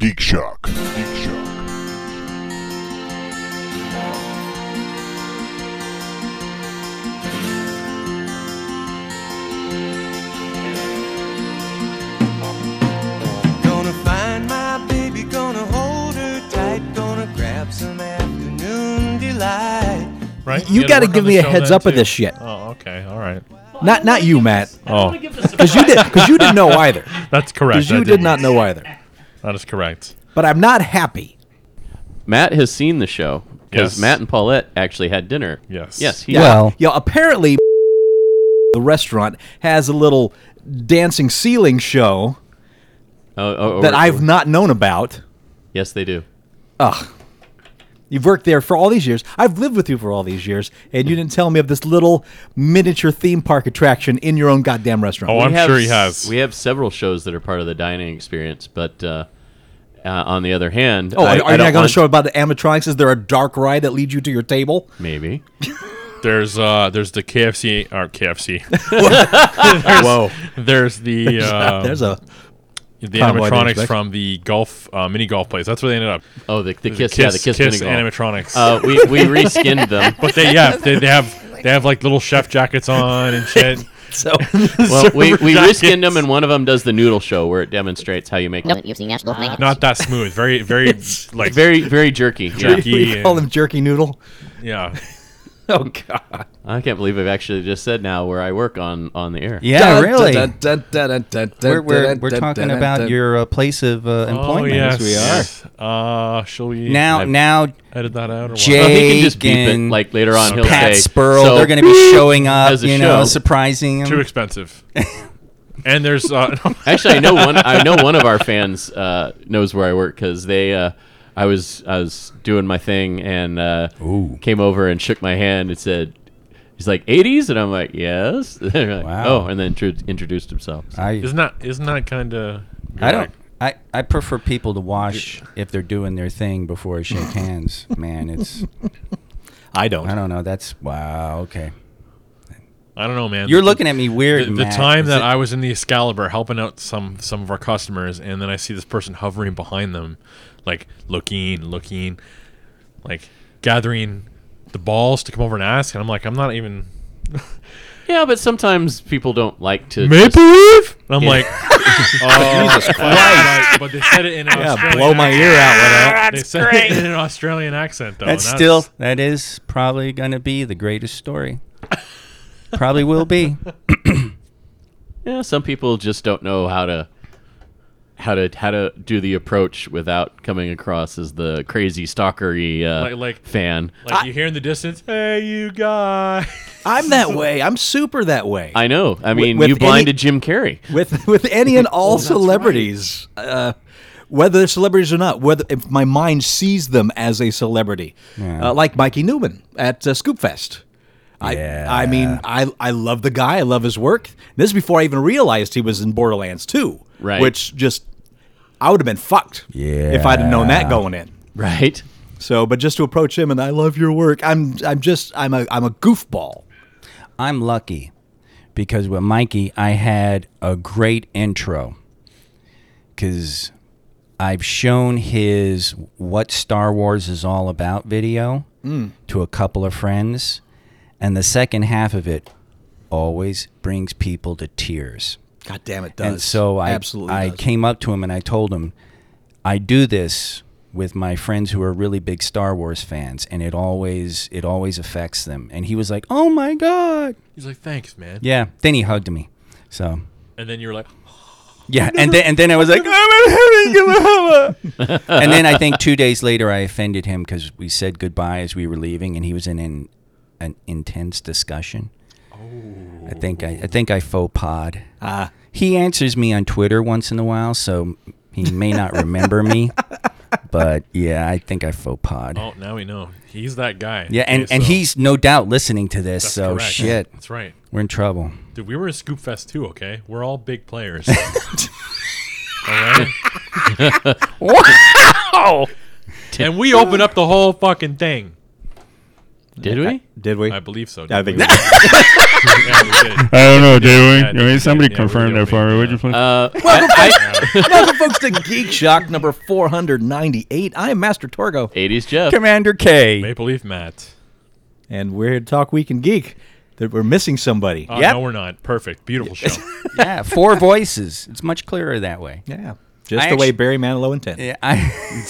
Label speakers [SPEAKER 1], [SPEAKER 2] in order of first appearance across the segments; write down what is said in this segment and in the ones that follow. [SPEAKER 1] Geek Shock. Geek Shock.
[SPEAKER 2] Gonna find my baby, gonna hold her tight, gonna grab some afternoon delight.
[SPEAKER 3] Right?
[SPEAKER 4] You gotta
[SPEAKER 3] work
[SPEAKER 4] give
[SPEAKER 3] on the
[SPEAKER 4] me a
[SPEAKER 3] show
[SPEAKER 4] heads
[SPEAKER 3] then,
[SPEAKER 4] up of
[SPEAKER 3] too.
[SPEAKER 4] this shit.
[SPEAKER 3] Oh, okay. All right.
[SPEAKER 4] Not not you, Matt,
[SPEAKER 3] Oh,
[SPEAKER 4] because you did because you didn't know either.
[SPEAKER 3] that's correct.
[SPEAKER 4] Because
[SPEAKER 3] I
[SPEAKER 4] you did not know either.
[SPEAKER 3] That is correct.
[SPEAKER 4] But I'm not happy.
[SPEAKER 5] Matt has seen the show because
[SPEAKER 3] Yes.
[SPEAKER 5] Matt and Paulette actually had dinner.
[SPEAKER 3] Yes.
[SPEAKER 5] Yes. He
[SPEAKER 4] Yeah.
[SPEAKER 6] Well-
[SPEAKER 4] yeah. Apparently, the restaurant has a little dancing ceiling show
[SPEAKER 5] Oh, oh, oh,
[SPEAKER 4] that
[SPEAKER 5] or-
[SPEAKER 4] I've not known about.
[SPEAKER 5] Yes, they do.
[SPEAKER 4] Ugh. You've worked there for all these years. I've lived with you for all these years, and you didn't tell me of this little miniature theme park attraction in your own goddamn restaurant.
[SPEAKER 3] Oh,
[SPEAKER 5] We
[SPEAKER 3] I'm
[SPEAKER 5] have
[SPEAKER 3] sure he
[SPEAKER 5] s-
[SPEAKER 3] has.
[SPEAKER 5] We have several shows that are part of the dining experience, but uh, uh, on the other hand,
[SPEAKER 4] Oh,
[SPEAKER 5] I,
[SPEAKER 4] are
[SPEAKER 5] I
[SPEAKER 4] you
[SPEAKER 5] don't
[SPEAKER 4] not going to
[SPEAKER 5] want-
[SPEAKER 4] show about the animatronics? Is there a dark ride that leads you to your table?
[SPEAKER 5] Maybe.
[SPEAKER 3] There's uh, there's the KFC or KFC. Whoa. There's the uh,
[SPEAKER 4] There's a
[SPEAKER 3] the
[SPEAKER 4] Combo I didn't
[SPEAKER 3] animatronics
[SPEAKER 4] expect.
[SPEAKER 3] from the golf uh, mini golf place. That's where they ended up.
[SPEAKER 5] Oh, the, the kiss, yeah, the kiss,
[SPEAKER 3] kiss
[SPEAKER 5] mini golf.
[SPEAKER 3] animatronics.
[SPEAKER 5] Uh, we we reskinned them.
[SPEAKER 3] but they yeah they, they have they have like little chef jackets on and shit.
[SPEAKER 4] so
[SPEAKER 5] Well, we, we
[SPEAKER 3] jackets.
[SPEAKER 5] reskinned them, and one of them does the noodle show where it demonstrates how you make
[SPEAKER 7] Nope, you've seen National Night.
[SPEAKER 3] Not that smooth. Very very like
[SPEAKER 5] very very jerky. Yeah.
[SPEAKER 3] Jerky.
[SPEAKER 4] we call him Jerky Noodle.
[SPEAKER 3] yeah.
[SPEAKER 4] Oh God!
[SPEAKER 5] I can't believe I've actually just said now where I work on on the air.
[SPEAKER 6] Yeah, really.
[SPEAKER 4] We're,
[SPEAKER 6] we're, we're, we're talking about your uh, place of uh,
[SPEAKER 3] Oh.
[SPEAKER 6] employment.
[SPEAKER 3] yes,
[SPEAKER 6] we
[SPEAKER 3] yes. Uh, shall we
[SPEAKER 6] Now,
[SPEAKER 5] I've-
[SPEAKER 6] now,
[SPEAKER 3] edit that out? Or what?
[SPEAKER 6] Jay-
[SPEAKER 5] Well, he can just beep it.
[SPEAKER 6] Bacon,
[SPEAKER 5] Like later on, he'll
[SPEAKER 6] Pat
[SPEAKER 5] say,
[SPEAKER 6] Spurl,
[SPEAKER 5] "So,
[SPEAKER 6] they're going to be showing up,
[SPEAKER 5] has a
[SPEAKER 6] you know,
[SPEAKER 5] show."
[SPEAKER 6] surprising him.
[SPEAKER 3] Too expensive. and there's uh,
[SPEAKER 5] Actually, I know one. I know one of our fans uh, knows where I work because they. Uh, I was I was doing my thing and uh, came over and shook my hand and said, "He's like 80s," and I'm like, "Yes." They're like,
[SPEAKER 6] Wow.
[SPEAKER 5] Oh, and then tru- introduced himself.
[SPEAKER 6] I,
[SPEAKER 3] isn't that isn't that kind of
[SPEAKER 6] I don't. I, I prefer people to wash if they're doing their thing before I shake hands. Man, it's
[SPEAKER 4] I don't.
[SPEAKER 6] I don't know. That's wow. Okay,
[SPEAKER 3] I don't know, man.
[SPEAKER 6] you're looking at me weird.
[SPEAKER 3] the, the
[SPEAKER 6] Matt.
[SPEAKER 3] time
[SPEAKER 6] Is
[SPEAKER 3] that
[SPEAKER 6] it-
[SPEAKER 3] I was in the Excalibur helping out some some of our customers, and then I see this person hovering behind them, like looking, looking, like gathering the balls to come over and ask, and I'm like, I'm not even
[SPEAKER 5] Yeah, but sometimes people don't like to.
[SPEAKER 3] Maple Leaf. And I'm
[SPEAKER 5] Yeah.
[SPEAKER 3] like, oh, Right, but they said it in an
[SPEAKER 4] Yeah,
[SPEAKER 3] Australian
[SPEAKER 4] blow my
[SPEAKER 3] accent.
[SPEAKER 4] ear out.
[SPEAKER 3] They said it in an Australian accent though.
[SPEAKER 6] that's
[SPEAKER 3] and
[SPEAKER 6] still that is probably going to be the greatest story. probably will be.
[SPEAKER 5] Yeah, some people just don't know how to how to how to do the approach without coming across as the crazy stalkery uh,
[SPEAKER 3] Like- like-
[SPEAKER 5] fan.
[SPEAKER 3] Like you hear in the distance, hey, you guys.
[SPEAKER 4] I'm that way. I'm super that way.
[SPEAKER 5] I know. I mean,
[SPEAKER 4] with
[SPEAKER 5] you
[SPEAKER 4] any-
[SPEAKER 5] blinded Jim Carrey.
[SPEAKER 4] with with any and
[SPEAKER 6] Oh,
[SPEAKER 4] all celebrities, uh, whether they're celebrities or not, whether if my mind sees them as a celebrity,
[SPEAKER 6] Yeah.
[SPEAKER 4] uh, like Mikey Newman at uh, Scoop Fest. I, I mean, I, I love the guy. I love his work. This is before I even realized he was in Borderlands 2,
[SPEAKER 5] Right.
[SPEAKER 4] which just, I would have been fucked if I'd have known that going in.
[SPEAKER 5] Right.
[SPEAKER 4] So, but just to approach him and I love your work, I'm, I'm just, I'm a, I'm a goofball.
[SPEAKER 6] I'm lucky because with Mikey, I had a great intro because I've shown his What Star Wars is All About video
[SPEAKER 4] Mm.
[SPEAKER 6] to a couple of friends. And the second half of it always brings people to tears.
[SPEAKER 4] God damn it does.
[SPEAKER 6] And so I
[SPEAKER 4] absolutely
[SPEAKER 6] I
[SPEAKER 4] does.
[SPEAKER 6] came up to him and I told him, I do this with my friends who are really big Star Wars fans, and it always it always affects them. And he was like, Oh my god,
[SPEAKER 3] He's like, thanks, man.
[SPEAKER 6] yeah. Then he hugged me, so
[SPEAKER 3] And then you're like,
[SPEAKER 6] yeah. And then and then I was like, and then I think two days later I offended him because we said goodbye as we were leaving, and he was in an an intense discussion.
[SPEAKER 3] Oh.
[SPEAKER 6] I think I, I think I faux pod.
[SPEAKER 4] Ah.
[SPEAKER 6] He answers me on Twitter once in a while, so he may not remember me. But yeah, I think I faux pod.
[SPEAKER 3] oh, now we know. He's that guy.
[SPEAKER 6] yeah, and,
[SPEAKER 3] Okay,
[SPEAKER 6] and
[SPEAKER 3] so
[SPEAKER 6] he's no doubt listening to this,
[SPEAKER 3] that's
[SPEAKER 6] so
[SPEAKER 3] correct.
[SPEAKER 6] shit.
[SPEAKER 3] That's right.
[SPEAKER 6] We're in trouble.
[SPEAKER 3] Dude, we were in Scoop Fest too, okay? We're all big players. all right? wow! And we open up the whole fucking thing.
[SPEAKER 5] Did we?
[SPEAKER 8] Did we?
[SPEAKER 3] I believe so.
[SPEAKER 8] I think
[SPEAKER 3] we?
[SPEAKER 8] we
[SPEAKER 3] yeah, we did.
[SPEAKER 4] I don't know, did
[SPEAKER 3] yeah,
[SPEAKER 4] we? I mean, somebody
[SPEAKER 3] yeah, we
[SPEAKER 4] confirmed
[SPEAKER 3] did,
[SPEAKER 4] that
[SPEAKER 3] we
[SPEAKER 4] for me,
[SPEAKER 3] did,
[SPEAKER 4] would you please?
[SPEAKER 5] Uh,
[SPEAKER 8] Welcome, folks, to Geek Shock number 498. I am Master Torgo,
[SPEAKER 5] 80s Jeff.
[SPEAKER 6] Commander K.
[SPEAKER 3] Maple Leaf Matt.
[SPEAKER 8] and we're here to talk Week in Geek. That we're missing somebody.
[SPEAKER 3] Oh,
[SPEAKER 6] Yep.
[SPEAKER 3] No, we're not. Perfect. Beautiful show.
[SPEAKER 6] yeah, four voices. It's much clearer that way.
[SPEAKER 8] Yeah. Just
[SPEAKER 6] I
[SPEAKER 8] the way
[SPEAKER 6] actu-
[SPEAKER 8] Barry Manilow intended.
[SPEAKER 6] Yeah, I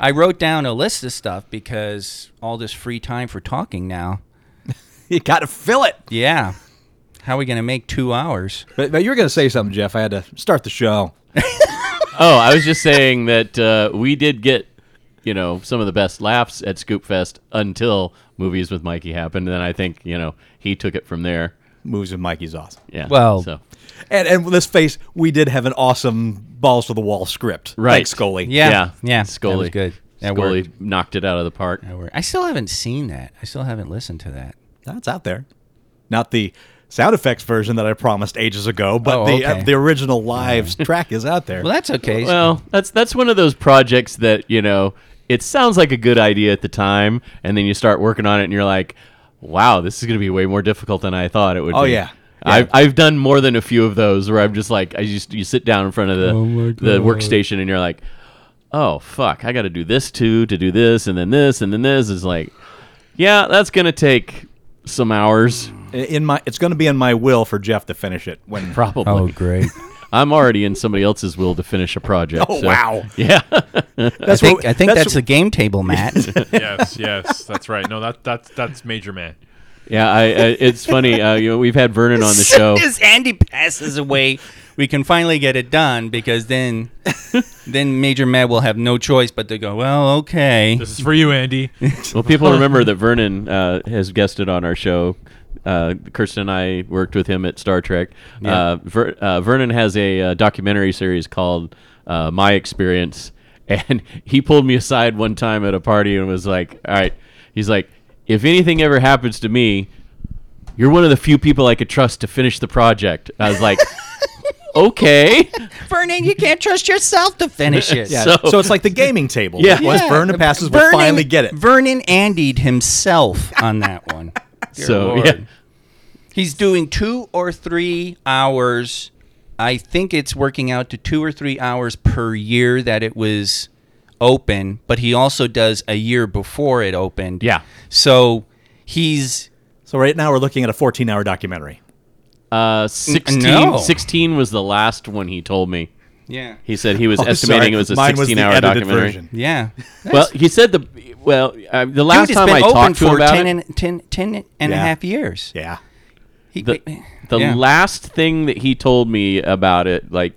[SPEAKER 6] I wrote down a list of stuff because all this free time for talking now.
[SPEAKER 8] You got to fill it.
[SPEAKER 6] Yeah. How are we going to make 2 hours?
[SPEAKER 8] But, but you were going to say something, Jeff. I had to start the show.
[SPEAKER 5] Oh, I was just saying that uh, we did get, you know, some of the best laughs at Scoop Fest until movies with Mikey happened. And then I think, you know, he took it from there.
[SPEAKER 8] Moves with Mikey's awesome.
[SPEAKER 5] Yeah.
[SPEAKER 6] Well-
[SPEAKER 5] so.
[SPEAKER 8] And, and let's face, we did have an awesome balls to the wall script.
[SPEAKER 5] Right.
[SPEAKER 8] Thanks, Scully.
[SPEAKER 6] Yeah. Yeah.
[SPEAKER 5] Scully.
[SPEAKER 6] That was good. That
[SPEAKER 5] Scully
[SPEAKER 6] worked.
[SPEAKER 5] knocked it out of the park.
[SPEAKER 6] That worked. I still haven't seen that. I still haven't listened to that.
[SPEAKER 8] That's out there. Not the sound effects version that I promised ages ago, but
[SPEAKER 6] Oh,
[SPEAKER 8] the uh,
[SPEAKER 6] okay.
[SPEAKER 8] the original live track is out there.
[SPEAKER 6] Well, that's okay.
[SPEAKER 5] Well, that's that's one of those projects that you know it sounds like a good idea at the time, and then you start working on it, and you're like, "Wow, this is going to be way more difficult than I thought it would."
[SPEAKER 8] Oh,
[SPEAKER 5] be.
[SPEAKER 8] yeah.
[SPEAKER 5] I've, I've done more than a few of those where I'm just like I just you sit down in front of the the workstation and you're like, oh fuck, I got to do this too to do this and then this and then this is like, yeah, that's gonna take some hours
[SPEAKER 8] in my it's going to be in my will for Jeff to finish it when
[SPEAKER 5] probably.
[SPEAKER 6] oh, great.
[SPEAKER 5] I'm already in somebody else's will to finish a project.
[SPEAKER 8] Oh
[SPEAKER 5] so-
[SPEAKER 8] wow.
[SPEAKER 5] Yeah.
[SPEAKER 8] That's
[SPEAKER 6] I think,
[SPEAKER 8] what-
[SPEAKER 6] I think that's, the game table, Matt.
[SPEAKER 3] yes, yes, that's right. No, that that's that's Major Man.
[SPEAKER 5] Yeah, I, I, it's funny. Uh, you know, we've had Vernon on the show.
[SPEAKER 6] As Andy passes away, we can finally get it done because then then Major Matt will have no choice but to go, well, okay.
[SPEAKER 3] This is for you, Andy.
[SPEAKER 5] Well, people remember that Vernon uh, has guested on our show. Uh, Kirsten and I worked with him at Star Trek. Uh, Ver, uh, Vernon has a uh, documentary series called uh, My Experience, and he pulled me aside one time at a party and was like, "All right," he's like, "If anything ever happens to me, you're one of the few people I could trust to finish the project." I was like, "Okay."
[SPEAKER 6] Vernon, you can't trust yourself to finish it.
[SPEAKER 8] Yeah.
[SPEAKER 5] So-
[SPEAKER 8] So, it's like the gaming table.
[SPEAKER 5] Yeah.
[SPEAKER 8] Once
[SPEAKER 6] Yeah.
[SPEAKER 8] Vernon passes, we'll
[SPEAKER 6] Vernon-
[SPEAKER 8] finally get it.
[SPEAKER 6] Vernon Andied himself on that one. Dear
[SPEAKER 5] so
[SPEAKER 6] Lord.
[SPEAKER 5] yeah.
[SPEAKER 6] He's doing two or three hours. I think it's working out to two or three hours per year that it was open, but he also does a year before it opened.
[SPEAKER 5] Yeah.
[SPEAKER 6] So he's
[SPEAKER 8] So right now we're looking at a 14-hour documentary.
[SPEAKER 5] Uh, 16,
[SPEAKER 6] no.
[SPEAKER 5] 16 was the last one he told me.
[SPEAKER 6] yeah.
[SPEAKER 5] He said he was
[SPEAKER 8] Oh,
[SPEAKER 5] estimating
[SPEAKER 8] sorry.
[SPEAKER 5] it was a
[SPEAKER 8] Mine
[SPEAKER 5] 16
[SPEAKER 8] the
[SPEAKER 5] hour
[SPEAKER 8] edited
[SPEAKER 5] documentary.
[SPEAKER 8] version.
[SPEAKER 6] Yeah.
[SPEAKER 5] Well, he said the well uh, the last
[SPEAKER 6] Dude, it's
[SPEAKER 5] time
[SPEAKER 6] been
[SPEAKER 5] I
[SPEAKER 6] open
[SPEAKER 5] talked to
[SPEAKER 6] for
[SPEAKER 5] him about
[SPEAKER 6] 10
[SPEAKER 5] it,
[SPEAKER 6] and, 10, 10 and a
[SPEAKER 8] Yeah.
[SPEAKER 6] half years.
[SPEAKER 8] Yeah.
[SPEAKER 6] He-
[SPEAKER 5] the, the
[SPEAKER 6] yeah.
[SPEAKER 5] last thing that he told me about it, like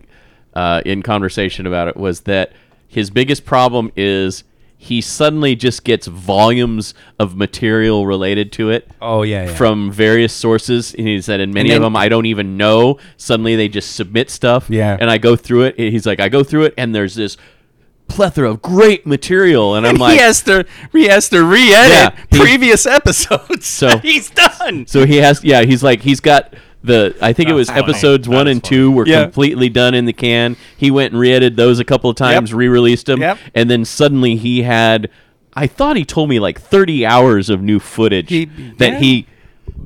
[SPEAKER 5] uh, in conversation about it, was that his biggest problem is he suddenly just gets volumes of material related to it.
[SPEAKER 6] Oh, yeah, yeah.
[SPEAKER 5] From various sources, and he said, and many of
[SPEAKER 6] then-
[SPEAKER 5] them I don't even know. Suddenly they just submit stuff.
[SPEAKER 6] Yeah.
[SPEAKER 5] and I go through it. and He's like, I go through it, and there's this plethora of great material, and I'm like,
[SPEAKER 6] he has to he has to re-edit
[SPEAKER 5] Yeah, he-
[SPEAKER 6] previous episodes.
[SPEAKER 5] So-
[SPEAKER 6] he's done.
[SPEAKER 5] So he has, yeah, he's like, he's got the, I think it was
[SPEAKER 3] That's funny.
[SPEAKER 5] episodes
[SPEAKER 3] That
[SPEAKER 5] one
[SPEAKER 3] is
[SPEAKER 5] and
[SPEAKER 3] funny.
[SPEAKER 5] two were
[SPEAKER 6] Yeah.
[SPEAKER 5] completely done in the can. He went and re edited those a couple of times, re released them,
[SPEAKER 6] Yep.
[SPEAKER 5] and then suddenly he had, I thought he told me like 30 hours of new footage
[SPEAKER 6] He-
[SPEAKER 5] that
[SPEAKER 6] yeah.
[SPEAKER 5] he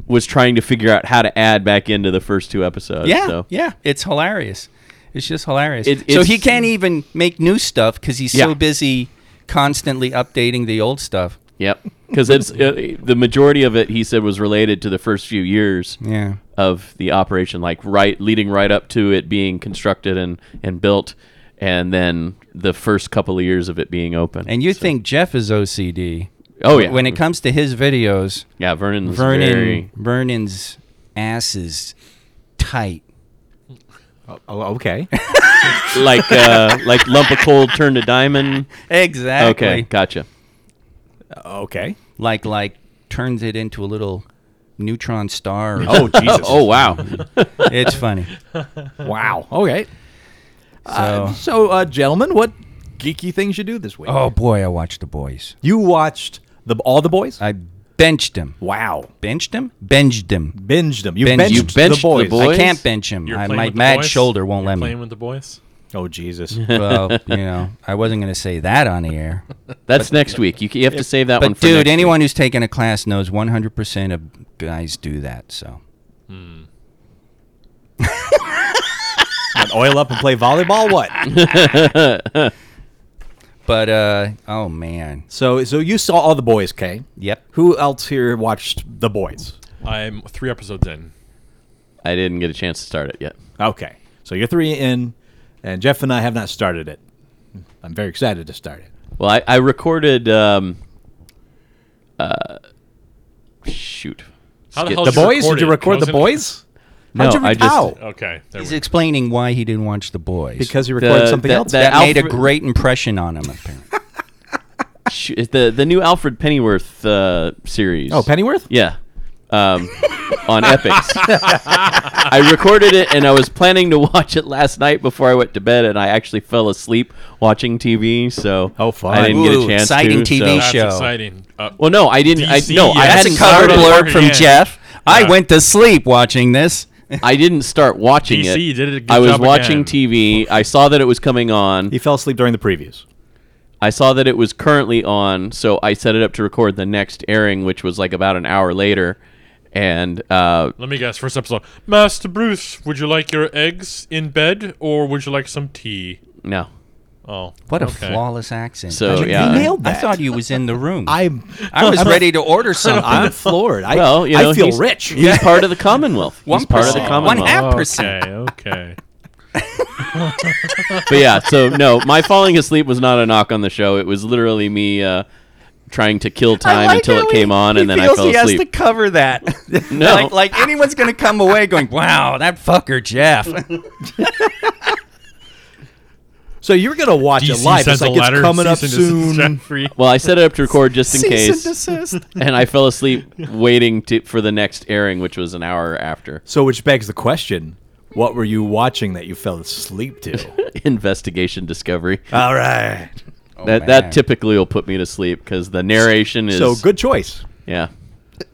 [SPEAKER 5] was trying to figure out how to add back into the first two episodes.
[SPEAKER 6] Yeah,
[SPEAKER 5] So.
[SPEAKER 6] yeah, it's hilarious. It's just hilarious.
[SPEAKER 5] It-
[SPEAKER 6] so
[SPEAKER 5] it's-
[SPEAKER 6] he can't even make new stuff because he's
[SPEAKER 5] Yeah.
[SPEAKER 6] so busy constantly updating the old stuff.
[SPEAKER 5] Yep. Because it's uh, the majority of it, he said, was related to the first few years.
[SPEAKER 6] Yeah.
[SPEAKER 5] of the operation, like right leading right up to it being constructed and, and built, and then the first couple of years of it being open.
[SPEAKER 6] And you think Jeff is OCD?
[SPEAKER 5] Oh, yeah.
[SPEAKER 6] When it comes to his videos,
[SPEAKER 5] yeah, Vernon's
[SPEAKER 6] Vernon
[SPEAKER 5] very
[SPEAKER 6] Vernon's ass is tight.
[SPEAKER 8] Oh, okay.
[SPEAKER 5] like uh, like lump of coal turned to diamond.
[SPEAKER 6] Exactly.
[SPEAKER 5] Okay, gotcha.
[SPEAKER 8] okay.
[SPEAKER 6] Like like turns it into a little neutron star. or-
[SPEAKER 8] Oh Jesus.
[SPEAKER 5] Oh wow,
[SPEAKER 6] it's funny.
[SPEAKER 8] wow. Okay.
[SPEAKER 6] So.
[SPEAKER 8] So, uh, gentlemen, what geeky things you do this week?
[SPEAKER 6] Oh boy, I watched The Boys.
[SPEAKER 8] You watched the all the boys?
[SPEAKER 6] I benched him.
[SPEAKER 8] wow.
[SPEAKER 6] Benched him? Binged him.
[SPEAKER 8] Binged them. You
[SPEAKER 6] Binged-
[SPEAKER 8] benched,
[SPEAKER 6] you
[SPEAKER 5] benched
[SPEAKER 8] the boys.
[SPEAKER 5] the boys?
[SPEAKER 6] I can't bench him.
[SPEAKER 3] You're
[SPEAKER 6] I,
[SPEAKER 3] playing
[SPEAKER 6] my
[SPEAKER 3] with the
[SPEAKER 6] mad
[SPEAKER 3] boys?
[SPEAKER 6] shoulder won't
[SPEAKER 3] You're
[SPEAKER 6] let
[SPEAKER 3] Playing
[SPEAKER 6] me.
[SPEAKER 3] with the boys.
[SPEAKER 8] Oh Jesus!
[SPEAKER 6] well, you know, I wasn't going to say that on the air.
[SPEAKER 5] That's next week. You, c- you have to save that one
[SPEAKER 6] But
[SPEAKER 5] for
[SPEAKER 6] dude,
[SPEAKER 5] next
[SPEAKER 6] anyone who's taken a class knows 100% of guys do that. So
[SPEAKER 8] What, oil up and play volleyball. What?
[SPEAKER 6] But uh, oh man,
[SPEAKER 8] So so you saw all the boys, Kay.
[SPEAKER 6] yep.
[SPEAKER 8] Who else here watched the boys?
[SPEAKER 3] I'm three episodes in.
[SPEAKER 5] week. I didn't get a chance to start it yet.
[SPEAKER 8] Okay, so you're three in, and Jeff and I have not started it. I'm very excited to start it.
[SPEAKER 5] Well, I, I recorded. Um, uh, shoot.
[SPEAKER 3] How the
[SPEAKER 5] Skip-
[SPEAKER 3] hell
[SPEAKER 8] The
[SPEAKER 3] Just
[SPEAKER 8] boys?
[SPEAKER 3] record
[SPEAKER 8] Did you
[SPEAKER 3] it.
[SPEAKER 8] record the
[SPEAKER 3] Wasn't-
[SPEAKER 8] boys?
[SPEAKER 5] No,
[SPEAKER 8] How'd you
[SPEAKER 5] I
[SPEAKER 8] record-
[SPEAKER 5] just-
[SPEAKER 8] How?
[SPEAKER 3] Okay, there we
[SPEAKER 6] He's
[SPEAKER 3] go.
[SPEAKER 6] explaining why he didn't watch The Boys
[SPEAKER 8] Because you recorded
[SPEAKER 5] The-
[SPEAKER 8] something
[SPEAKER 5] that-
[SPEAKER 8] else.
[SPEAKER 5] that-
[SPEAKER 6] that made a
[SPEAKER 5] Alfred-
[SPEAKER 6] great impression on him. Apparently,
[SPEAKER 5] Shoot, the the new Alfred Pennyworth uh, series.
[SPEAKER 8] oh, Pennyworth.
[SPEAKER 5] Yeah. Um, on Epics. I recorded it and I was planning to watch it last night before I went to bed and I actually fell asleep watching TV, so
[SPEAKER 8] Oh, fun.
[SPEAKER 5] I didn't get
[SPEAKER 6] Ooh,
[SPEAKER 5] a chance
[SPEAKER 6] exciting
[SPEAKER 5] to.
[SPEAKER 6] TV
[SPEAKER 5] so-
[SPEAKER 3] That's
[SPEAKER 6] show.
[SPEAKER 3] exciting. Uh,
[SPEAKER 5] Well, no, I didn't I
[SPEAKER 3] DC,
[SPEAKER 5] no, I
[SPEAKER 3] yes.
[SPEAKER 6] that's
[SPEAKER 5] hadn't
[SPEAKER 6] a cover
[SPEAKER 5] started-
[SPEAKER 3] blurb from
[SPEAKER 6] blurb from
[SPEAKER 3] Yeah.
[SPEAKER 6] Jeff.
[SPEAKER 3] Jeff.
[SPEAKER 6] I
[SPEAKER 3] Yeah.
[SPEAKER 6] went to sleep watching this.
[SPEAKER 5] I didn't start watching
[SPEAKER 3] DC,
[SPEAKER 5] it.
[SPEAKER 3] you did it a good
[SPEAKER 5] I was
[SPEAKER 3] job
[SPEAKER 5] watching
[SPEAKER 3] again.
[SPEAKER 5] TV. I saw that it was coming on.
[SPEAKER 8] He fell asleep during the previews.
[SPEAKER 5] I saw that it was currently on, so I set it up to record the next airing, which was like about an hour later. And uh,
[SPEAKER 3] Let me guess. First episode. Master Bruce, would you like your eggs in bed or would you like some tea?
[SPEAKER 5] no,
[SPEAKER 3] Oh,
[SPEAKER 6] What a
[SPEAKER 3] okay.
[SPEAKER 6] flawless accent!
[SPEAKER 5] So,
[SPEAKER 6] I,
[SPEAKER 5] yeah.
[SPEAKER 6] I-
[SPEAKER 5] You
[SPEAKER 8] nailed
[SPEAKER 6] I
[SPEAKER 8] that.
[SPEAKER 6] thought he was in the room.
[SPEAKER 8] I'm
[SPEAKER 6] I was ready to order something.
[SPEAKER 8] I'm floored. I,
[SPEAKER 5] Well, you know,
[SPEAKER 8] I feel
[SPEAKER 5] he's-
[SPEAKER 8] rich.
[SPEAKER 5] he's part of the Commonwealth. He's part of the
[SPEAKER 6] 1%.
[SPEAKER 5] Commonwealth.
[SPEAKER 6] One half
[SPEAKER 3] Okay,
[SPEAKER 6] percent.
[SPEAKER 3] okay.
[SPEAKER 5] but yeah, so no, my falling asleep was not a knock on the show. It was literally me uh, trying to kill time until it came on, and then I fell
[SPEAKER 6] he has to
[SPEAKER 5] asleep.
[SPEAKER 6] cover that.
[SPEAKER 5] No.
[SPEAKER 6] like, like anyone's gonna come away going, "Wow, that fucker Jeff."
[SPEAKER 8] So you're gonna watch it
[SPEAKER 3] DC
[SPEAKER 8] live. It's
[SPEAKER 3] sends a
[SPEAKER 8] like it's
[SPEAKER 3] letter.
[SPEAKER 8] coming up
[SPEAKER 3] cease and desist
[SPEAKER 8] soon.
[SPEAKER 3] Jeffrey.
[SPEAKER 5] Well, I set it up to record just in case,
[SPEAKER 6] desist.
[SPEAKER 5] and I fell asleep waiting to, for the next airing, which was an hour after.
[SPEAKER 8] So, which begs the question: What were you watching that you fell asleep to?
[SPEAKER 5] Investigation Discovery.
[SPEAKER 8] All right.
[SPEAKER 5] that
[SPEAKER 6] Oh, man.
[SPEAKER 5] that typically will put me to sleep because the narration is
[SPEAKER 8] So good choice.
[SPEAKER 5] Yeah,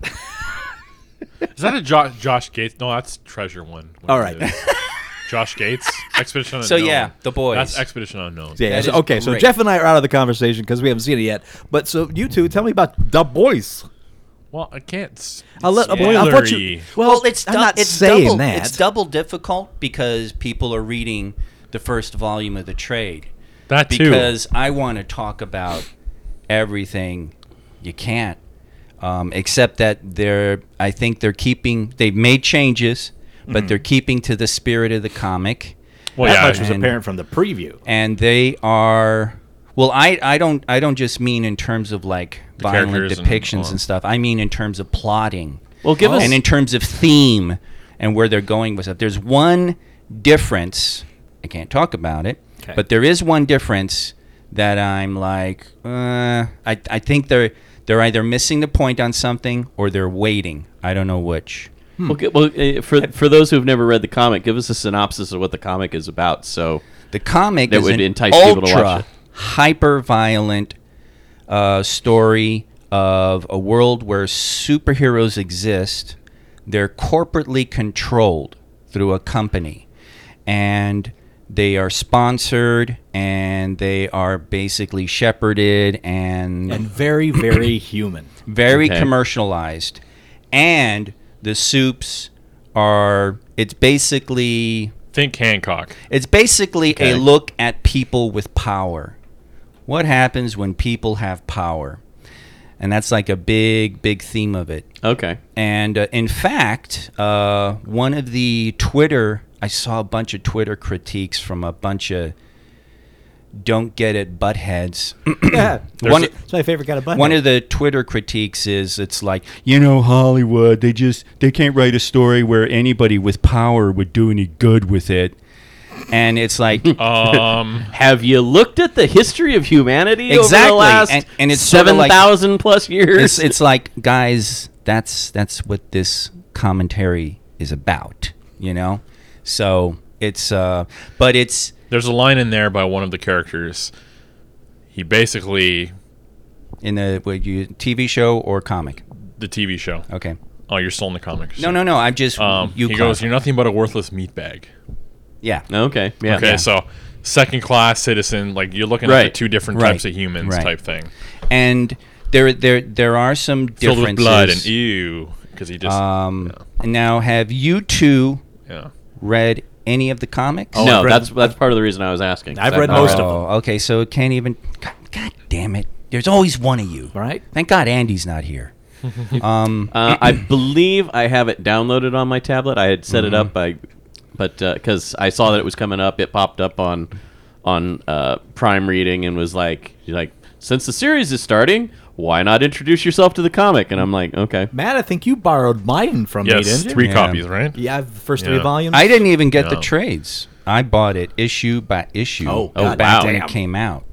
[SPEAKER 3] Is that a Josh, Josh Gates? No, that's Treasure One.
[SPEAKER 8] All right.
[SPEAKER 3] Josh Gates, Expedition Unknown.
[SPEAKER 6] So, yeah, The Boys.
[SPEAKER 3] That's Expedition Unknown.
[SPEAKER 8] Yeah.
[SPEAKER 6] That
[SPEAKER 8] so-
[SPEAKER 6] is
[SPEAKER 8] okay. So
[SPEAKER 6] great.
[SPEAKER 8] Jeff and I are out of the conversation because we haven't seen it yet. But so you two, tell me about the boys.
[SPEAKER 3] Well, I can't. s-
[SPEAKER 6] Oh,
[SPEAKER 8] I'll let-
[SPEAKER 3] spoilery.
[SPEAKER 8] I'll let you- well,
[SPEAKER 6] Well, it's
[SPEAKER 8] I'm
[SPEAKER 6] dou-
[SPEAKER 8] not
[SPEAKER 6] it's
[SPEAKER 8] saying
[SPEAKER 6] double,
[SPEAKER 8] that.
[SPEAKER 6] It's double difficult because people are reading the first volume of the trade.
[SPEAKER 3] that too.
[SPEAKER 6] Because I want to talk about everything you can't, um, except that they're. I think they're keeping. They've made changes,
[SPEAKER 3] Mm-hmm.
[SPEAKER 6] but they're keeping to the spirit of the comic.
[SPEAKER 3] well,
[SPEAKER 8] that
[SPEAKER 3] yeah,
[SPEAKER 8] much was
[SPEAKER 6] and-
[SPEAKER 8] apparent from the preview.
[SPEAKER 6] and they are well I, I don't I don't just mean in terms of like violent
[SPEAKER 3] characters and
[SPEAKER 6] depictions and,
[SPEAKER 3] all.
[SPEAKER 6] stuff. I mean in terms of plotting.
[SPEAKER 5] Well, give us-
[SPEAKER 6] Oh. and in terms of theme and where they're going with it. There's one difference. I can't talk about it,
[SPEAKER 8] Okay.
[SPEAKER 6] but there is one difference that I'm like uh, I I think they're they're either missing the point on something or they're waiting. I don't know which.
[SPEAKER 5] well, g- well uh, for for those who have never read the comic, give us a synopsis of what the comic is about. So
[SPEAKER 6] The comic
[SPEAKER 5] That
[SPEAKER 6] is
[SPEAKER 5] would
[SPEAKER 6] an
[SPEAKER 5] entice
[SPEAKER 6] ultra
[SPEAKER 5] people to watch it.
[SPEAKER 6] hyper-violent uh, story of a world where superheroes exist. They're corporately controlled through a company, and they are sponsored, and they are basically shepherded and
[SPEAKER 8] And very, very human.
[SPEAKER 6] very
[SPEAKER 5] Okay.
[SPEAKER 6] commercialized and the soups are it's basically
[SPEAKER 3] think Hancock.
[SPEAKER 6] it's basically
[SPEAKER 5] Okay.
[SPEAKER 6] a look at people with power. What happens when people have power? And that's like a big, big theme of it.
[SPEAKER 5] okay,
[SPEAKER 6] And uh, in fact, uh, one of the Twitter, I saw a bunch of Twitter critiques from a bunch of don't get it buttheads.
[SPEAKER 8] yeah.
[SPEAKER 6] One-
[SPEAKER 8] it's my favorite kind of button.
[SPEAKER 6] One of the Twitter critiques is it's like, you know, Hollywood, they just they can't write a story where anybody with power would do any good with it. And it's like
[SPEAKER 3] Um,
[SPEAKER 5] have you looked at the history of humanity over the
[SPEAKER 6] Exactly,
[SPEAKER 5] last
[SPEAKER 6] and- and it's sorta
[SPEAKER 5] seven
[SPEAKER 6] like-
[SPEAKER 5] thousand plus years?
[SPEAKER 6] it's it's like guys, that's that's what this commentary is about, you know? So, it's uh but it's
[SPEAKER 3] there's a line in there by one of the characters. He basically
[SPEAKER 6] in the what you TV show or comic.
[SPEAKER 3] the TV show.
[SPEAKER 6] Okay.
[SPEAKER 3] Oh, you're still in the comics.
[SPEAKER 6] No, no, no. I'm just
[SPEAKER 3] Um,
[SPEAKER 6] you
[SPEAKER 3] he
[SPEAKER 6] call-
[SPEAKER 3] goes, "You're nothing but a worthless meat bag."
[SPEAKER 6] Yeah.
[SPEAKER 5] okay, yeah,
[SPEAKER 3] Okay, so second class citizen. Like you're looking
[SPEAKER 5] Right.
[SPEAKER 3] at two different
[SPEAKER 6] Right.
[SPEAKER 3] types of humans
[SPEAKER 6] Right.
[SPEAKER 3] type thing,
[SPEAKER 6] and there there there are some
[SPEAKER 3] filled
[SPEAKER 6] differences.
[SPEAKER 3] with blood and e- ew because he just
[SPEAKER 6] um, now, have you two
[SPEAKER 3] yeah.
[SPEAKER 6] read any of the comics?
[SPEAKER 3] Oh,
[SPEAKER 5] no,
[SPEAKER 8] I've read-
[SPEAKER 5] that's that's part of the reason I was asking. 'cause
[SPEAKER 8] I've
[SPEAKER 5] I've
[SPEAKER 8] read
[SPEAKER 5] not
[SPEAKER 8] most of
[SPEAKER 6] Oh, okay. So it can't even. God, God damn it! There's always one of you.
[SPEAKER 8] Right.
[SPEAKER 6] Thank God Andy's not here. um,
[SPEAKER 5] Uh, I believe I have it downloaded on my tablet. I had set it up, I, but because I saw that it was coming up, it popped up on on uh, Prime Reading and was like, like since the series is starting, why not introduce yourself to the comic? And I'm like, okay,
[SPEAKER 8] Matt, I think you borrowed mine from me,
[SPEAKER 3] Yes,
[SPEAKER 8] didn't you?
[SPEAKER 3] three
[SPEAKER 6] Yeah.
[SPEAKER 3] copies, right?
[SPEAKER 8] Yeah, I have the first three
[SPEAKER 3] Yeah.
[SPEAKER 8] volumes.
[SPEAKER 6] I didn't even get the
[SPEAKER 3] No.
[SPEAKER 6] trades. I bought it issue by issue.
[SPEAKER 8] Oh,
[SPEAKER 5] Oh,
[SPEAKER 6] back
[SPEAKER 5] God wow.
[SPEAKER 6] when it
[SPEAKER 5] damn.
[SPEAKER 6] came out.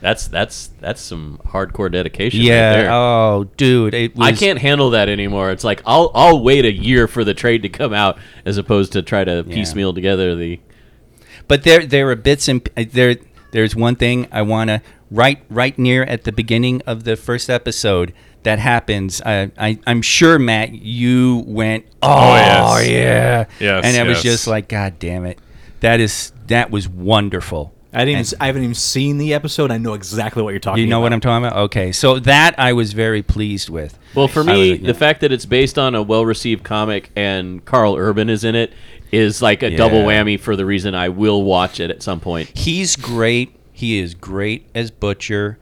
[SPEAKER 5] that's that's that's some hardcore dedication. right
[SPEAKER 6] Yeah.
[SPEAKER 5] there.
[SPEAKER 6] Oh, dude. It was,
[SPEAKER 5] I can't handle that anymore. It's like I'll I'll wait a year for the trade to come out as opposed to try to piecemeal together the.
[SPEAKER 6] But there, there are bits and uh, there. There's one thing I want to right, right near at the beginning of the first episode that happens. I, I, I'm sure Matt, you went, oh,
[SPEAKER 3] yes.
[SPEAKER 6] yeah,
[SPEAKER 3] Yes,
[SPEAKER 6] and I was
[SPEAKER 3] yes.
[SPEAKER 6] just like, God damn it, that is that was wonderful.
[SPEAKER 8] I didn't. I haven't even seen the episode. I know exactly what you're talking.
[SPEAKER 6] You know what
[SPEAKER 5] uh,
[SPEAKER 8] about.
[SPEAKER 6] I'm talking about? Okay, so that I was very pleased with.
[SPEAKER 5] Well, for
[SPEAKER 6] I
[SPEAKER 5] me,
[SPEAKER 6] was-
[SPEAKER 5] the fact that it's based on a well-received comic and Carl Urban is in it is like a double
[SPEAKER 6] Yeah.
[SPEAKER 5] whammy for the reason I will watch it at some point.
[SPEAKER 6] he's great. He is great as Butcher.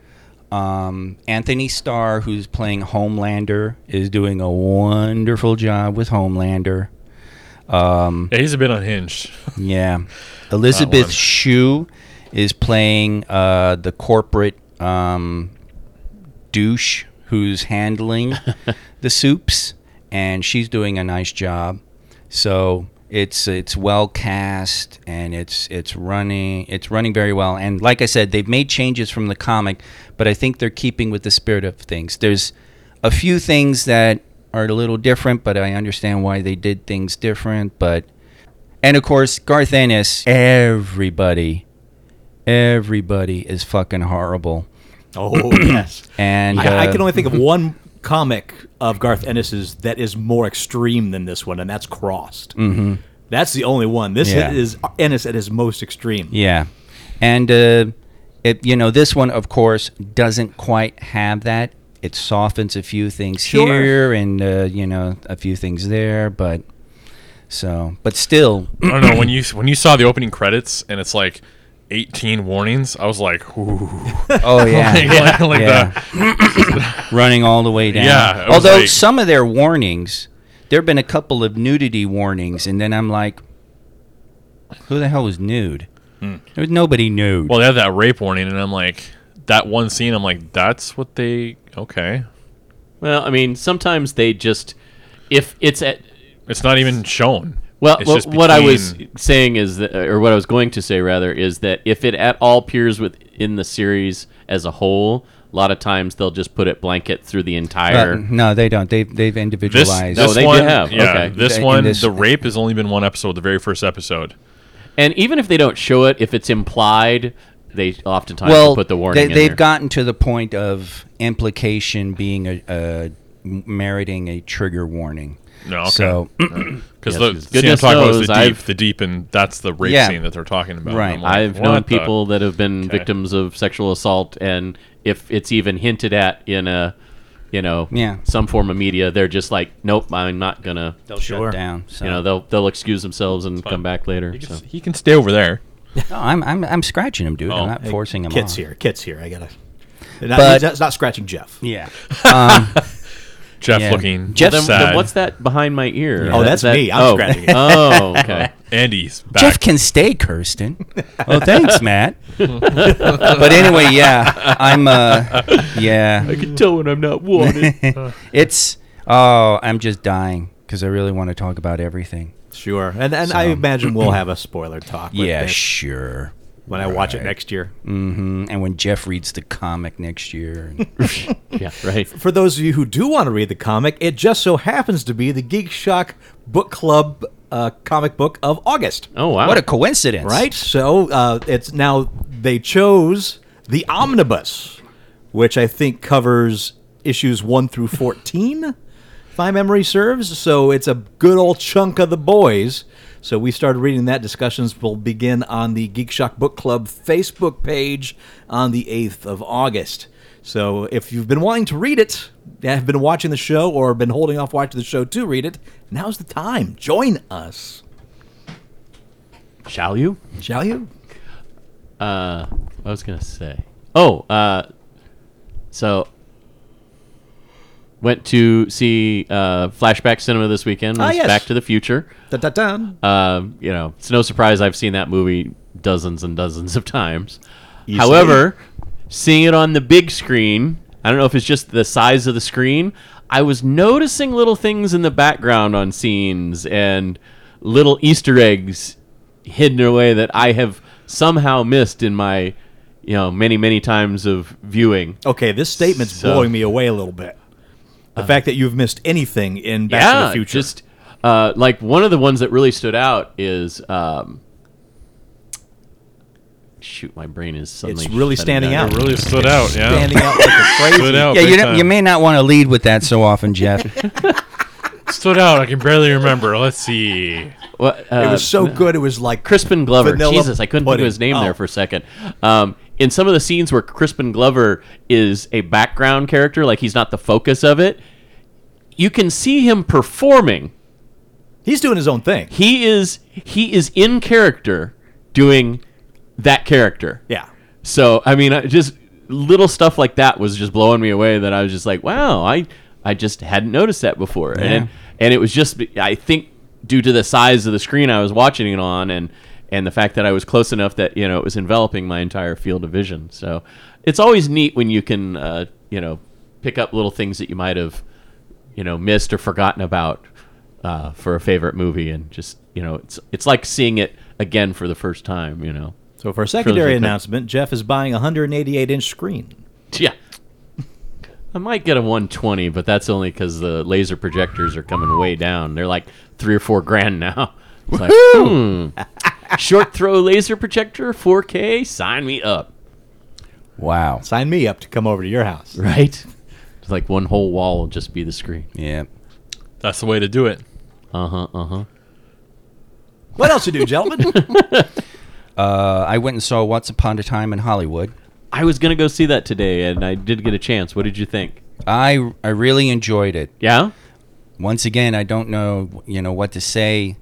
[SPEAKER 6] Um, Anthony Starr, who's playing Homelander, is doing a wonderful job with Homelander.
[SPEAKER 3] Yeah, he's a bit unhinged.
[SPEAKER 6] Yeah.
[SPEAKER 3] That
[SPEAKER 6] Elizabeth
[SPEAKER 3] one.
[SPEAKER 6] Shue is playing uh, the corporate um, douche who's handling the soups, and she's doing a nice job. So it's it's well cast and it's it's running it's running very well. And like I said, they've made changes from the comic, but I think they're keeping with the spirit of things. There's a few things that are a little different, but I understand why they did things different. But and of course, Garth Ennis, everybody, everybody is fucking horrible.
[SPEAKER 8] Oh yes.
[SPEAKER 6] And
[SPEAKER 8] I, I
[SPEAKER 6] uh,
[SPEAKER 8] can only think of one comic of Garth Ennis's that is more extreme than this one, and that's Crossed. Mm-hmm. That's the only one. This
[SPEAKER 6] Yeah.
[SPEAKER 8] is Ennis at his most extreme.
[SPEAKER 6] Yeah, and uh, it, you know this one, of course, doesn't quite have that. It softens a few things
[SPEAKER 8] Sure.
[SPEAKER 6] here and uh, you know a few things there, but so but still,
[SPEAKER 3] I don't know when you when you saw the opening credits and it's like 18 warnings. I was like, ooh,
[SPEAKER 6] oh yeah,
[SPEAKER 3] Like- like- like
[SPEAKER 6] yeah. running all the way down.
[SPEAKER 3] Yeah, it was
[SPEAKER 6] although
[SPEAKER 3] like-
[SPEAKER 6] some of their warnings, there have been a couple of nudity warnings, and then I'm like, who the hell was nude? There was nobody nude.
[SPEAKER 3] Hmm. Well, they had that rape warning, and I'm like, that one scene. I'm like, that's what they. Okay,
[SPEAKER 5] Well, I mean, sometimes they just if it's at
[SPEAKER 3] it's not even shown.
[SPEAKER 5] well,
[SPEAKER 3] It's
[SPEAKER 5] well,
[SPEAKER 3] just
[SPEAKER 5] what I was
[SPEAKER 3] between-
[SPEAKER 5] saying is that, or what I was going to say rather is that if it at all appears within the series as a whole, a lot of times they'll just put it blanket through the entire.
[SPEAKER 6] Uh, no, they don't. They've they've
[SPEAKER 3] This,
[SPEAKER 6] individualized.
[SPEAKER 3] this
[SPEAKER 5] No, they
[SPEAKER 3] one,
[SPEAKER 5] did have,
[SPEAKER 3] yeah,
[SPEAKER 5] okay.
[SPEAKER 3] this
[SPEAKER 6] They- in
[SPEAKER 3] one,
[SPEAKER 6] this-
[SPEAKER 3] the rape has only been one episode, the very first episode.
[SPEAKER 5] And even if they don't show it, if it's implied, they oftentimes will put the warning.
[SPEAKER 6] They,
[SPEAKER 5] in
[SPEAKER 6] they've
[SPEAKER 5] there.
[SPEAKER 6] gotten to the point of implication being a, a meriting a trigger warning.
[SPEAKER 3] No, okay.
[SPEAKER 6] So
[SPEAKER 3] Because the see,
[SPEAKER 5] Yes, 'cause
[SPEAKER 3] I'm
[SPEAKER 5] goodness
[SPEAKER 3] talking about is
[SPEAKER 5] knows
[SPEAKER 3] the
[SPEAKER 5] I've-
[SPEAKER 3] deep, the deep, and that's the rape
[SPEAKER 6] Yeah.
[SPEAKER 3] scene that they're talking about.
[SPEAKER 6] Right.
[SPEAKER 3] I'm like,
[SPEAKER 5] I've
[SPEAKER 3] what
[SPEAKER 5] known
[SPEAKER 3] the-
[SPEAKER 5] people that have been
[SPEAKER 3] Okay.
[SPEAKER 5] victims of sexual assault, and if it's even hinted at in a, you know,
[SPEAKER 6] Yeah.
[SPEAKER 5] some form of media, they're just like, nope, I'm not gonna.
[SPEAKER 6] they'll shut down. So
[SPEAKER 5] You know, they'll they'll excuse themselves and come back later. So.
[SPEAKER 3] He can stay over there.
[SPEAKER 6] no, I'm, I'm I'm scratching them, dude.
[SPEAKER 3] Oh.
[SPEAKER 6] I'm not
[SPEAKER 8] Hey,
[SPEAKER 6] forcing them.
[SPEAKER 8] Kit's
[SPEAKER 6] on.
[SPEAKER 8] here. Kit's here. I gotta. They're Not,
[SPEAKER 6] But-
[SPEAKER 8] that's not scratching Jeff.
[SPEAKER 6] Yeah.
[SPEAKER 3] Jeff
[SPEAKER 6] Yeah.
[SPEAKER 3] looking.
[SPEAKER 5] Well,
[SPEAKER 3] Jeff
[SPEAKER 5] then,
[SPEAKER 3] sad.
[SPEAKER 5] then what's that behind my ear?
[SPEAKER 8] Oh, that's
[SPEAKER 5] That-
[SPEAKER 8] me. I'm
[SPEAKER 5] oh.
[SPEAKER 8] scratching it.
[SPEAKER 5] Oh, okay.
[SPEAKER 3] Andy's back.
[SPEAKER 6] Jeff can stay, Kirsten. Oh, thanks, Matt. but anyway, yeah, I'm. Uh, yeah,
[SPEAKER 5] I can tell when I'm not wanted.
[SPEAKER 6] it's. Oh, I'm just dying because I really want to talk about everything.
[SPEAKER 8] Sure. And and I imagine we'll have a spoiler talk. with
[SPEAKER 6] mm-hmm. yeah,
[SPEAKER 8] this
[SPEAKER 6] sure.
[SPEAKER 8] when I watch it next year.
[SPEAKER 6] Mm, And when Jeff reads the comic next year,
[SPEAKER 5] yeah, right.
[SPEAKER 8] For those of you who do want to read the comic, it just so happens to be the Geek Shock Book Club uh, comic book of August.
[SPEAKER 5] Oh wow.
[SPEAKER 6] what a coincidence,
[SPEAKER 8] Right? So uh, it's now they chose the omnibus, which I think covers issues 1 through 14, if my memory serves. So it's a good old chunk of the boys. So we started reading that. Discussions will begin on the Geek Shock Book Club Facebook page on the 8th of August. So if you've been wanting to read it, have been watching the show, or been holding off watching the show to read it, now's the time. Join us,
[SPEAKER 5] Shall you?
[SPEAKER 8] shall you?
[SPEAKER 5] Uh, I was gonna say. Oh, uh, so went to see uh, Flashback Cinema this weekend.
[SPEAKER 8] Ah,
[SPEAKER 5] was
[SPEAKER 8] yes.
[SPEAKER 5] Back to the Future.
[SPEAKER 8] Da, da, da.
[SPEAKER 5] Um, you know, it's no surprise I've seen that movie dozens and dozens of times.
[SPEAKER 8] Easily.
[SPEAKER 5] However, seeing it on the big screen, I don't know if it's just the size of the screen. I was noticing little things in the background on scenes and little Easter eggs hidden away that I have somehow missed in my, you know, many many times of viewing.
[SPEAKER 8] Okay, this statement's
[SPEAKER 5] So-
[SPEAKER 8] blowing me away a little bit. The fact that you've missed anything in Back to the Future.
[SPEAKER 5] Just uh, like one of the ones that really stood out is um, shoot, my brain is suddenly
[SPEAKER 8] It's really
[SPEAKER 5] shutting
[SPEAKER 8] standing
[SPEAKER 5] down.
[SPEAKER 8] out.
[SPEAKER 3] Really stood out, yeah.
[SPEAKER 8] Standing out like a crazy.
[SPEAKER 3] Stood out.
[SPEAKER 6] Yeah, you,
[SPEAKER 3] big
[SPEAKER 6] don't, you
[SPEAKER 3] time.
[SPEAKER 6] may not want to lead with that so often, Jeff.
[SPEAKER 3] stood out. I can barely remember. Let's see.
[SPEAKER 5] What, uh,
[SPEAKER 8] It was so good. It was like
[SPEAKER 5] Crispin Glover.
[SPEAKER 8] Vanilla
[SPEAKER 5] Jesus, I couldn't think
[SPEAKER 8] pudding.
[SPEAKER 5] of his name
[SPEAKER 8] Oh.
[SPEAKER 5] there for a second. Um, in some of the scenes where Crispin Glover is a background character, like he's not the focus of it, you can see him performing.
[SPEAKER 8] He's doing his own thing.
[SPEAKER 5] He is he is in character doing that character.
[SPEAKER 8] Yeah.
[SPEAKER 5] So I mean, I just little stuff like that was just blowing me away. That I was just like, wow, I I just hadn't noticed that before, and and it was just I think due to the size of the screen I was watching it on, and and the fact that I was close enough that you know it was enveloping my entire field of vision. So it's always neat when you can uh, you know pick up little things that you might have you know missed or forgotten about. Uh, for a favorite movie, and just you know, it's it's like seeing it again for the first time. You know,
[SPEAKER 8] So for a secondary
[SPEAKER 5] Trilogy.
[SPEAKER 8] announcement, Jeff is buying a 188 inch screen.
[SPEAKER 5] Yeah. I might get a 120, but that's only because the laser projectors are coming way down. They're like three or four grand now. It's like, hmm. Short throw laser projector, 4K, sign me up.
[SPEAKER 6] Wow.
[SPEAKER 8] Sign me up to come over to your house.
[SPEAKER 5] Right? It's like one whole wall will just be the screen.
[SPEAKER 6] Yeah.
[SPEAKER 3] That's the way to do it.
[SPEAKER 5] Uh huh, uh huh.
[SPEAKER 8] What else you do, gentlemen?
[SPEAKER 6] Uh, I went and saw Once Upon a Time in Hollywood.
[SPEAKER 5] I was going to go see that today, and I did get a chance. What did you think?
[SPEAKER 6] I I really enjoyed it.
[SPEAKER 5] Yeah?
[SPEAKER 6] Once again, I don't know you know what to say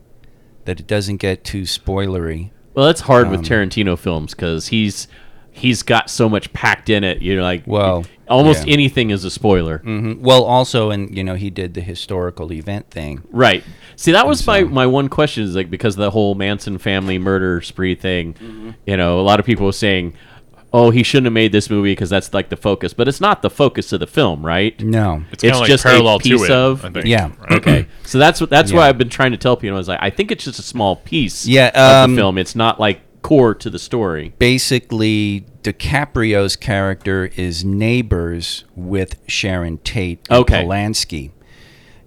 [SPEAKER 6] that it doesn't get too spoilery.
[SPEAKER 5] Well, that's hard with Tarantino films because he's. He's got so much packed in it. You're like,
[SPEAKER 6] Well,
[SPEAKER 5] almost
[SPEAKER 6] yeah.
[SPEAKER 5] anything is a spoiler.
[SPEAKER 6] Mm, Well, also, and you know, he did the historical event thing.
[SPEAKER 5] Right. See, that was my, my one question is like because of the whole Manson family murder spree thing,
[SPEAKER 6] Mm-hmm.
[SPEAKER 5] you know, a lot of people were saying, "Oh, he shouldn't have made this movie because that's like the focus," but it's not the focus of the film, right?
[SPEAKER 6] No.
[SPEAKER 3] It's, kinda
[SPEAKER 5] It's
[SPEAKER 3] like
[SPEAKER 5] just a
[SPEAKER 3] parallel
[SPEAKER 5] piece
[SPEAKER 3] to it.
[SPEAKER 5] of-
[SPEAKER 3] I think.
[SPEAKER 6] Yeah.
[SPEAKER 3] Right? Okay.
[SPEAKER 5] So that's what that's
[SPEAKER 6] Yeah.
[SPEAKER 5] why I've been trying to tell people. I was like, I think it's just a small piece
[SPEAKER 6] Yeah,
[SPEAKER 5] of
[SPEAKER 6] um,
[SPEAKER 5] the film. It's not like core to the story.
[SPEAKER 6] Basically, DiCaprio's character is neighbors with Sharon Tate and
[SPEAKER 5] Okay.
[SPEAKER 6] Polanski.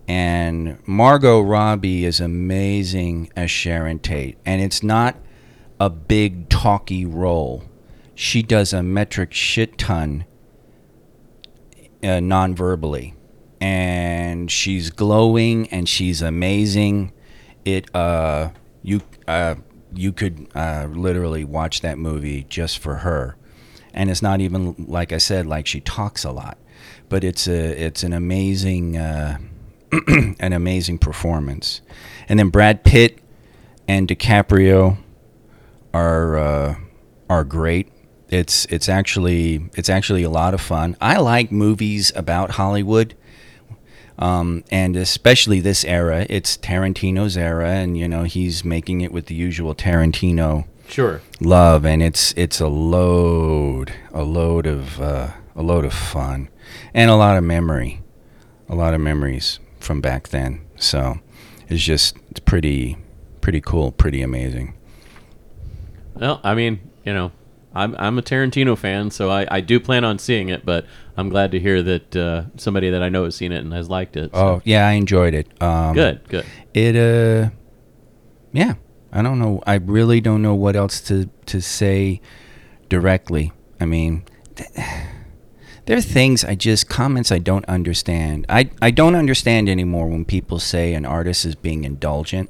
[SPEAKER 6] And Margot Robbie is amazing as Sharon Tate. And it's not a big talky role. She does a metric shit ton uh, non verbally. And she's glowing and she's amazing. It, uh, you, uh, you could uh, literally watch that movie just for her. And it's not even, like I said, like she talks a lot. But it's, a, it's an amazing, uh, an amazing performance. And then Brad Pitt and DiCaprio are uh, are great. It's it's actually it's actually a lot of fun. I like movies about Hollywood, um, and especially this era. It's Tarantino's era, and you know he's making it with the usual Tarantino
[SPEAKER 5] Sure.
[SPEAKER 6] love, and it's it's a load, a load of uh, a load of fun, and a lot of memory, a lot of memories from back then. So it's just it's pretty pretty cool, pretty amazing.
[SPEAKER 5] Well, I mean, you know, I'm I'm a Tarantino fan, so I, I do plan on seeing it. But I'm glad to hear that uh, somebody that I know has seen it and has liked it. So.
[SPEAKER 6] Oh yeah, I enjoyed it. Um,
[SPEAKER 5] good, good.
[SPEAKER 6] It uh, yeah. I don't know. I really don't know what else to to say directly. I mean, th- there are things I just comments I don't understand. I I don't understand anymore when people say an artist is being indulgent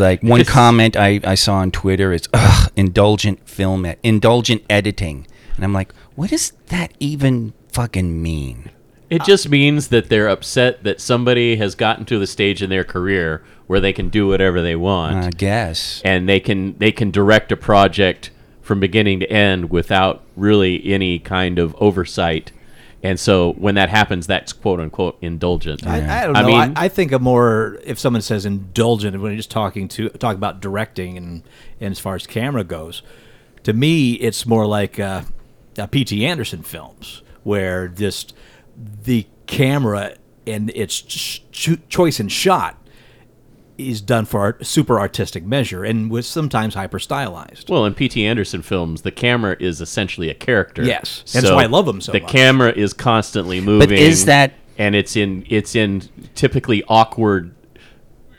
[SPEAKER 6] like one comment I, I saw on Twitter is Ugh, indulgent film e- indulgent editing, and I'm like, what does that even fucking mean?
[SPEAKER 5] It just means that they're upset that somebody has gotten to the stage in their career where they can do whatever they want
[SPEAKER 6] I guess.
[SPEAKER 5] and they can they can direct a project from beginning to end without really any kind of oversight. And so when that happens, that's quote unquote indulgent.
[SPEAKER 8] I, I don't know.
[SPEAKER 5] I
[SPEAKER 8] I,
[SPEAKER 5] mean-
[SPEAKER 8] I, think a more if someone says indulgent when you're just talking to talk about directing and and as far as camera goes, to me it's more like uh, uh, P.T. Anderson films where just the camera and its ch- cho- choice in shot is done for art, super artistic measure and was sometimes hyper stylized.
[SPEAKER 5] Well, in P.T. Anderson films, the camera is essentially a character.
[SPEAKER 8] Yes. That's why I love him so
[SPEAKER 5] The
[SPEAKER 8] much.
[SPEAKER 5] camera is constantly moving.
[SPEAKER 6] is that-
[SPEAKER 5] and it's in it's in typically awkward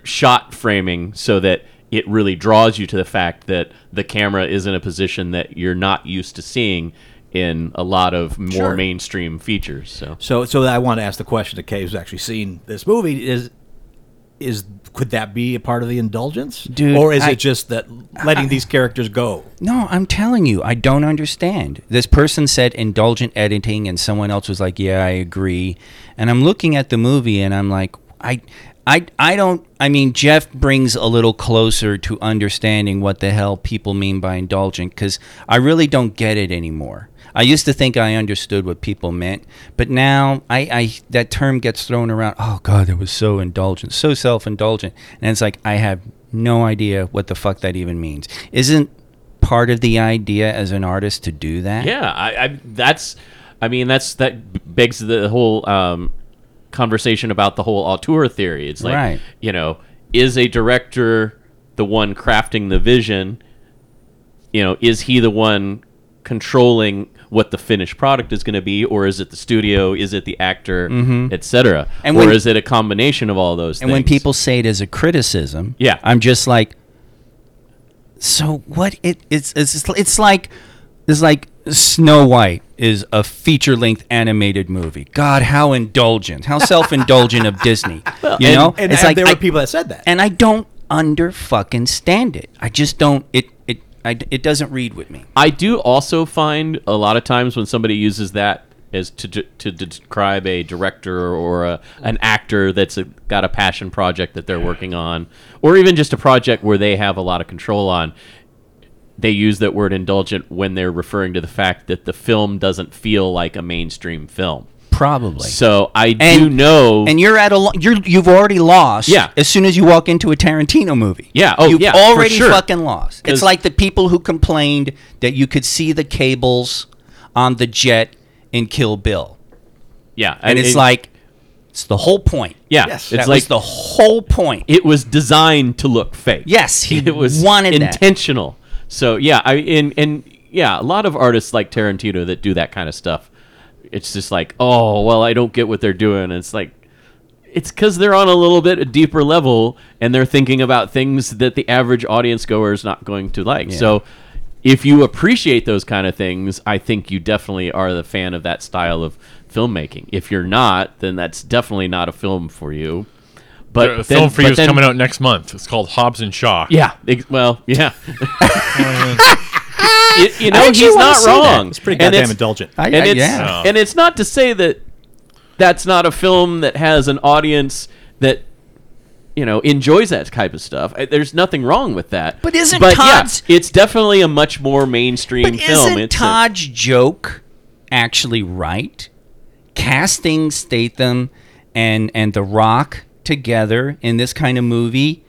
[SPEAKER 5] shot framing so that it really draws you to the fact that the camera is in a position that you're not used to seeing in a lot of more mainstream features. So
[SPEAKER 8] So, so I want to ask the question to Kay, who's actually seen this movie: is is could that be a part of the indulgence,
[SPEAKER 6] Dude,
[SPEAKER 8] or is
[SPEAKER 6] I-
[SPEAKER 8] it just that letting these characters go?
[SPEAKER 6] No, I'm telling you, I don't understand. This person said indulgent editing, and someone else was like, "Yeah, I agree." And I'm looking at the movie, and I'm like, I, I, I don't. I mean, Jeff brings a little closer to understanding what the hell people mean by indulgent, because I really don't get it anymore. I used to think I understood what people meant, but now I, I that term gets thrown around. Oh God, it was so indulgent, so self-indulgent, and it's like I have no idea what the fuck that even means. Isn't part of the idea as an artist to do that?
[SPEAKER 5] yeah, I, I that's I mean that's that begs the whole um, conversation about the whole auteur theory. It's like
[SPEAKER 6] Right.
[SPEAKER 5] you know, is a director the one crafting the vision? You know, is he the one controlling what the finished product is going to be, or is it the studio? Is it the actor, etc.?
[SPEAKER 6] Mm-hmm. And
[SPEAKER 5] or
[SPEAKER 6] when-
[SPEAKER 5] is it a combination of all those?
[SPEAKER 6] And when
[SPEAKER 5] things?
[SPEAKER 6] people say it as a criticism,
[SPEAKER 5] Yeah.
[SPEAKER 6] I'm just like, so what? It it's it's it's like it's like Snow White is a feature length animated movie. God, how indulgent, how self indulgent of Disney. you know,
[SPEAKER 8] And
[SPEAKER 6] it's
[SPEAKER 8] I-
[SPEAKER 6] like
[SPEAKER 8] there
[SPEAKER 6] I-
[SPEAKER 8] were people that said that.
[SPEAKER 6] and I don't under fucking stand it. I just don't. It it I, it doesn't read with me.
[SPEAKER 5] I do also find a lot of times when somebody uses that as to de- to describe a director or a, an actor that's a, got a passion project that they're working on, or even just a project where they have a lot of control on. They use that word indulgent when they're referring to the fact that the film doesn't feel like a mainstream film.
[SPEAKER 6] Probably.
[SPEAKER 5] So I do
[SPEAKER 6] And-
[SPEAKER 5] know,
[SPEAKER 6] and you're at a lo- you're you've already lost.
[SPEAKER 5] Yeah.
[SPEAKER 6] As soon as you walk into a Tarantino movie.
[SPEAKER 5] Yeah, oh,
[SPEAKER 6] You've
[SPEAKER 5] yeah, for
[SPEAKER 6] already
[SPEAKER 5] sure.
[SPEAKER 6] fucking lost. It's
[SPEAKER 5] 'Cause-
[SPEAKER 6] like the people who complained that you could see the cables on the jet in Kill Bill,
[SPEAKER 5] yeah,
[SPEAKER 6] and it's
[SPEAKER 5] it-
[SPEAKER 6] like it's the whole point.
[SPEAKER 5] yeah,
[SPEAKER 8] Yes.
[SPEAKER 5] it's
[SPEAKER 6] that
[SPEAKER 5] like
[SPEAKER 6] was the whole point.
[SPEAKER 5] it was designed to look fake.
[SPEAKER 6] yes, he
[SPEAKER 5] it was
[SPEAKER 6] wanted that.
[SPEAKER 5] intentional. So yeah, I and and yeah, a lot of artists like Tarantino that do that kind of stuff. It's just like, oh well, I don't get what they're doing. And it's like, it's because they're on a little bit a deeper level and they're thinking about things that the average audience goer is not going to like. So if you appreciate those kind of things, I think you definitely are the fan of that style of filmmaking. If you're not, then that's definitely not a film for you. But
[SPEAKER 3] The
[SPEAKER 5] then,
[SPEAKER 3] film for you
[SPEAKER 5] but
[SPEAKER 3] is
[SPEAKER 5] then-
[SPEAKER 3] coming out next month. It's called Hobbs and Shaw.
[SPEAKER 5] yeah. ex- Well, yeah. you, you know,
[SPEAKER 6] actually
[SPEAKER 5] he's
[SPEAKER 6] wanna
[SPEAKER 5] not
[SPEAKER 6] see that.
[SPEAKER 5] wrong.
[SPEAKER 8] It's pretty
[SPEAKER 5] And
[SPEAKER 8] goddamn
[SPEAKER 5] it's-
[SPEAKER 8] indulgent.
[SPEAKER 6] I,
[SPEAKER 5] And
[SPEAKER 6] I-
[SPEAKER 5] it's,
[SPEAKER 6] yeah.
[SPEAKER 3] Oh.
[SPEAKER 5] and it's not to say that that's not a film that has an audience that you know enjoys that type of stuff. I- There's nothing wrong with that.
[SPEAKER 6] But isn't
[SPEAKER 5] but
[SPEAKER 6] Todd's-
[SPEAKER 5] Yeah, it's definitely a much more mainstream
[SPEAKER 6] But
[SPEAKER 5] film.
[SPEAKER 6] isn't
[SPEAKER 5] it's a-
[SPEAKER 6] Todd's joke actually right? Casting Statham and and The Rock together in this kind of movie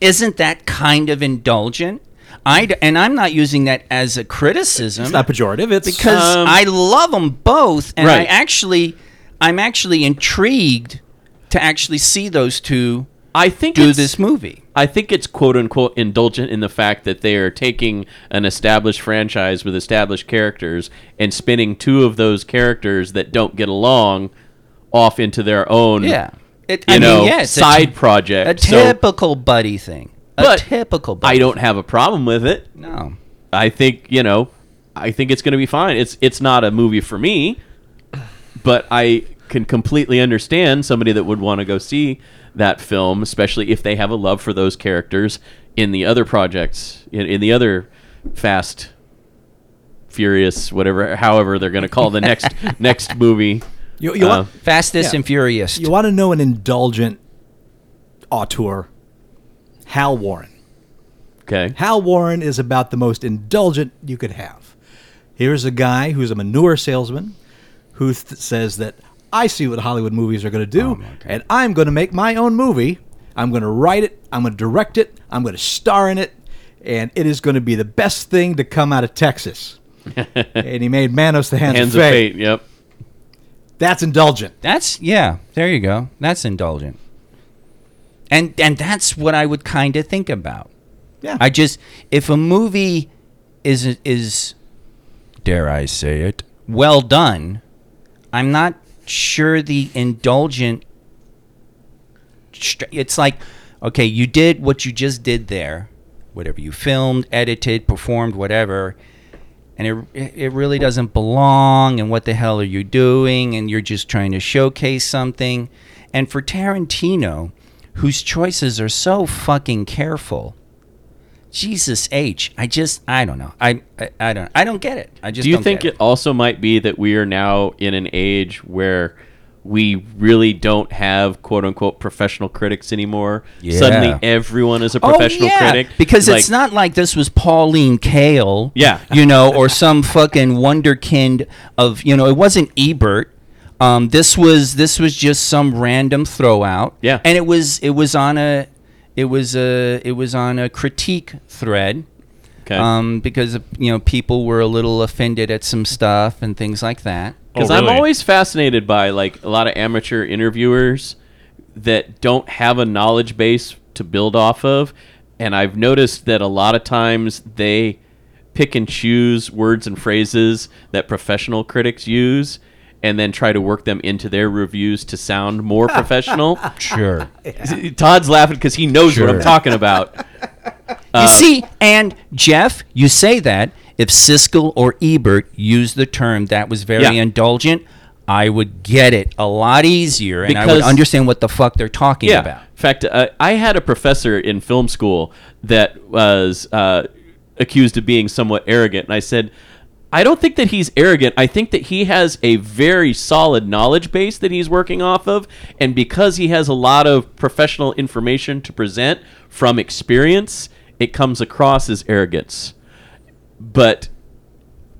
[SPEAKER 6] isn't that kind of indulgent? I d- and I'm not using that as a criticism
[SPEAKER 8] It's not pejorative. It's uh,
[SPEAKER 6] because
[SPEAKER 5] Um,
[SPEAKER 6] I love them both, and I
[SPEAKER 5] Right.
[SPEAKER 6] actually I'm actually intrigued to actually see those two
[SPEAKER 5] I think
[SPEAKER 6] do
[SPEAKER 5] it's-
[SPEAKER 6] this movie.
[SPEAKER 5] I think it's quote unquote indulgent in the fact that they are taking an established franchise with established characters and spinning two of those characters that don't get along off into their own
[SPEAKER 6] Yeah, it,
[SPEAKER 5] Mm. you
[SPEAKER 6] I
[SPEAKER 5] know
[SPEAKER 6] mean, yeah, it's a-
[SPEAKER 5] side
[SPEAKER 6] A
[SPEAKER 5] project. So
[SPEAKER 6] typical buddy thing. A
[SPEAKER 5] But
[SPEAKER 6] typical buddy.
[SPEAKER 5] I don't have a problem with it.
[SPEAKER 6] No.
[SPEAKER 5] I think, you know, I think it's going to be fine. It's it's not a movie for me, but I can completely understand somebody that would want to go see that film, especially if they have a love for those characters in the other projects, in, in the other Fast, Furious, whatever, however they're going to call the next next movie.
[SPEAKER 8] You, you,
[SPEAKER 5] Uh,
[SPEAKER 8] want,
[SPEAKER 6] Fastest
[SPEAKER 8] Yeah.
[SPEAKER 6] and Furious.
[SPEAKER 8] you want to know an indulgent auteur? Hal Warren.
[SPEAKER 5] Okay,
[SPEAKER 8] Hal Warren is about the most indulgent you could have. Here's a guy who's a manure salesman who th- says that I see what Hollywood movies are going to
[SPEAKER 6] Oh,
[SPEAKER 8] do, and I'm going to make my own movie. I'm going to write it, I'm going to direct it, I'm going to star in it, and it is going to be the best thing to come out of Texas. and he made Manos the Hands,
[SPEAKER 5] Hands
[SPEAKER 8] of,
[SPEAKER 5] of
[SPEAKER 8] fate.
[SPEAKER 5] Fate. Yep.
[SPEAKER 8] That's indulgent.
[SPEAKER 6] That's yeah. There you go. That's indulgent. And and that's what I would kind of think about.
[SPEAKER 8] Yeah.
[SPEAKER 6] I just if a movie is is dare I say it well done, I'm not sure the indulgent. str- It's like okay, you did what you just did there, whatever you filmed, edited, performed, whatever. And it, it really doesn't belong. And what the hell are you doing? And you're just trying to showcase something. And for Tarantino, whose choices are so fucking careful, Jesus H. I just I don't know. I I, I don't I don't get it. I just
[SPEAKER 5] Do you
[SPEAKER 6] don't
[SPEAKER 5] think
[SPEAKER 6] get
[SPEAKER 5] it also might be that we are now in an age where we really don't have quote unquote professional critics anymore?
[SPEAKER 6] Yeah. Oh,
[SPEAKER 5] Suddenly everyone is a professional critic.
[SPEAKER 6] Because
[SPEAKER 5] Like,
[SPEAKER 6] it's not like this was Pauline Kael.
[SPEAKER 5] Yeah.
[SPEAKER 6] You know, or some fucking wonderkind of you know, it wasn't Ebert. Um, this was this was just some random throwout.
[SPEAKER 5] Yeah.
[SPEAKER 6] And it was it was on a it was a it was on a critique thread.
[SPEAKER 5] okay.
[SPEAKER 6] Um, because you know people were a little offended at some stuff and things like that.
[SPEAKER 5] Because
[SPEAKER 3] Oh, really?
[SPEAKER 5] I'm always fascinated by like a lot of amateur interviewers that don't have a knowledge base to build off of, and I've noticed that a lot of times they pick and choose words and phrases that professional critics use, and then try to work them into their reviews to sound more professional.
[SPEAKER 6] Sure.
[SPEAKER 5] Todd's laughing because he knows what I'm
[SPEAKER 6] Sure.
[SPEAKER 5] talking about.
[SPEAKER 6] You see, Uh, and Jeff, you say that if Siskel or Ebert used the term that was very
[SPEAKER 5] Yeah.
[SPEAKER 6] indulgent, I would get it a lot easier and I would
[SPEAKER 5] Because-
[SPEAKER 6] understand what the fuck they're talking about.
[SPEAKER 5] In fact, uh, I had a professor in film school that was uh, accused of being somewhat arrogant, and I said, I don't think that he's arrogant. I think that he has a very solid knowledge base that he's working off of, and because he has a lot of professional information to present from experience, it comes across as arrogance. But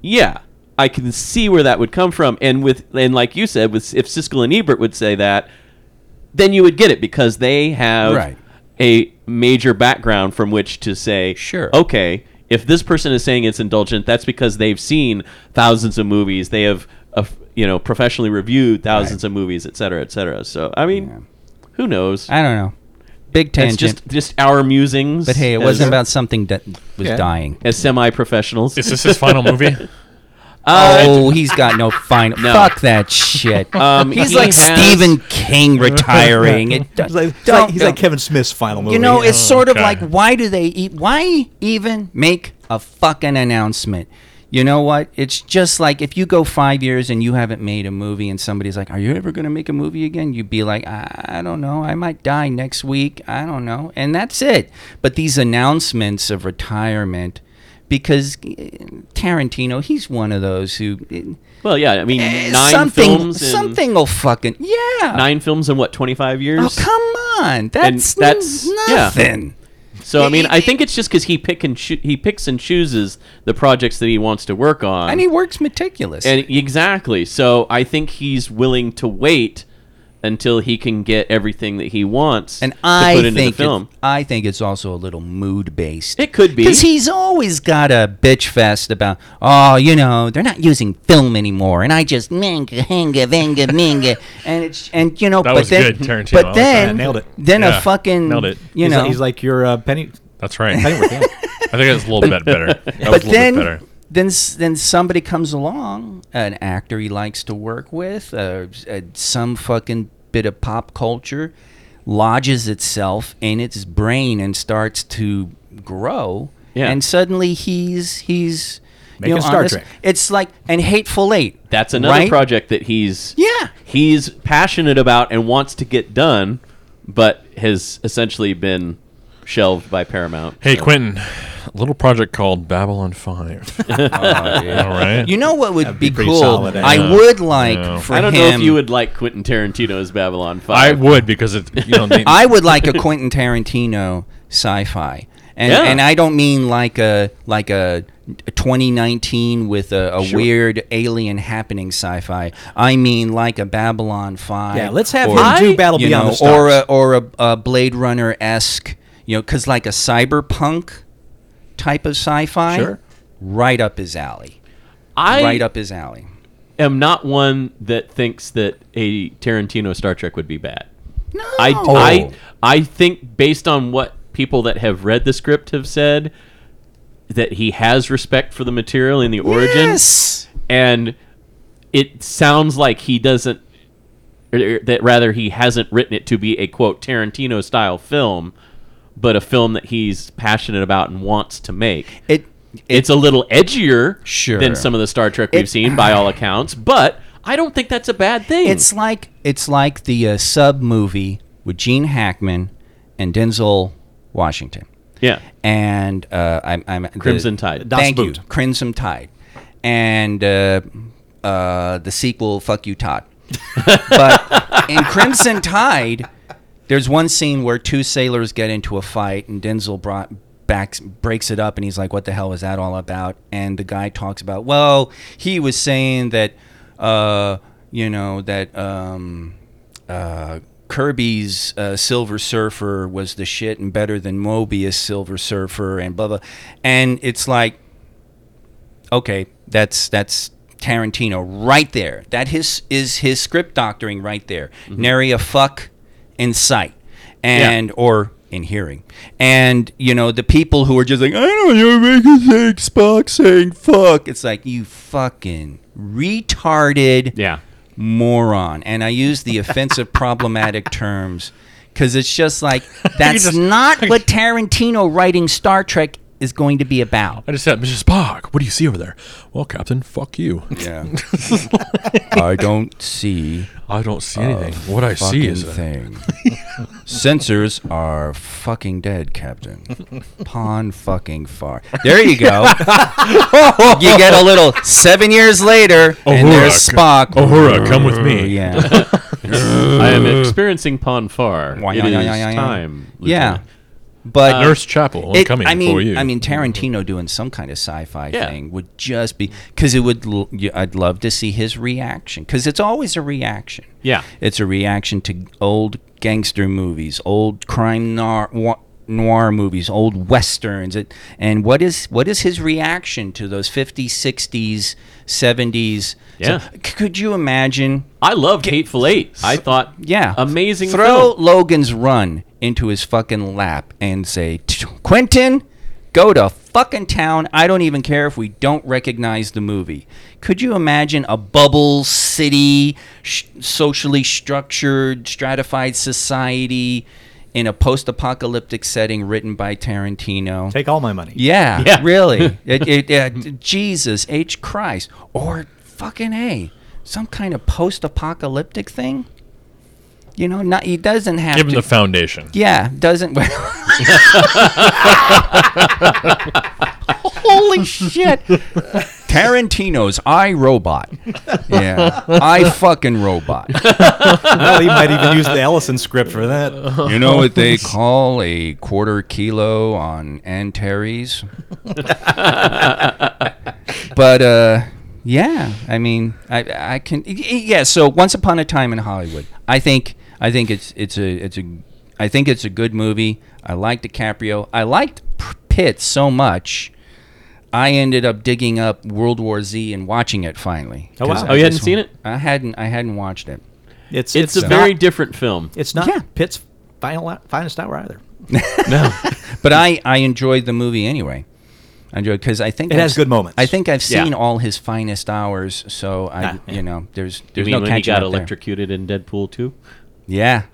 [SPEAKER 5] yeah, I can see where that would come from. And with and like you said, with if Siskel and Ebert would say that, then you would get it because they have
[SPEAKER 6] Right.
[SPEAKER 5] a major background from which to say,
[SPEAKER 6] Sure.
[SPEAKER 5] okay, if this person is saying it's indulgent, that's because they've seen thousands of movies, they have, uh, you know, professionally reviewed thousands of movies, et cetera, et cetera. So I mean, who knows?
[SPEAKER 6] I don't know. Big
[SPEAKER 5] It's
[SPEAKER 6] tangent.
[SPEAKER 5] just just our musings.
[SPEAKER 6] but hey, it
[SPEAKER 5] as-
[SPEAKER 6] wasn't about something that was
[SPEAKER 8] Yeah.
[SPEAKER 6] dying.
[SPEAKER 5] as semi-professionals. Uh,
[SPEAKER 3] Is this his final movie?
[SPEAKER 6] Oh, he's got no final. Fuck that shit.
[SPEAKER 5] Um,
[SPEAKER 6] he's
[SPEAKER 5] he
[SPEAKER 6] like
[SPEAKER 5] has-
[SPEAKER 6] Stephen King retiring. It,
[SPEAKER 8] He's like, he's
[SPEAKER 6] don't-
[SPEAKER 8] like, he's like Kevin Smith's final movie.
[SPEAKER 6] You know, it's sort of
[SPEAKER 3] okay.
[SPEAKER 6] like why do they eat? Why even make a fucking announcement? You know what? It's just like if you go five years and you haven't made a movie, and somebody's like, "Are you ever going to make a movie again?" You'd be like, I-, "I don't know. I might die next week. I don't know," and that's it. But these announcements of retirement, because eh, Tarantino, he's one of those who eh,
[SPEAKER 5] Well, yeah, I mean,
[SPEAKER 6] eh,
[SPEAKER 5] nine
[SPEAKER 6] something
[SPEAKER 5] films. In,
[SPEAKER 6] something will fucking yeah.
[SPEAKER 5] Nine films in what twenty five years?
[SPEAKER 6] Uh, Oh come on, that's
[SPEAKER 5] that's-
[SPEAKER 6] n-
[SPEAKER 5] yeah.
[SPEAKER 6] nothing.
[SPEAKER 5] So I mean, I think it's just because he pick and choo- he picks and chooses the projects that he wants to work on.
[SPEAKER 6] and he works meticulous.
[SPEAKER 5] And- exactly. So I think he's willing to wait until he can get everything that he wants
[SPEAKER 6] And
[SPEAKER 5] to put
[SPEAKER 6] I
[SPEAKER 5] into
[SPEAKER 6] think
[SPEAKER 5] the film.
[SPEAKER 6] It, I think it's also a little mood based.
[SPEAKER 5] It could be.
[SPEAKER 6] because he's always got a bitch fest about oh you know they're not using film anymore, and I just minga hinga vinga minga, and it's and you know
[SPEAKER 3] That
[SPEAKER 6] but
[SPEAKER 3] was
[SPEAKER 6] then
[SPEAKER 3] good, Tarantino. I
[SPEAKER 6] but
[SPEAKER 3] like
[SPEAKER 6] then
[SPEAKER 3] that.
[SPEAKER 8] Nailed it.
[SPEAKER 6] Then
[SPEAKER 3] Yeah,
[SPEAKER 6] a fucking
[SPEAKER 3] nailed it.
[SPEAKER 6] you
[SPEAKER 8] he's
[SPEAKER 6] know
[SPEAKER 8] like, he's like your uh, penny.
[SPEAKER 3] That's right. I think that's a little bit better. That was a
[SPEAKER 6] but
[SPEAKER 3] little
[SPEAKER 6] then
[SPEAKER 3] bit better.
[SPEAKER 6] then s- then somebody comes along, an actor he likes to work with, uh, s- uh, some fucking bit of pop culture lodges itself in its brain and starts to grow,
[SPEAKER 5] Yeah.
[SPEAKER 6] and suddenly he's he's you know,
[SPEAKER 4] Making Star
[SPEAKER 6] on this.
[SPEAKER 4] Trek.
[SPEAKER 6] It's like and Hateful Eight.
[SPEAKER 5] That's another
[SPEAKER 6] right?
[SPEAKER 5] project that he's
[SPEAKER 6] Yeah.
[SPEAKER 5] he's passionate about and wants to get done, but has essentially been shelved by Paramount.
[SPEAKER 3] Hey,
[SPEAKER 5] So-
[SPEAKER 3] Quentin, a little project called Babylon 5. All right.
[SPEAKER 6] You know what would be,
[SPEAKER 4] be pretty
[SPEAKER 6] cool?
[SPEAKER 4] solid, I
[SPEAKER 6] I
[SPEAKER 3] know.
[SPEAKER 6] would like
[SPEAKER 3] Yeah.
[SPEAKER 6] for
[SPEAKER 5] I don't know
[SPEAKER 6] him.
[SPEAKER 5] if you would like Quentin Tarantino's Babylon
[SPEAKER 3] I
[SPEAKER 5] Five.
[SPEAKER 3] would because it, you know, they,
[SPEAKER 6] I would like a Quentin Tarantino sci-fi, and
[SPEAKER 5] Yeah.
[SPEAKER 6] and I don't mean like a like a 2019 with a, a weird alien happening sci-fi. I mean like a Babylon Five.
[SPEAKER 8] Yeah, let's have
[SPEAKER 6] or,
[SPEAKER 8] him do Battle
[SPEAKER 6] you
[SPEAKER 8] Beyond
[SPEAKER 6] know,
[SPEAKER 8] the Stars.
[SPEAKER 6] or uh, a or a, a Blade Runner esque, you know, because like a cyberpunk type of sci-fi,
[SPEAKER 8] Sure.
[SPEAKER 6] right up his alley.
[SPEAKER 5] I
[SPEAKER 6] right up his alley.
[SPEAKER 5] am not one that thinks that a Tarantino Star Trek would be bad.
[SPEAKER 6] No,
[SPEAKER 5] I, I I think based on what people that have read the script have said that he has respect for the material and the origin
[SPEAKER 6] Yes.
[SPEAKER 5] and it sounds like he doesn't er, that rather he hasn't written it to be a quote Tarantino style film but a film that he's passionate about and wants to make.
[SPEAKER 6] It
[SPEAKER 5] it's a little edgier
[SPEAKER 6] Sure.
[SPEAKER 5] than some of the Star Trek we've
[SPEAKER 6] It-
[SPEAKER 5] seen by all accounts, but I don't think that's a bad thing.
[SPEAKER 6] It's like it's like the uh, sub movie with Gene Hackman and Denzel Washington,
[SPEAKER 5] yeah.
[SPEAKER 6] and uh, I'm, I'm the-
[SPEAKER 5] Crimson Tide.
[SPEAKER 6] Thank
[SPEAKER 4] Das
[SPEAKER 6] you,
[SPEAKER 4] Boot.
[SPEAKER 6] Crimson Tide, and uh, uh, the sequel, "Fuck You, Todd." but in Crimson Tide, there's one scene where two sailors get into a fight, and Denzel brought backs breaks it up, and he's like, "What the hell is that all about?" And the guy talks about, "Well, he was saying that, uh, you know, that um, uh, Kirby's uh, Silver Surfer was the shit and better than Mobius Silver Surfer, and blah blah," and it's like okay, that's that's Tarantino right there. That his is his script doctoring right there. Nary a fuck in sight, and or in hearing, and you know the people who are just like I don't know, making things fuck saying fuck. It's like you fucking retarded
[SPEAKER 5] Yeah.
[SPEAKER 6] moron. And I use the offensive problematic terms because it's just like that's
[SPEAKER 3] just-
[SPEAKER 6] not what Tarantino writing Star Trek is going to be about.
[SPEAKER 3] I just said, Mrs. Spock, what do you see over there? Well, Captain, fuck you.
[SPEAKER 6] Yeah. I don't see
[SPEAKER 3] I don't see anything. what I see is a-
[SPEAKER 6] Oh, thing. Sensors are fucking dead, Captain. Pon fucking far. There you go. you get a little seven years later, and
[SPEAKER 3] Uhura,
[SPEAKER 6] there's
[SPEAKER 3] c-
[SPEAKER 6] Spock.
[SPEAKER 3] Uhura, come with me.
[SPEAKER 6] Yeah.
[SPEAKER 5] I am experiencing Ponfar.
[SPEAKER 6] Why,
[SPEAKER 5] It
[SPEAKER 6] yeah,
[SPEAKER 5] is
[SPEAKER 6] yeah, yeah, yeah, yeah.
[SPEAKER 5] time.
[SPEAKER 6] yeah.
[SPEAKER 5] Lieutenant.
[SPEAKER 6] But
[SPEAKER 3] Nurse Chapel, I'm
[SPEAKER 6] It-
[SPEAKER 3] coming
[SPEAKER 6] I mean,
[SPEAKER 3] for you.
[SPEAKER 6] I mean, Tarantino doing some kind of sci-fi
[SPEAKER 5] Yeah.
[SPEAKER 6] thing would just be because it would. l- y- I'd love to see his reaction because it's always a reaction.
[SPEAKER 5] Yeah.
[SPEAKER 6] it's a reaction to old gangster movies, old crime noir. wa- Noir movies, old westerns, it, and what is what is his reaction to those 50s, 60s, 70s?
[SPEAKER 5] Yeah.
[SPEAKER 6] c- could you imagine?
[SPEAKER 5] I loved Hateful Eight. I thought
[SPEAKER 6] Yeah.
[SPEAKER 5] amazing
[SPEAKER 6] Throw
[SPEAKER 5] film.
[SPEAKER 6] Logan's run into his fucking lap and say, "Tch, Quentin, go to fucking town. I don't even care if we don't recognize the movie. Could you imagine a bubble city, sh- socially structured, stratified society in a post apocalyptic setting written by Tarantino?
[SPEAKER 4] Take all my money.
[SPEAKER 6] Yeah,
[SPEAKER 5] Yeah.
[SPEAKER 6] really. it, it, yeah, d- Jesus H. Christ. Or fucking A. Some kind of post apocalyptic thing. You know, not he doesn't have
[SPEAKER 3] Give
[SPEAKER 6] to
[SPEAKER 3] him the foundation.
[SPEAKER 6] Yeah, doesn't Holy shit. Tarantino's I Robot. Yeah. I fucking robot.
[SPEAKER 4] well, he might even use the Ellison script for that.
[SPEAKER 6] You know what they call a quarter kilo on Antares? but uh, yeah, I mean, I, I can y- y- yeah. So once upon a time in Hollywood, I think I think it's it's a it's a I think it's a good movie. I liked DiCaprio. I liked P- Pitt so much. I ended up digging up World War Z and watching it finally.
[SPEAKER 4] Oh, wow.
[SPEAKER 6] 'Cause I
[SPEAKER 4] Oh,
[SPEAKER 5] you hadn't
[SPEAKER 6] just-
[SPEAKER 5] seen it?
[SPEAKER 6] I hadn't. I hadn't watched it.
[SPEAKER 4] It's
[SPEAKER 5] It's, a
[SPEAKER 6] uh,
[SPEAKER 4] not-
[SPEAKER 5] very different film.
[SPEAKER 4] It's not
[SPEAKER 6] Yeah.
[SPEAKER 4] Pitt's final, finest hour either.
[SPEAKER 5] No.
[SPEAKER 6] But I, I enjoyed the movie anyway. I enjoyed because I think
[SPEAKER 4] It
[SPEAKER 6] I've
[SPEAKER 4] has
[SPEAKER 6] s-
[SPEAKER 4] good moments.
[SPEAKER 6] I think I've
[SPEAKER 5] Yeah.
[SPEAKER 6] seen all his finest hours, so I
[SPEAKER 4] Ah, yeah.
[SPEAKER 6] you know there's
[SPEAKER 5] You
[SPEAKER 6] there's
[SPEAKER 5] mean
[SPEAKER 6] no
[SPEAKER 5] when he
[SPEAKER 6] catching
[SPEAKER 5] got
[SPEAKER 6] up there.
[SPEAKER 5] electrocuted in Deadpool 2?
[SPEAKER 6] Yeah,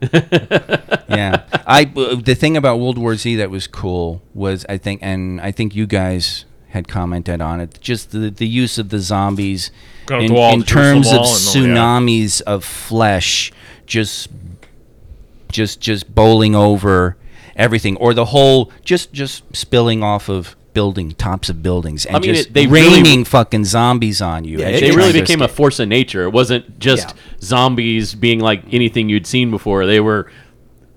[SPEAKER 6] yeah. I the thing about World War Z that was cool was I think, and I think you guys had commented on it. Just the, the use of the zombies
[SPEAKER 3] Go to
[SPEAKER 6] in,
[SPEAKER 3] the wall,
[SPEAKER 6] in
[SPEAKER 3] just towards the
[SPEAKER 6] terms of
[SPEAKER 3] wall and all,
[SPEAKER 6] tsunamis of flesh, just just just bowling over everything, or the whole just just spilling off of building tops of buildings and
[SPEAKER 5] I mean,
[SPEAKER 6] just
[SPEAKER 5] it- they really-
[SPEAKER 6] raining fucking zombies on you.
[SPEAKER 8] Yeah,
[SPEAKER 6] as
[SPEAKER 8] it-
[SPEAKER 6] you're
[SPEAKER 5] They
[SPEAKER 6] trying
[SPEAKER 5] really
[SPEAKER 6] to
[SPEAKER 5] became a force of nature. It wasn't just zombies being like anything you'd seen before. They were,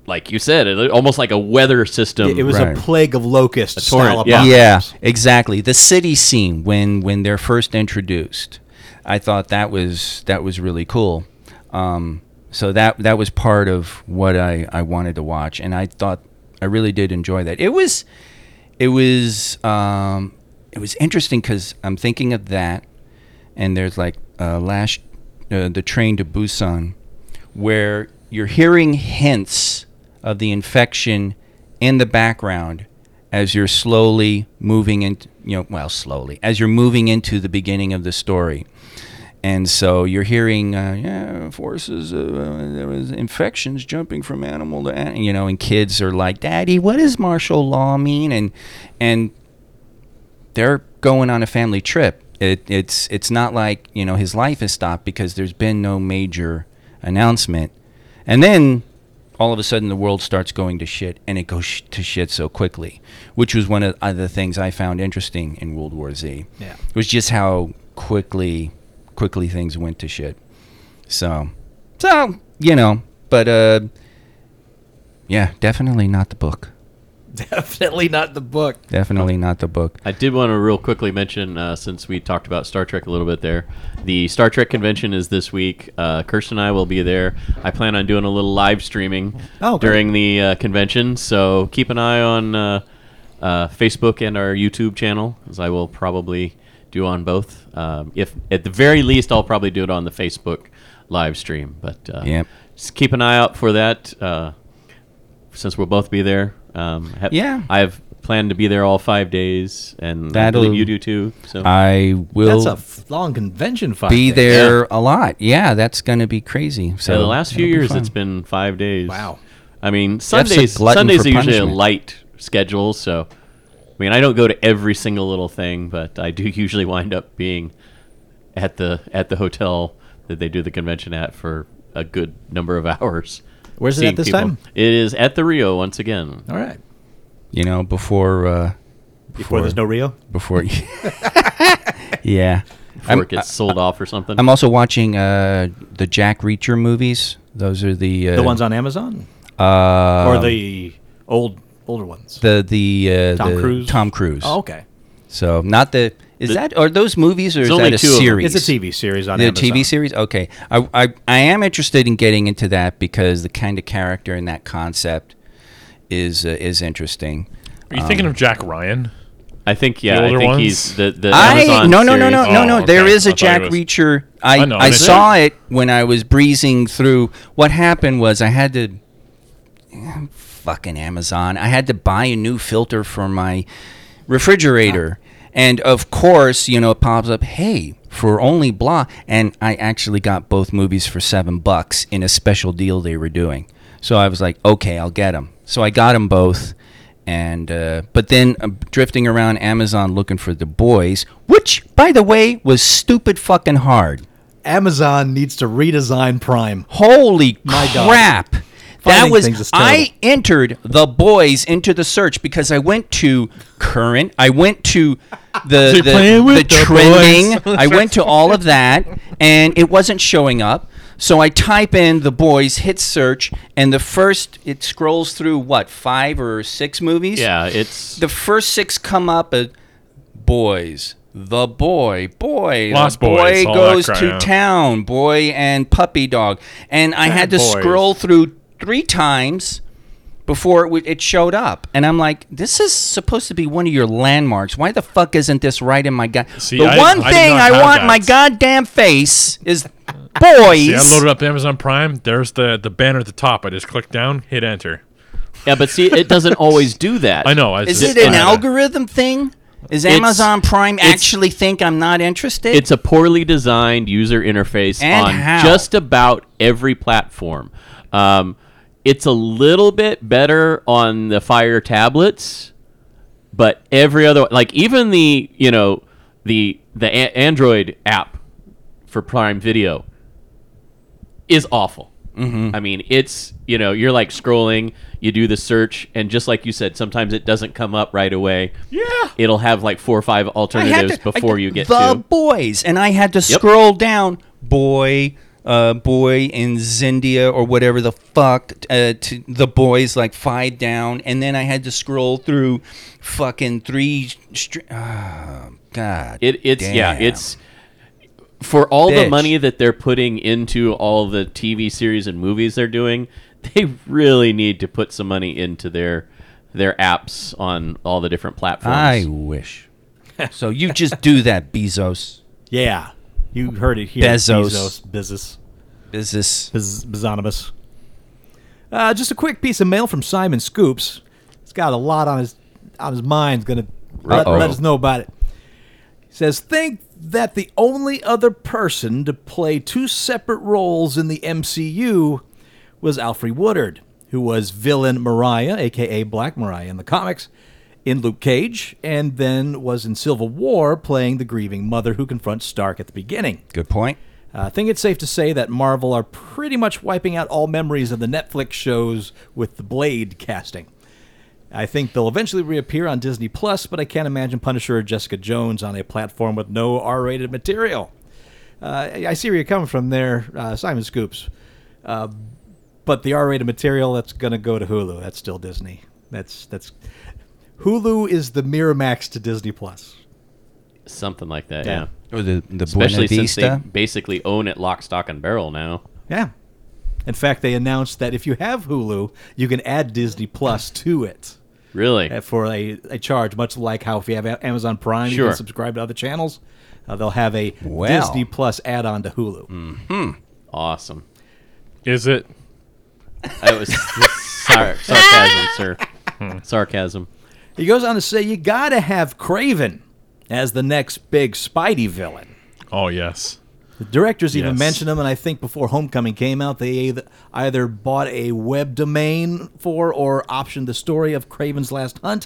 [SPEAKER 5] like you said, it- almost like a weather system.
[SPEAKER 8] It was
[SPEAKER 6] Oh, Right.
[SPEAKER 8] a plague of locusts.
[SPEAKER 5] torrent,
[SPEAKER 8] style
[SPEAKER 5] yeah.
[SPEAKER 6] yeah,
[SPEAKER 8] apocalypse.
[SPEAKER 6] exactly. The city scene when when they're first introduced, I thought that was that was really cool. Um, so that that was part of what I I wanted to watch, and I thought I really did enjoy that. It was it was um, it was interesting because I'm thinking of that, and there's like uh, last uh, the train to Busan, where you're hearing hints of the infection in the background as you're slowly moving in you know well slowly as you're moving into the beginning of the story and so you're hearing uh, yeah forces uh, uh, there was infections jumping from animal to animal you know and kids are like daddy what does martial law mean and and they're going on a family trip. It, it's it's not like you know his life is stopped because there's been no major announcement, and then all of a sudden the world starts going to shit, and it goes sh- to shit so quickly, which was one of uh, the things I found interesting in World War Z.
[SPEAKER 8] Yeah.
[SPEAKER 6] was just how quickly quickly things went to shit. So, so you know, but uh, yeah, definitely not the book.
[SPEAKER 8] Definitely not the book.
[SPEAKER 6] Definitely not the book.
[SPEAKER 5] I did want to real quickly mention, uh, since we talked about Star Trek a little bit there, the Star Trek convention is this week. Uh, Kirsten and I will be there. I plan on doing a little live streaming
[SPEAKER 8] Oh, cool.
[SPEAKER 5] during the uh, convention, so keep an eye on uh, uh, Facebook and our YouTube channel, as I will probably do on both. Um, if at the very least, I'll probably do it on the Facebook live stream, but uh,
[SPEAKER 6] Yep.
[SPEAKER 5] just keep an eye out for that. Uh, since we'll both be there. Um, ha-
[SPEAKER 6] Yeah.
[SPEAKER 5] I've planned to be there all five days, and
[SPEAKER 6] That'll-
[SPEAKER 5] I believe you do too. So
[SPEAKER 6] I will.
[SPEAKER 8] That's a f- long convention fight.
[SPEAKER 6] be there a lot. Yeah, that's going to be crazy. So
[SPEAKER 5] Yeah, the last few
[SPEAKER 6] it'll be
[SPEAKER 5] years,
[SPEAKER 6] fun.
[SPEAKER 5] it's been five days.
[SPEAKER 8] Wow.
[SPEAKER 5] I mean,
[SPEAKER 6] a
[SPEAKER 5] Sundays.
[SPEAKER 6] glutton
[SPEAKER 5] Sundays
[SPEAKER 6] for
[SPEAKER 5] are usually a
[SPEAKER 6] punishment.
[SPEAKER 5] light schedule, so I mean, I don't go to every single little thing, but I do usually wind up being at the at the hotel that they do the convention at for a good number of hours.
[SPEAKER 8] Where's it
[SPEAKER 5] seeing
[SPEAKER 8] at this
[SPEAKER 5] people.
[SPEAKER 8] time?
[SPEAKER 5] It is at the Rio once again.
[SPEAKER 8] All right.
[SPEAKER 6] you know before uh,
[SPEAKER 4] Before there's no Rio?
[SPEAKER 6] before. yeah,
[SPEAKER 5] Before
[SPEAKER 6] I'm,
[SPEAKER 5] it gets sold off or something.
[SPEAKER 6] I'm also watching uh, the Jack Reacher movies. Those are the uh,
[SPEAKER 8] The ones on Amazon
[SPEAKER 6] uh,
[SPEAKER 4] Or the old older ones?
[SPEAKER 6] the the, uh,
[SPEAKER 4] Tom
[SPEAKER 6] the
[SPEAKER 4] Cruise?
[SPEAKER 6] Tom Cruise.
[SPEAKER 8] Oh, okay.
[SPEAKER 6] So not the is
[SPEAKER 5] The-
[SPEAKER 6] that are those movies or is
[SPEAKER 5] There's only
[SPEAKER 6] that a
[SPEAKER 5] two of them.
[SPEAKER 6] series?
[SPEAKER 4] It's a TV series on
[SPEAKER 6] the
[SPEAKER 4] Amazon.
[SPEAKER 6] TV series. Okay, I, I I am interested in getting into that because the kind of character and that concept is uh, is interesting.
[SPEAKER 3] Are you thinking of Jack Ryan?
[SPEAKER 5] I think yeah.
[SPEAKER 3] The
[SPEAKER 5] I
[SPEAKER 3] older
[SPEAKER 5] think
[SPEAKER 3] ones?
[SPEAKER 5] he's the the
[SPEAKER 6] I
[SPEAKER 5] Amazon
[SPEAKER 6] no no no
[SPEAKER 5] series.
[SPEAKER 6] no no
[SPEAKER 3] Oh,
[SPEAKER 6] no.
[SPEAKER 3] okay.
[SPEAKER 6] There is
[SPEAKER 3] I
[SPEAKER 6] a
[SPEAKER 3] thought
[SPEAKER 6] Jack
[SPEAKER 3] it was-
[SPEAKER 6] Reacher. I
[SPEAKER 3] I know,
[SPEAKER 6] I
[SPEAKER 3] I see.
[SPEAKER 6] saw it when I was breezing through. What happened was I had to fucking Amazon. I had to buy a new filter for my refrigerator. And of course, you know, it pops up, hey, for only blah. And I actually got both movies for seven bucks in a special deal they were doing. So I was like, okay, I'll get them. So I got them both. And, uh, but then uh, drifting around Amazon looking for the boys, which, by the way, was stupid fucking hard.
[SPEAKER 8] Amazon needs to redesign Prime.
[SPEAKER 6] Holy
[SPEAKER 8] God.
[SPEAKER 6] crap! That
[SPEAKER 8] Finding
[SPEAKER 6] was
[SPEAKER 8] things is terrible.
[SPEAKER 6] I entered the boys into the search because I went to current. I went to the the,
[SPEAKER 3] playing
[SPEAKER 6] the
[SPEAKER 3] with the
[SPEAKER 6] trending.
[SPEAKER 3] boys.
[SPEAKER 6] I went to all of that, and it wasn't showing up. So I type in the boys, hit search, and the first it scrolls through what five or six movies.
[SPEAKER 5] Yeah, it's
[SPEAKER 6] the first six come up. Uh, boys, the boy, boy,
[SPEAKER 3] Lost
[SPEAKER 6] the boy
[SPEAKER 3] Boys, all that
[SPEAKER 6] goes
[SPEAKER 3] crap,
[SPEAKER 6] to
[SPEAKER 3] yeah.
[SPEAKER 6] town, boy and puppy dog, and I had to
[SPEAKER 4] boys.
[SPEAKER 6] scroll through three times before it, w- it showed up, and I'm like, this is supposed to be one of your landmarks. Why the fuck isn't this right in my god?
[SPEAKER 3] See,
[SPEAKER 6] the
[SPEAKER 3] I-
[SPEAKER 6] one
[SPEAKER 3] I did
[SPEAKER 6] thing
[SPEAKER 3] not
[SPEAKER 6] I
[SPEAKER 3] have
[SPEAKER 6] want
[SPEAKER 3] that.
[SPEAKER 6] my goddamn face is
[SPEAKER 3] See, I
[SPEAKER 6] boys.
[SPEAKER 3] loaded up Amazon Prime. There's the the banner at the top. I just click down, hit enter.
[SPEAKER 5] Yeah, but see, it doesn't always do that.
[SPEAKER 3] I know. I
[SPEAKER 6] is
[SPEAKER 3] just-
[SPEAKER 6] it an
[SPEAKER 3] I-
[SPEAKER 6] algorithm thing? Is
[SPEAKER 5] It's-
[SPEAKER 6] Amazon Prime
[SPEAKER 5] it's-
[SPEAKER 6] actually think I'm not interested?
[SPEAKER 5] It's a poorly designed user interface
[SPEAKER 6] And
[SPEAKER 5] on
[SPEAKER 6] how?
[SPEAKER 5] just about every platform. Um, it's a little bit better on the Fire tablets, But every other, like even the you know the the a- Android app for Prime Video is awful.
[SPEAKER 6] Mm-hmm.
[SPEAKER 5] I mean, it's you know you're like scrolling, you do the search, and just like you said, sometimes it doesn't come up right away. Yeah, it'll have like four or five alternatives before you get
[SPEAKER 6] the
[SPEAKER 5] to.
[SPEAKER 6] boys, and I had to scroll down, boy, uh, boy in Zindia or whatever the fuck, uh, to the boys like five down, and then I had to scroll through, fucking three, str- oh, god,
[SPEAKER 5] It, it's yeah,
[SPEAKER 6] damn.
[SPEAKER 5] it's for all
[SPEAKER 6] Bitch.
[SPEAKER 5] the money that they're putting into all the TV series and movies they're doing, they really need to put some money into their their apps on all the different platforms.
[SPEAKER 6] I wish. so you just do that, Bezos.
[SPEAKER 9] Yeah, you heard it here.
[SPEAKER 6] Bezos.
[SPEAKER 9] Bezos,
[SPEAKER 6] Business.
[SPEAKER 9] Bezos, Bez- Bezonibus.
[SPEAKER 4] Uh, just a quick piece of mail from Simon Scoops. He's got a lot on his on his mind. He's gonna let,
[SPEAKER 6] Uh-oh.
[SPEAKER 4] let us know about it. He says, "Think that the only other person to play two separate roles in the MCU was Alfred Woodard, who was villain Mariah, aka Black Mariah in the comics, in Luke Cage, and then was in Civil War playing the grieving mother who confronts Stark at the beginning."
[SPEAKER 6] Good point.
[SPEAKER 4] Uh, I think it's safe to say that Marvel are pretty much wiping out all memories of the Netflix shows with the Blade casting. I think they'll eventually reappear on Disney Plus, but I can't imagine Punisher or Jessica Jones on a platform with no R-rated material. Uh, I I see where you're coming from there, uh, Simon Scoops. Uh, but the R-rated material that's going to go to Hulu. That's still Disney. That's that's Hulu is the Miramax to Disney Plus.
[SPEAKER 5] Something like that,
[SPEAKER 4] Yeah.
[SPEAKER 5] yeah.
[SPEAKER 6] Or the the
[SPEAKER 5] Especially
[SPEAKER 6] Buena
[SPEAKER 5] since they
[SPEAKER 6] Vista.
[SPEAKER 5] basically own it lock, stock, and barrel now.
[SPEAKER 4] Yeah. In fact, they announced that if you have Hulu, you can add Disney Plus to it
[SPEAKER 5] Really?
[SPEAKER 4] uh, for a, a charge, much like how if you have A- Amazon Prime, you
[SPEAKER 5] Sure.
[SPEAKER 4] can subscribe to other channels. Uh, they'll have a
[SPEAKER 6] Well.
[SPEAKER 4] Disney Plus add on to Hulu.
[SPEAKER 5] Awesome.
[SPEAKER 3] Is it?
[SPEAKER 5] That was sar- sarcasm, sir. Sarcasm.
[SPEAKER 4] He goes on to say, you got to have Craven as the next big Spidey villain.
[SPEAKER 3] Oh yes.
[SPEAKER 4] The directors even
[SPEAKER 3] Yes.
[SPEAKER 4] mentioned him, and I think before Homecoming came out, they either, either bought a web domain for or optioned the story of Craven's Last Hunt.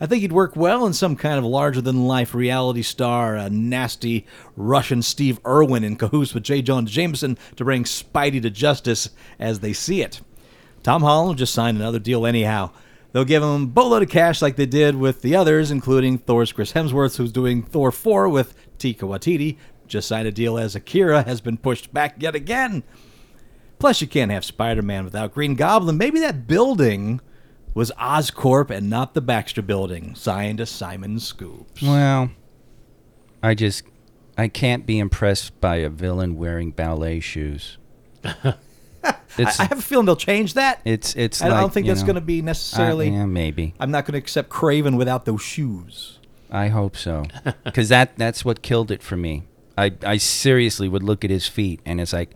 [SPEAKER 4] I think he'd work well in some kind of larger than life reality star, a nasty Russian Steve Irwin in cahoots with J. Jonah Jameson to bring Spidey to justice as they see it. Tom Holland just signed another deal anyhow. They'll give him a boatload of cash like they did with the others, including Thor's Chris Hemsworth, who's doing Thor 4 with Tika Waititi. Just signed a deal as Akira has been pushed back yet again. Plus, you can't have Spider Man without Green Goblin. Maybe that building was Oscorp and not the Baxter building, signed to Simon Scoops.
[SPEAKER 6] Well, I just I can't be impressed by a villain wearing ballet shoes. it's
[SPEAKER 4] I have a feeling they'll change that.
[SPEAKER 6] it's it's.
[SPEAKER 4] I don't
[SPEAKER 6] like,
[SPEAKER 4] think
[SPEAKER 6] you
[SPEAKER 4] that's
[SPEAKER 6] know,
[SPEAKER 4] going to be
[SPEAKER 6] I-
[SPEAKER 4] necessarily.
[SPEAKER 6] yeah, maybe.
[SPEAKER 4] I'm not going to accept Craven without those shoes.
[SPEAKER 6] I hope so, because that that's what killed it for me. I I seriously would look at his feet and it's like.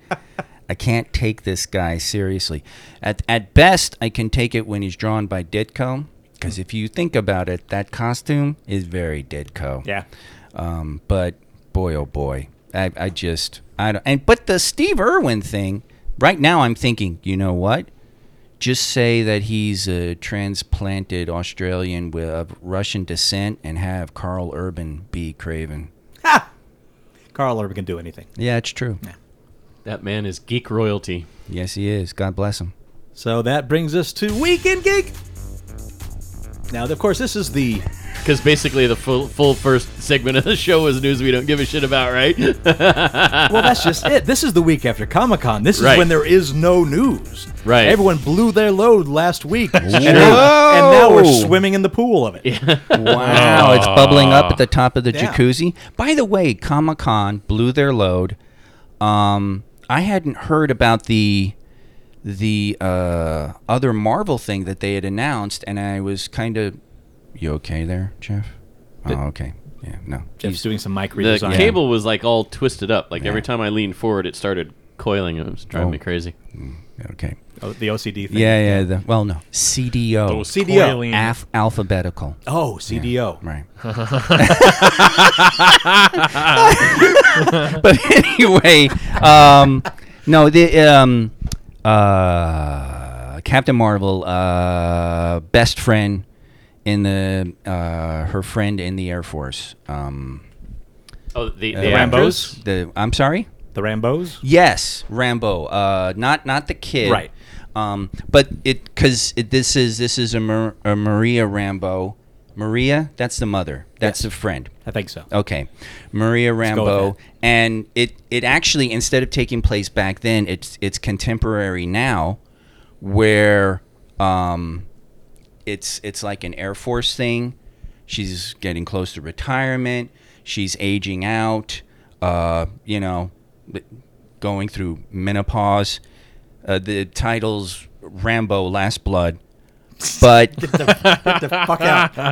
[SPEAKER 6] I can't take this guy seriously. At, at best, I can take it when he's drawn by Ditko,
[SPEAKER 4] Hmm.
[SPEAKER 6] because if you think about it, that costume is very Ditko.
[SPEAKER 9] Yeah,
[SPEAKER 6] Um, but boy, oh boy, I, I just I don't. And but the Steve Irwin thing, right now, I'm thinking, you know what? Just say that he's a transplanted Australian with of Russian descent, and have Carl Urban be Craven.
[SPEAKER 4] Carl Urban can do anything.
[SPEAKER 6] Yeah, it's true.
[SPEAKER 5] That man is geek royalty.
[SPEAKER 6] Yes, he is. God bless him.
[SPEAKER 4] So that brings us to Weekend Geek. Now, of course, this is the
[SPEAKER 5] Because basically, the full, full first segment of the show was news we don't give a shit about, right?
[SPEAKER 4] well. That's just it. This is the week after Comic Con. This is
[SPEAKER 5] Right.
[SPEAKER 4] when there is no news.
[SPEAKER 5] Right.
[SPEAKER 4] Everyone blew their load last week, and, and now we're swimming in the pool of it.
[SPEAKER 6] Wow, it's bubbling up at the top of the
[SPEAKER 4] Yeah.
[SPEAKER 6] jacuzzi. By the way, Comic Con blew their load. Um, I hadn't heard about the the uh, other Marvel thing that they had announced, and I was kind of. You okay there, Jeff? oh, okay. Yeah, no.
[SPEAKER 4] Jeff's doing some mic
[SPEAKER 5] the
[SPEAKER 4] redesign.
[SPEAKER 5] cable was like all twisted up. Like every time I leaned forward, it started coiling. It was driving
[SPEAKER 6] Oh.
[SPEAKER 5] me crazy.
[SPEAKER 6] Okay.
[SPEAKER 4] Oh, the OCD thing.
[SPEAKER 6] Yeah, yeah. The, well, no. CDO.
[SPEAKER 3] Those
[SPEAKER 4] CDO.
[SPEAKER 3] coiling-
[SPEAKER 6] Af- alphabetical.
[SPEAKER 4] Oh, CDO.
[SPEAKER 6] Right. but anyway, um, no, the um, uh, Captain Marvel, uh, best friend, in the uh, her friend in the Air Force. Um,
[SPEAKER 5] Oh, the,
[SPEAKER 6] the
[SPEAKER 5] the
[SPEAKER 4] Rambos?
[SPEAKER 6] the I'm sorry.
[SPEAKER 4] The Rambos?
[SPEAKER 6] Yes, Rambo. Uh, not not the kid.
[SPEAKER 4] Right.
[SPEAKER 6] Um, but it because it, this is this is a, Mar- a Maria Rambo. Maria, that's the mother. That's the friend.
[SPEAKER 4] I think so.
[SPEAKER 6] Okay, Maria
[SPEAKER 4] go with
[SPEAKER 6] Rambo,
[SPEAKER 4] that.
[SPEAKER 6] and it it actually instead of taking place back then, it's it's contemporary now, where um, it's it's like an Air Force thing. She's getting close to retirement. She's aging out. Uh, you know, li- going through menopause. Uh, the title's Rambo: Last Blood, but
[SPEAKER 8] Get the fuck out. Get the fuck out of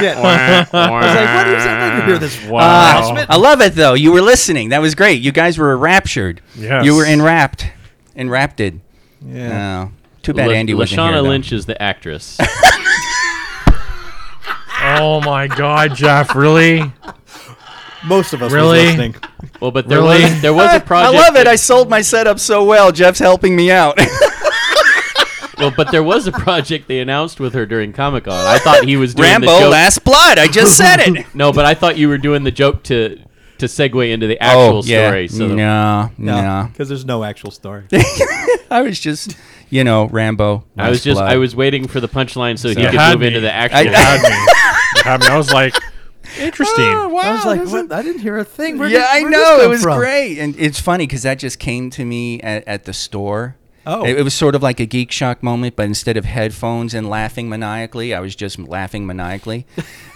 [SPEAKER 8] this shit. I was like, what is that? I can hear
[SPEAKER 4] Uh,
[SPEAKER 8] this. Oh.
[SPEAKER 3] Wow.
[SPEAKER 6] I love it though. You were listening. That was great. You guys were raptured.
[SPEAKER 3] Yes.
[SPEAKER 6] You were enwrapped. Enrapted. Yeah. too bad
[SPEAKER 5] La-
[SPEAKER 6] Andy wasn't
[SPEAKER 5] Lashana
[SPEAKER 6] here. though.
[SPEAKER 5] Lynch is the actress.
[SPEAKER 3] oh my God, Jeff! Really?
[SPEAKER 4] Most of us were
[SPEAKER 3] Really?
[SPEAKER 4] listening.
[SPEAKER 5] well, but there
[SPEAKER 3] Really?
[SPEAKER 5] was there was a
[SPEAKER 6] Ah, I
[SPEAKER 5] project.
[SPEAKER 6] love it.
[SPEAKER 5] that-
[SPEAKER 6] I sold my setup so well. Jeff's helping me out.
[SPEAKER 5] well, but there was a project they announced with her during Comic Con. I thought he was doing the
[SPEAKER 6] Rambo:
[SPEAKER 5] joke.
[SPEAKER 6] Last Blood. I just said it.
[SPEAKER 5] no, but I thought you were doing the joke to to segue into
[SPEAKER 8] Oh,
[SPEAKER 5] the actual story. So that-
[SPEAKER 6] Oh, no, no,
[SPEAKER 4] Because there's no actual story.
[SPEAKER 6] I was just, you know, Rambo.
[SPEAKER 5] I was
[SPEAKER 6] Last
[SPEAKER 5] just
[SPEAKER 6] Blood.
[SPEAKER 5] I was waiting for the punchline so, he
[SPEAKER 3] You
[SPEAKER 5] could
[SPEAKER 3] had
[SPEAKER 5] move
[SPEAKER 3] me.
[SPEAKER 5] into the
[SPEAKER 3] You
[SPEAKER 5] actual.
[SPEAKER 3] had me. You had me. I was like,
[SPEAKER 6] Ah,
[SPEAKER 3] interesting.
[SPEAKER 8] I was like, what? I didn't hear a thing. Where
[SPEAKER 6] yeah,
[SPEAKER 8] did-
[SPEAKER 6] I
[SPEAKER 8] where did this
[SPEAKER 6] know it
[SPEAKER 8] come
[SPEAKER 6] was
[SPEAKER 8] from?
[SPEAKER 6] great, and it's funny because that just came to me at, at the store.
[SPEAKER 8] Oh.
[SPEAKER 6] it, it was sort of like a geek shock moment, but instead of headphones and laughing maniacally, I was just laughing maniacally,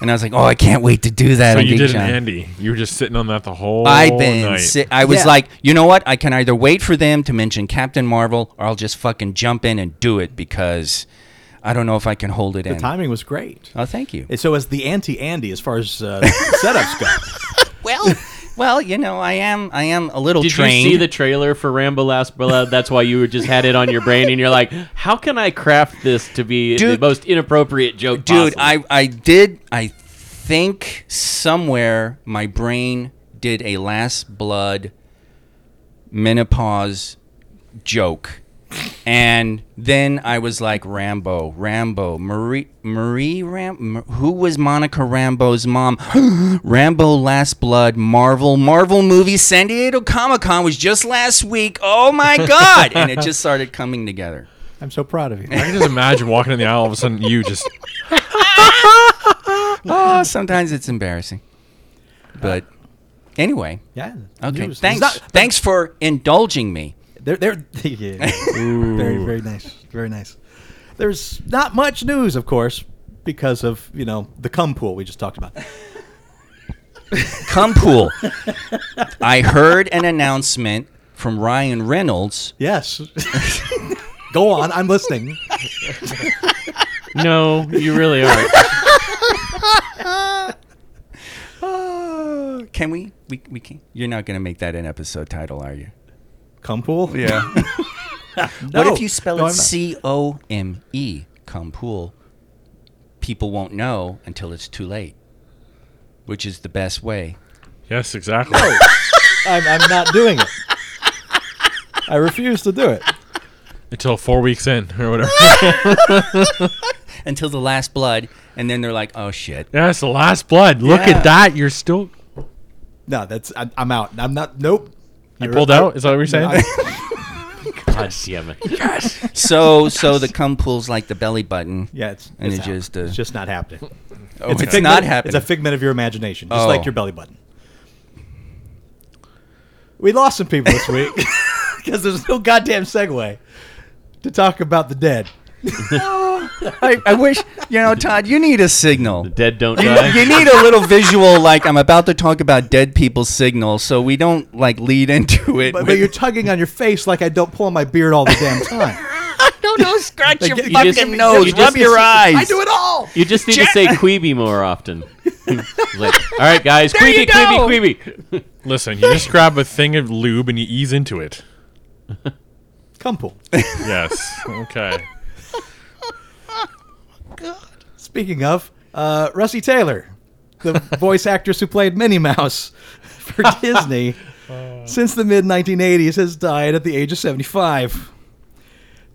[SPEAKER 6] and I was like, "Oh, I can't wait to do that
[SPEAKER 3] So
[SPEAKER 6] on
[SPEAKER 3] you
[SPEAKER 6] Geek
[SPEAKER 3] did an
[SPEAKER 6] Shock."
[SPEAKER 3] Andy. You were just sitting on that the whole
[SPEAKER 6] I've been.
[SPEAKER 3] night.
[SPEAKER 6] Si- I was
[SPEAKER 8] Yeah.
[SPEAKER 6] like, you know what? I can either wait for them to mention Captain Marvel, or I'll just fucking jump in and do it because I don't know if I can hold it
[SPEAKER 4] the
[SPEAKER 6] in.
[SPEAKER 4] timing was great.
[SPEAKER 6] Oh, thank you.
[SPEAKER 4] And so as the anti-Andy as far as uh, setups go.
[SPEAKER 6] well, well, you know, I am. I am a little
[SPEAKER 5] Did
[SPEAKER 6] trained.
[SPEAKER 5] you see the trailer for Rambo Last Blood? That's why you were just had it on your brain, and you're like, "How can I craft this to be the
[SPEAKER 6] Dude-
[SPEAKER 5] most inappropriate joke?"
[SPEAKER 6] dude
[SPEAKER 5] possible?
[SPEAKER 6] I, I did i think somewhere my brain did a last blood menopause joke and then i was like rambo rambo marie marie ram Mar- who was monica rambo's mom rambo last blood marvel marvel movie san diego comic-con was just last week oh my god and it just started coming together
[SPEAKER 4] I'm so proud of you.
[SPEAKER 3] I can just imagine walking in the aisle. All of a sudden, you just
[SPEAKER 6] Oh, sometimes it's embarrassing. But anyway,
[SPEAKER 4] Yeah.
[SPEAKER 6] okay.
[SPEAKER 4] News.
[SPEAKER 6] Thanks.
[SPEAKER 4] It's not-
[SPEAKER 6] thanks for indulging me.
[SPEAKER 4] They're, they're yeah. very very nice. Very nice. There's not much news, of course, because of, you know, the cum pool we just talked about.
[SPEAKER 6] Come pool. I heard an announcement from Ryan Reynolds.
[SPEAKER 4] Yes. go on, I'm listening.
[SPEAKER 5] no, you really are.
[SPEAKER 6] Can we? We, we can. You're not going to make that an episode title, are you?
[SPEAKER 4] Cum pool?
[SPEAKER 6] Yeah. what
[SPEAKER 4] No.
[SPEAKER 6] if you spell
[SPEAKER 4] No,
[SPEAKER 6] it
[SPEAKER 4] I'm not.
[SPEAKER 6] C O M E? Come pool. People won't know until it's too late, which is the best way.
[SPEAKER 3] yes, exactly.
[SPEAKER 4] I'm, I'm not doing it. I refuse to do it.
[SPEAKER 3] Until four weeks in or whatever.
[SPEAKER 6] Until the last blood, and then they're like, oh shit.
[SPEAKER 3] yeah, it's the last blood. Look
[SPEAKER 6] Yeah.
[SPEAKER 3] at that. You're still
[SPEAKER 4] No, that's I, I'm out. I'm not. Nope.
[SPEAKER 3] you pulled out. Is that what you're saying?
[SPEAKER 5] God damn it!
[SPEAKER 6] So so the cum pool's like the belly button.
[SPEAKER 4] Yeah, it's
[SPEAKER 6] And
[SPEAKER 4] it's
[SPEAKER 6] it's
[SPEAKER 4] out.
[SPEAKER 6] just, uh,
[SPEAKER 4] it's just not happening.
[SPEAKER 6] Oh, it's,
[SPEAKER 4] a figment-
[SPEAKER 6] not
[SPEAKER 4] It's
[SPEAKER 6] happening.
[SPEAKER 4] a figment of your imagination, just
[SPEAKER 6] Oh.
[SPEAKER 4] like your belly button. We lost some people this week because there's no goddamn segue to talk about the dead.
[SPEAKER 6] I, I wish you know, Todd. You need a signal.
[SPEAKER 5] Dead don't
[SPEAKER 6] You
[SPEAKER 5] die.
[SPEAKER 6] need a little visual, like I'm about to talk about dead people's signal, so we don't like lead into it.
[SPEAKER 4] But, but
[SPEAKER 6] with-
[SPEAKER 4] you're tugging on your face like I don't pull on my beard all the damn time.
[SPEAKER 6] no, no, scratch your
[SPEAKER 5] you just-
[SPEAKER 6] fucking
[SPEAKER 5] you
[SPEAKER 6] nose,
[SPEAKER 5] just-
[SPEAKER 6] rub your eyes.
[SPEAKER 4] I do it all.
[SPEAKER 5] You just need to say "queeby" more often. like, all right, guys,
[SPEAKER 6] There
[SPEAKER 5] "queeby,
[SPEAKER 6] you go.
[SPEAKER 5] queeby, queeby."
[SPEAKER 3] Listen, you just grab a thing of lube and you ease into it.
[SPEAKER 4] Come pull.
[SPEAKER 3] Yes. Okay.
[SPEAKER 4] Speaking of, uh, Rusty Taylor, the voice actress who played Minnie Mouse for
[SPEAKER 6] Uh.
[SPEAKER 4] Disney since the mid 1980s, has died at the age of 75.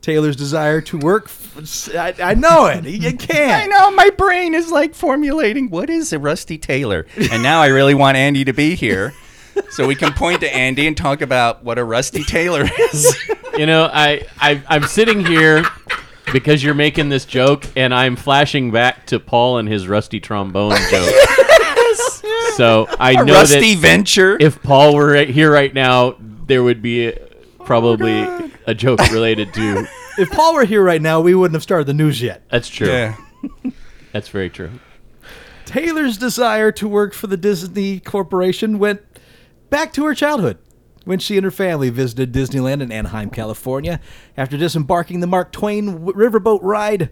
[SPEAKER 4] Taylor's desire to work. F- I, I know it. You can't.
[SPEAKER 6] I know my brain is like formulating what is a Rusty Taylor, and now I really want Andy to be here, so we can point to Andy and talk about what a Rusty Taylor is.
[SPEAKER 5] You know, I, I I'm sitting here because you're making this joke, and I'm flashing back to Paul and his rusty trombone joke. So I know
[SPEAKER 6] Rusty
[SPEAKER 5] that
[SPEAKER 6] Venture.
[SPEAKER 5] if Paul were right here right now, there would be probably
[SPEAKER 4] Oh,
[SPEAKER 5] a joke related to.
[SPEAKER 4] If Paul were here right now, we wouldn't have started the news yet.
[SPEAKER 5] That's true.
[SPEAKER 6] yeah.
[SPEAKER 5] That's very true.
[SPEAKER 4] Taylor's desire to work for the Disney Corporation went back to her childhood when she and her family visited Disneyland in Anaheim, California. After disembarking the Mark Twain w- riverboat ride,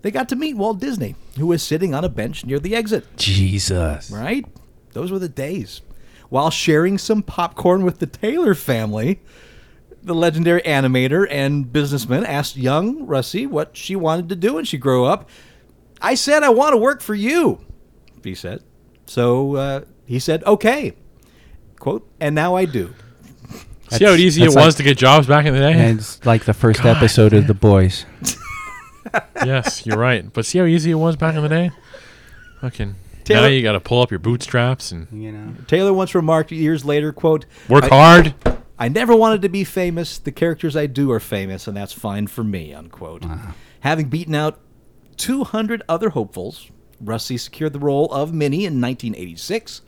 [SPEAKER 4] they got to meet Walt Disney, who was sitting on a bench near the exit.
[SPEAKER 6] Jesus.
[SPEAKER 4] Right? Those were the days. While sharing some popcorn with the Taylor family, the legendary animator and businessman asked young Russie what she wanted to do when she grew up. I said, I want to work for you, he said. So uh, he said, okay. Quote, and now I do.
[SPEAKER 3] See how easy it was to get jobs back in the day?
[SPEAKER 6] It's like the first episode of The Boys.
[SPEAKER 3] yes, you're right. But see how easy it was back in the day? Fucking.
[SPEAKER 4] Taylor-
[SPEAKER 3] now you got to pull up your bootstraps and
[SPEAKER 6] You know.
[SPEAKER 4] Taylor once remarked years later, quote,
[SPEAKER 3] work
[SPEAKER 4] I-
[SPEAKER 3] hard.
[SPEAKER 4] I never wanted to be famous. The characters I do are famous, and that's fine for me, unquote. Having beaten out 200 other hopefuls, Rusty secured the role of Minnie in 1986.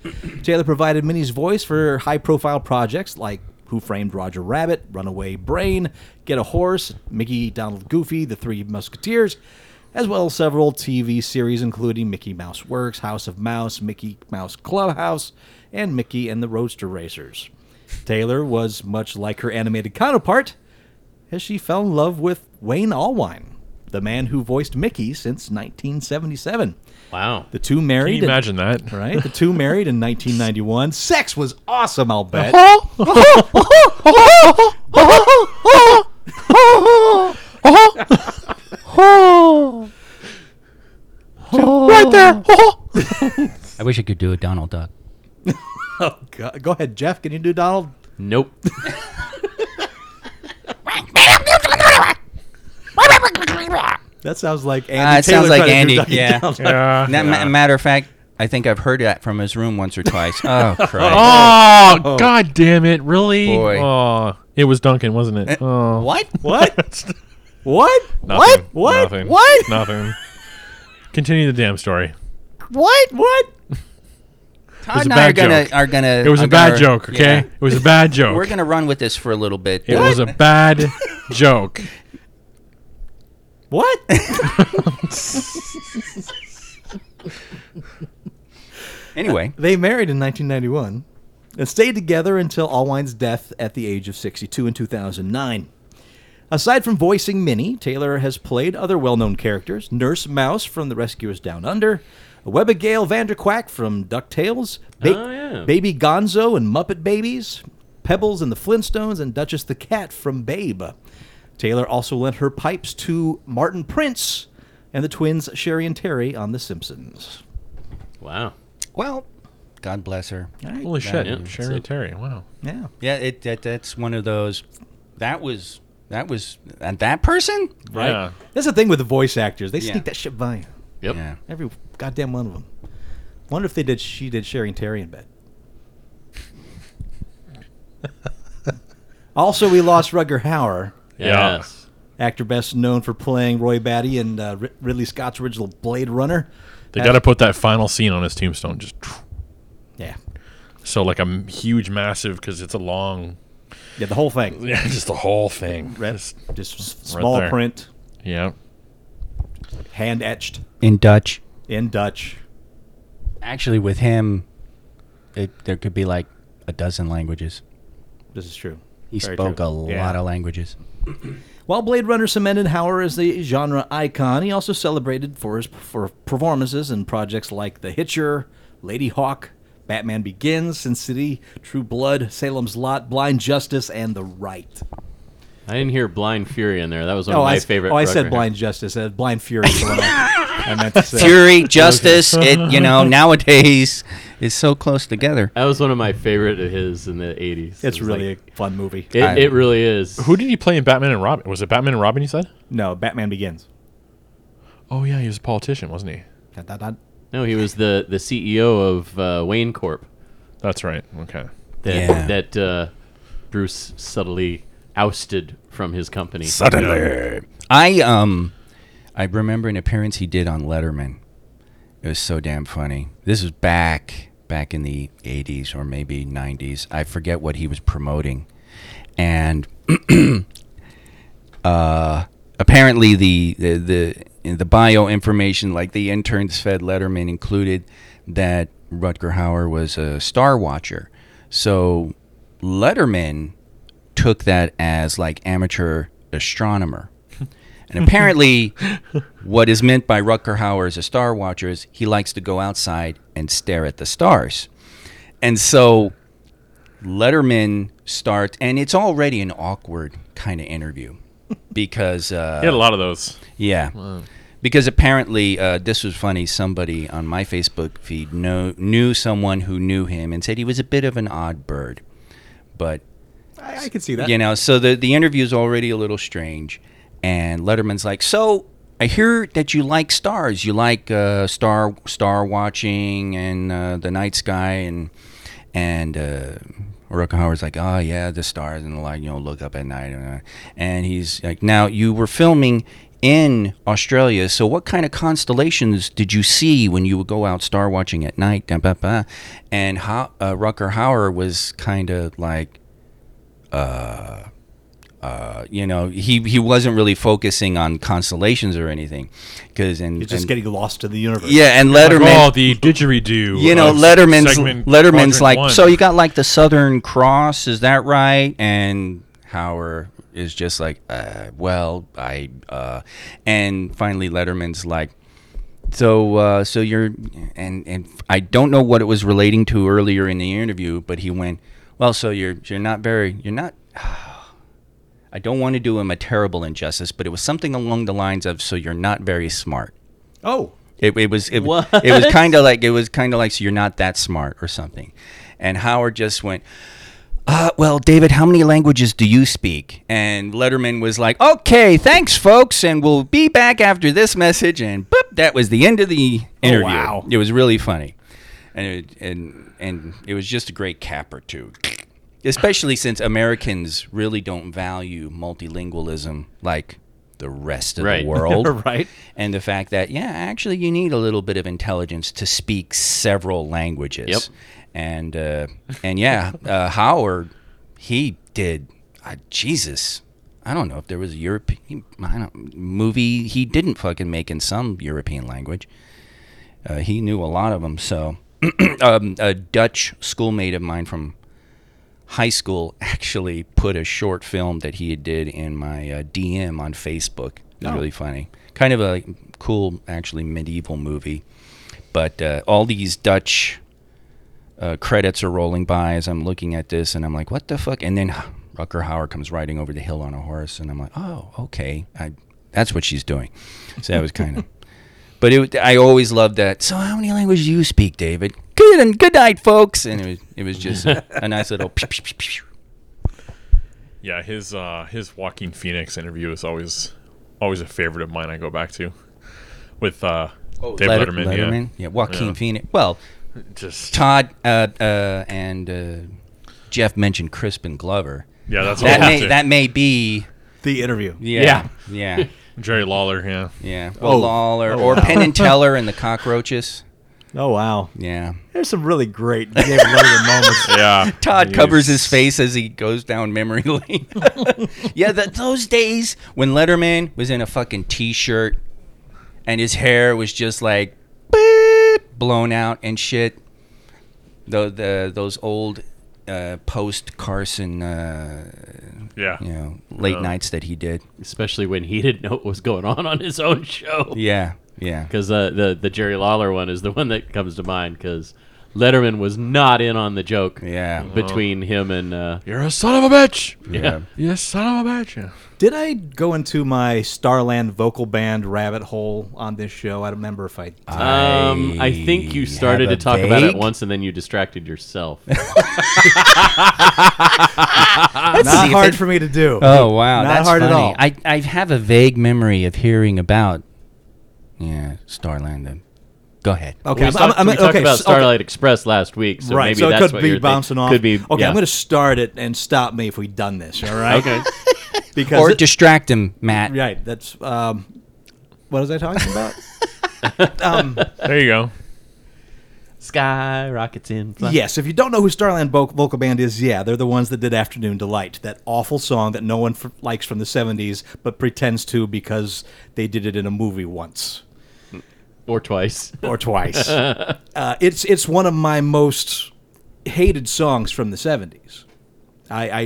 [SPEAKER 4] Taylor provided Minnie's voice for high profile projects like Who Framed Roger Rabbit, Runaway Brain, Get a Horse, Mickey, Donald Goofy, The Three Musketeers, as well as several TV series including Mickey Mouse Works, House of Mouse, Mickey Mouse Clubhouse, and Mickey and the Roadster Racers. Taylor was much like her animated counterpart, as she fell in love with Wayne Allwine, the man who voiced Mickey since 1977.
[SPEAKER 5] Wow.
[SPEAKER 4] The two
[SPEAKER 3] Can
[SPEAKER 4] married.
[SPEAKER 3] you imagine that?
[SPEAKER 4] In, right? The two married in 1991. Sex was awesome, I'll bet.
[SPEAKER 3] Right there.
[SPEAKER 6] I wish I could do a Donald Duck.
[SPEAKER 4] Oh, God. Go ahead, Jeff. Can you do Donald?
[SPEAKER 5] Nope.
[SPEAKER 4] That sounds like Andy.
[SPEAKER 6] Uh, it
[SPEAKER 4] Taylor
[SPEAKER 6] sounds
[SPEAKER 4] trying
[SPEAKER 6] like
[SPEAKER 4] to do
[SPEAKER 6] Andy.
[SPEAKER 4] Ducky
[SPEAKER 6] Yeah.
[SPEAKER 4] Donald.
[SPEAKER 3] Yeah.
[SPEAKER 6] Na- ma- matter of fact, I think I've heard that from his room once or twice. Oh, Christ.
[SPEAKER 3] Oh, god damn it! Really?
[SPEAKER 6] Boy. Eh.
[SPEAKER 3] Oh, it was Duncan, wasn't it? Oh,
[SPEAKER 6] What?
[SPEAKER 4] What? What?
[SPEAKER 3] Nothing.
[SPEAKER 4] What? What?
[SPEAKER 3] Nothing.
[SPEAKER 4] What?
[SPEAKER 3] Nothing. Continue the damn story.
[SPEAKER 4] What? What?
[SPEAKER 6] Todd
[SPEAKER 3] was
[SPEAKER 6] and
[SPEAKER 3] a
[SPEAKER 6] I are
[SPEAKER 3] bad
[SPEAKER 6] gonna
[SPEAKER 3] joke.
[SPEAKER 6] are gonna.
[SPEAKER 3] It was
[SPEAKER 6] are
[SPEAKER 3] a bad
[SPEAKER 6] gonna-
[SPEAKER 3] joke. Okay,
[SPEAKER 6] yeah.
[SPEAKER 3] it was a bad joke.
[SPEAKER 6] We're gonna run with this for a little bit.
[SPEAKER 3] it was a bad joke.
[SPEAKER 4] What?
[SPEAKER 6] Anyway,
[SPEAKER 4] They married in 1991 and stayed together until Allwine's death at the age of 62 in 2009. Aside from voicing Minnie, Taylor has played other well known characters Nurse Mouse from The Rescuers Down Under, Webigail Vanderquack from DuckTales, Ba-
[SPEAKER 5] Oh, yeah.
[SPEAKER 4] Baby Gonzo and Muppet Babies, Pebbles and the Flintstones, and Duchess the Cat from Babe. Taylor also lent her pipes to Martin Prince and the twins Sherry and Terry on The Simpsons.
[SPEAKER 5] Wow.
[SPEAKER 6] well, God bless her.
[SPEAKER 3] Holy shit,
[SPEAKER 5] yeah,
[SPEAKER 3] Sherry
[SPEAKER 5] so-
[SPEAKER 3] and Terry. Wow.
[SPEAKER 4] Yeah.
[SPEAKER 6] Yeah, it that, that's one of those. That was that was and that person.
[SPEAKER 3] Right. Yeah.
[SPEAKER 4] That's the thing with the voice actors; they
[SPEAKER 6] Yeah.
[SPEAKER 4] sneak that shit by you.
[SPEAKER 5] Yep.
[SPEAKER 6] Yeah.
[SPEAKER 4] Every goddamn one of them. Wonder if they did. She did Sherry and Terry in bed. also, we lost Rugger Hauer,
[SPEAKER 3] Yeah.
[SPEAKER 5] Yes.
[SPEAKER 4] actor best known for playing Roy Batty in uh, Rid- Ridley Scott's original Blade Runner.
[SPEAKER 3] They got to put that final scene on his tombstone. Just
[SPEAKER 4] Yeah,
[SPEAKER 3] so like a m- huge, massive because it's a long.
[SPEAKER 4] yeah, the whole thing.
[SPEAKER 3] Yeah, just the whole thing.
[SPEAKER 4] Just,
[SPEAKER 3] Just-
[SPEAKER 4] s- small
[SPEAKER 3] there.
[SPEAKER 4] print,
[SPEAKER 3] yeah.
[SPEAKER 4] hand etched
[SPEAKER 6] In Dutch,
[SPEAKER 4] in Dutch.
[SPEAKER 6] actually, with him, it, there could be like a dozen languages.
[SPEAKER 4] This is true.
[SPEAKER 6] He
[SPEAKER 4] Very
[SPEAKER 6] spoke
[SPEAKER 4] true.
[SPEAKER 6] a lot
[SPEAKER 4] Yeah.
[SPEAKER 6] of languages.
[SPEAKER 4] While Blade Runner cemented Hauer as the genre icon, he also celebrated for his for performances in projects like The Hitcher, Lady Hawk, Batman Begins, Sin City, True Blood, Salem's Lot, Blind Justice, and The Right.
[SPEAKER 5] I didn't hear Blind Fury in there. That was one
[SPEAKER 4] Oh,
[SPEAKER 5] of my
[SPEAKER 4] I, s-
[SPEAKER 5] favorite.
[SPEAKER 4] oh, I
[SPEAKER 5] Rugrats.
[SPEAKER 4] said Blind Justice. Uh, blind Fury. is the one I, I meant to say.
[SPEAKER 6] Fury, justice, it you know nowadays is so close together.
[SPEAKER 5] That was one of my favorite of his in the '80s.
[SPEAKER 4] It's
[SPEAKER 5] It was
[SPEAKER 4] really
[SPEAKER 5] like-
[SPEAKER 4] a fun movie.
[SPEAKER 5] it, it really is.
[SPEAKER 3] Who did he play in Batman and Robin? Was it Batman and Robin? You said?
[SPEAKER 4] no, Batman Begins.
[SPEAKER 3] Oh yeah, he was a politician, wasn't he?
[SPEAKER 4] Dun, dun, dun.
[SPEAKER 5] No, he was the the CEO of uh, Wayne Corp.
[SPEAKER 3] That's right. Okay.
[SPEAKER 5] That
[SPEAKER 6] Yeah.
[SPEAKER 5] that uh, Bruce subtly ousted from his company.
[SPEAKER 6] Suddenly, I um, I remember an appearance he did on Letterman. It was so damn funny. This was back back in the '80s or maybe '90s. I forget what he was promoting, and uh, apparently the the the, in the bio information, like the interns fed Letterman, included that Rutger Hauer was a star watcher. So Letterman took that as like amateur astronomer. And apparently, what is meant by Rutger Hauer as a star watcher is he likes to go outside and stare at the stars. And so Letterman starts, and it's already an awkward kind of interview because uh,
[SPEAKER 3] He had a lot of those.
[SPEAKER 6] yeah. Because apparently, uh, this was funny. Somebody on my Facebook feed know, knew someone who knew him and said he was a bit of an odd bird. But,
[SPEAKER 4] I, I can see that.
[SPEAKER 6] you know, so the, the interview is already a little strange. And Letterman's like, So I hear that you like stars. You like uh, star star watching and uh, the night sky. And, and uh, Ruckenhauer's like, Oh, yeah, the stars and the light, you know, look up at night. uh, And he's like, Now, you were filming in Australia. So, what kind of constellations did you see when you would go out star watching at night? Da, ba, ba. And how, uh, Rucker Hauer was kind of like, uh, uh, you know, he, he wasn't really focusing on constellations or anything, because and,
[SPEAKER 4] It's just
[SPEAKER 6] and-
[SPEAKER 4] getting lost in the universe.
[SPEAKER 6] yeah, and
[SPEAKER 3] Like,
[SPEAKER 6] Letterman,
[SPEAKER 3] oh, the didgeridoo.
[SPEAKER 6] you know,
[SPEAKER 3] of
[SPEAKER 6] Letterman's
[SPEAKER 3] segment
[SPEAKER 6] Letterman's
[SPEAKER 3] quadrant
[SPEAKER 6] like,
[SPEAKER 3] one.
[SPEAKER 6] so you got like the Southern Cross, is that right? And Howard is just like, uh, well, I, uh, and finally Letterman's like, so uh, so you're, and and I don't know what it was relating to earlier in the interview, but he went, well, so you're you're not very you're not. I don't want to do him a terrible injustice, but it was something along the lines of, "So you're not very smart."
[SPEAKER 4] Oh,
[SPEAKER 6] It, it was it,
[SPEAKER 5] What?
[SPEAKER 6] it was kind of like it was kind of like so you're not that smart or something, and Howard just went, uh, "Well, David, how many languages do you speak?" And Letterman was like, "Okay, thanks, folks, and we'll be back after this message." And boop, that was the end of the interview.
[SPEAKER 4] wow.
[SPEAKER 6] It was really funny, and it, and and it was just a great cap or two. Especially since Americans really don't value multilingualism like the rest of
[SPEAKER 5] Right.
[SPEAKER 6] the world
[SPEAKER 4] right.
[SPEAKER 6] and the fact that yeah actually you need a little bit of intelligence to speak several languages
[SPEAKER 5] Yep.
[SPEAKER 6] and uh, and yeah uh, howard he did uh, jesus i don't know if there was a european I don't, movie he didn't fucking make in some european language uh, he knew a lot of them so um, a dutch schoolmate of mine from high school actually put a short film that he had did in my uh, DM on Facebook. It was really funny. Kind of a cool, actually medieval movie. But uh, all these Dutch uh, credits are rolling by as I'm looking at this, and I'm like, "What the fuck?" And then Rucker Hauer comes riding over the hill on a horse, and I'm like, "Oh, okay, I, that's what she's doing." So that was kind of. But it, I always loved that. So how many languages do you speak, David? Good and good night, folks. And it was it was just a, a nice little. pew, pew, pew, pew.
[SPEAKER 3] Yeah, his uh, his Walking Phoenix interview is always always a favorite of mine. I go back to with uh, Dave
[SPEAKER 6] Oh, Letter-
[SPEAKER 3] Letterman.
[SPEAKER 6] Yeah, Joaquin
[SPEAKER 3] Yeah.
[SPEAKER 6] Phoenix. Well,
[SPEAKER 3] Yeah, just
[SPEAKER 6] Todd uh, uh, and uh, Jeff mentioned Crispin Glover.
[SPEAKER 3] Oh, yeah, that's
[SPEAKER 6] That
[SPEAKER 3] all I
[SPEAKER 6] may
[SPEAKER 3] have
[SPEAKER 6] that may be
[SPEAKER 4] The interview.
[SPEAKER 6] yeah yeah yeah.
[SPEAKER 3] to- Jerry Lawler. Yeah,
[SPEAKER 6] Will
[SPEAKER 3] Oh.
[SPEAKER 6] Lawler or Penn and Teller and the Cockroaches.
[SPEAKER 4] Oh wow.
[SPEAKER 6] Yeah.
[SPEAKER 4] There's some really great David Letterman moments.
[SPEAKER 3] yeah.
[SPEAKER 6] Todd
[SPEAKER 3] He
[SPEAKER 6] covers
[SPEAKER 3] was-
[SPEAKER 6] his face as he goes down memory lane. yeah, that those days when Letterman was in a fucking t-shirt and his hair was just like beep, blown out and shit. The, the those old uh, post Carson, uh,
[SPEAKER 3] Yeah,
[SPEAKER 6] you know, late nights that he did.
[SPEAKER 5] Especially when he didn't know what was going on on his own show.
[SPEAKER 6] Yeah, yeah.
[SPEAKER 5] Because uh, the the Jerry Lawler one is the one that comes to mind. Because Letterman was not in on the joke.
[SPEAKER 6] Yeah.
[SPEAKER 4] Uh-huh.
[SPEAKER 5] Between him and uh,
[SPEAKER 3] You're a son of a bitch.
[SPEAKER 5] yeah.
[SPEAKER 3] You son of a bitch. Yeah.
[SPEAKER 4] Did I go into my Starland vocal band rabbit hole on this show? I don't remember if I.
[SPEAKER 5] Um, I think you
[SPEAKER 6] have
[SPEAKER 5] started to
[SPEAKER 6] a
[SPEAKER 5] talk about it
[SPEAKER 6] vague-
[SPEAKER 5] once, and then you distracted yourself.
[SPEAKER 4] not hard for me to do.
[SPEAKER 6] Oh wow,
[SPEAKER 4] Not
[SPEAKER 6] that's
[SPEAKER 4] hard at
[SPEAKER 6] funny.
[SPEAKER 4] all.
[SPEAKER 6] I I have a vague memory of hearing about yeah Starland. then. Go ahead.
[SPEAKER 4] Okay,
[SPEAKER 5] we talked, we talked about
[SPEAKER 4] so-
[SPEAKER 5] Starlight Express last week, so
[SPEAKER 4] right,
[SPEAKER 5] maybe
[SPEAKER 4] so
[SPEAKER 5] that's
[SPEAKER 4] it
[SPEAKER 5] what
[SPEAKER 4] could be
[SPEAKER 5] you're
[SPEAKER 4] bouncing
[SPEAKER 5] thinking.
[SPEAKER 4] off.
[SPEAKER 5] Could be.
[SPEAKER 4] okay,
[SPEAKER 5] yeah.
[SPEAKER 4] I'm going to start it and stop me if we've done this. All right.
[SPEAKER 5] Okay.
[SPEAKER 4] Because
[SPEAKER 6] Or
[SPEAKER 4] it-
[SPEAKER 6] distract him, Matt.
[SPEAKER 4] right. That's um, what was I talking Um, about?
[SPEAKER 3] There you go.
[SPEAKER 5] Sky rockets in. Flight.
[SPEAKER 4] yes. If you don't know who Starland Vo- Vocal Band is, yeah, they're the ones that did Afternoon Delight, that awful song that no one f- likes from the '70s, but pretends to because they did it in a movie once.
[SPEAKER 5] Or twice.
[SPEAKER 4] or twice. uh, it's it's one of my most hated songs from the '70s. I, I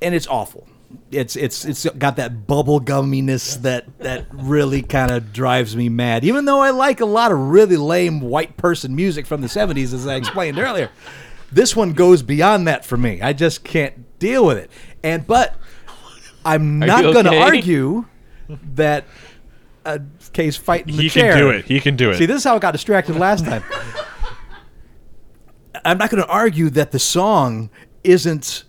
[SPEAKER 4] and it's awful. It's it's it's got that bubble gumminess that that really kind of drives me mad. Even though I like a lot of really lame white person music from the '70s, as I explained earlier, this one goes beyond that for me. I just can't deal with it. And but I'm
[SPEAKER 5] Are
[SPEAKER 4] not
[SPEAKER 5] you
[SPEAKER 4] going to
[SPEAKER 5] okay?
[SPEAKER 4] argue that uh, case fighting the
[SPEAKER 3] He
[SPEAKER 4] chair.
[SPEAKER 3] can do it. He can do it.
[SPEAKER 4] See, this is how I got distracted last time. I'm not going to argue that the song isn't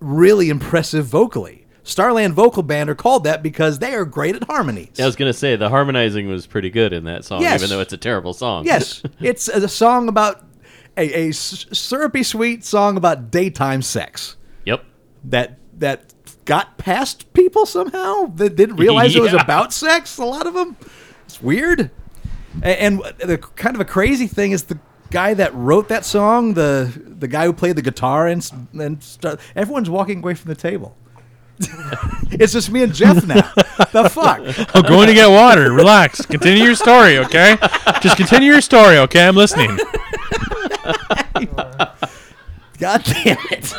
[SPEAKER 4] really impressive vocally. Starland Vocal Band are called that because they are great at harmonies.
[SPEAKER 5] I was gonna say the harmonizing was pretty good in that song,
[SPEAKER 4] Yes.
[SPEAKER 5] even though it's a terrible song.
[SPEAKER 4] Yes, it's a song about a, a s- syrupy sweet song about daytime sex
[SPEAKER 5] yep.
[SPEAKER 4] that that got past people somehow that didn't realize it was
[SPEAKER 5] Yeah.
[SPEAKER 4] about sex. A lot of them. It's weird. A- And, the kind of a crazy thing is the guy that wrote that song, the the guy who played the guitar and s- and stu- everyone's walking away from the table. it's just me and Jeff now. the fuck.
[SPEAKER 3] I'm going Oh, to get water. Relax. Continue your story, okay? Just continue your story, okay? I'm listening.
[SPEAKER 4] God damn it.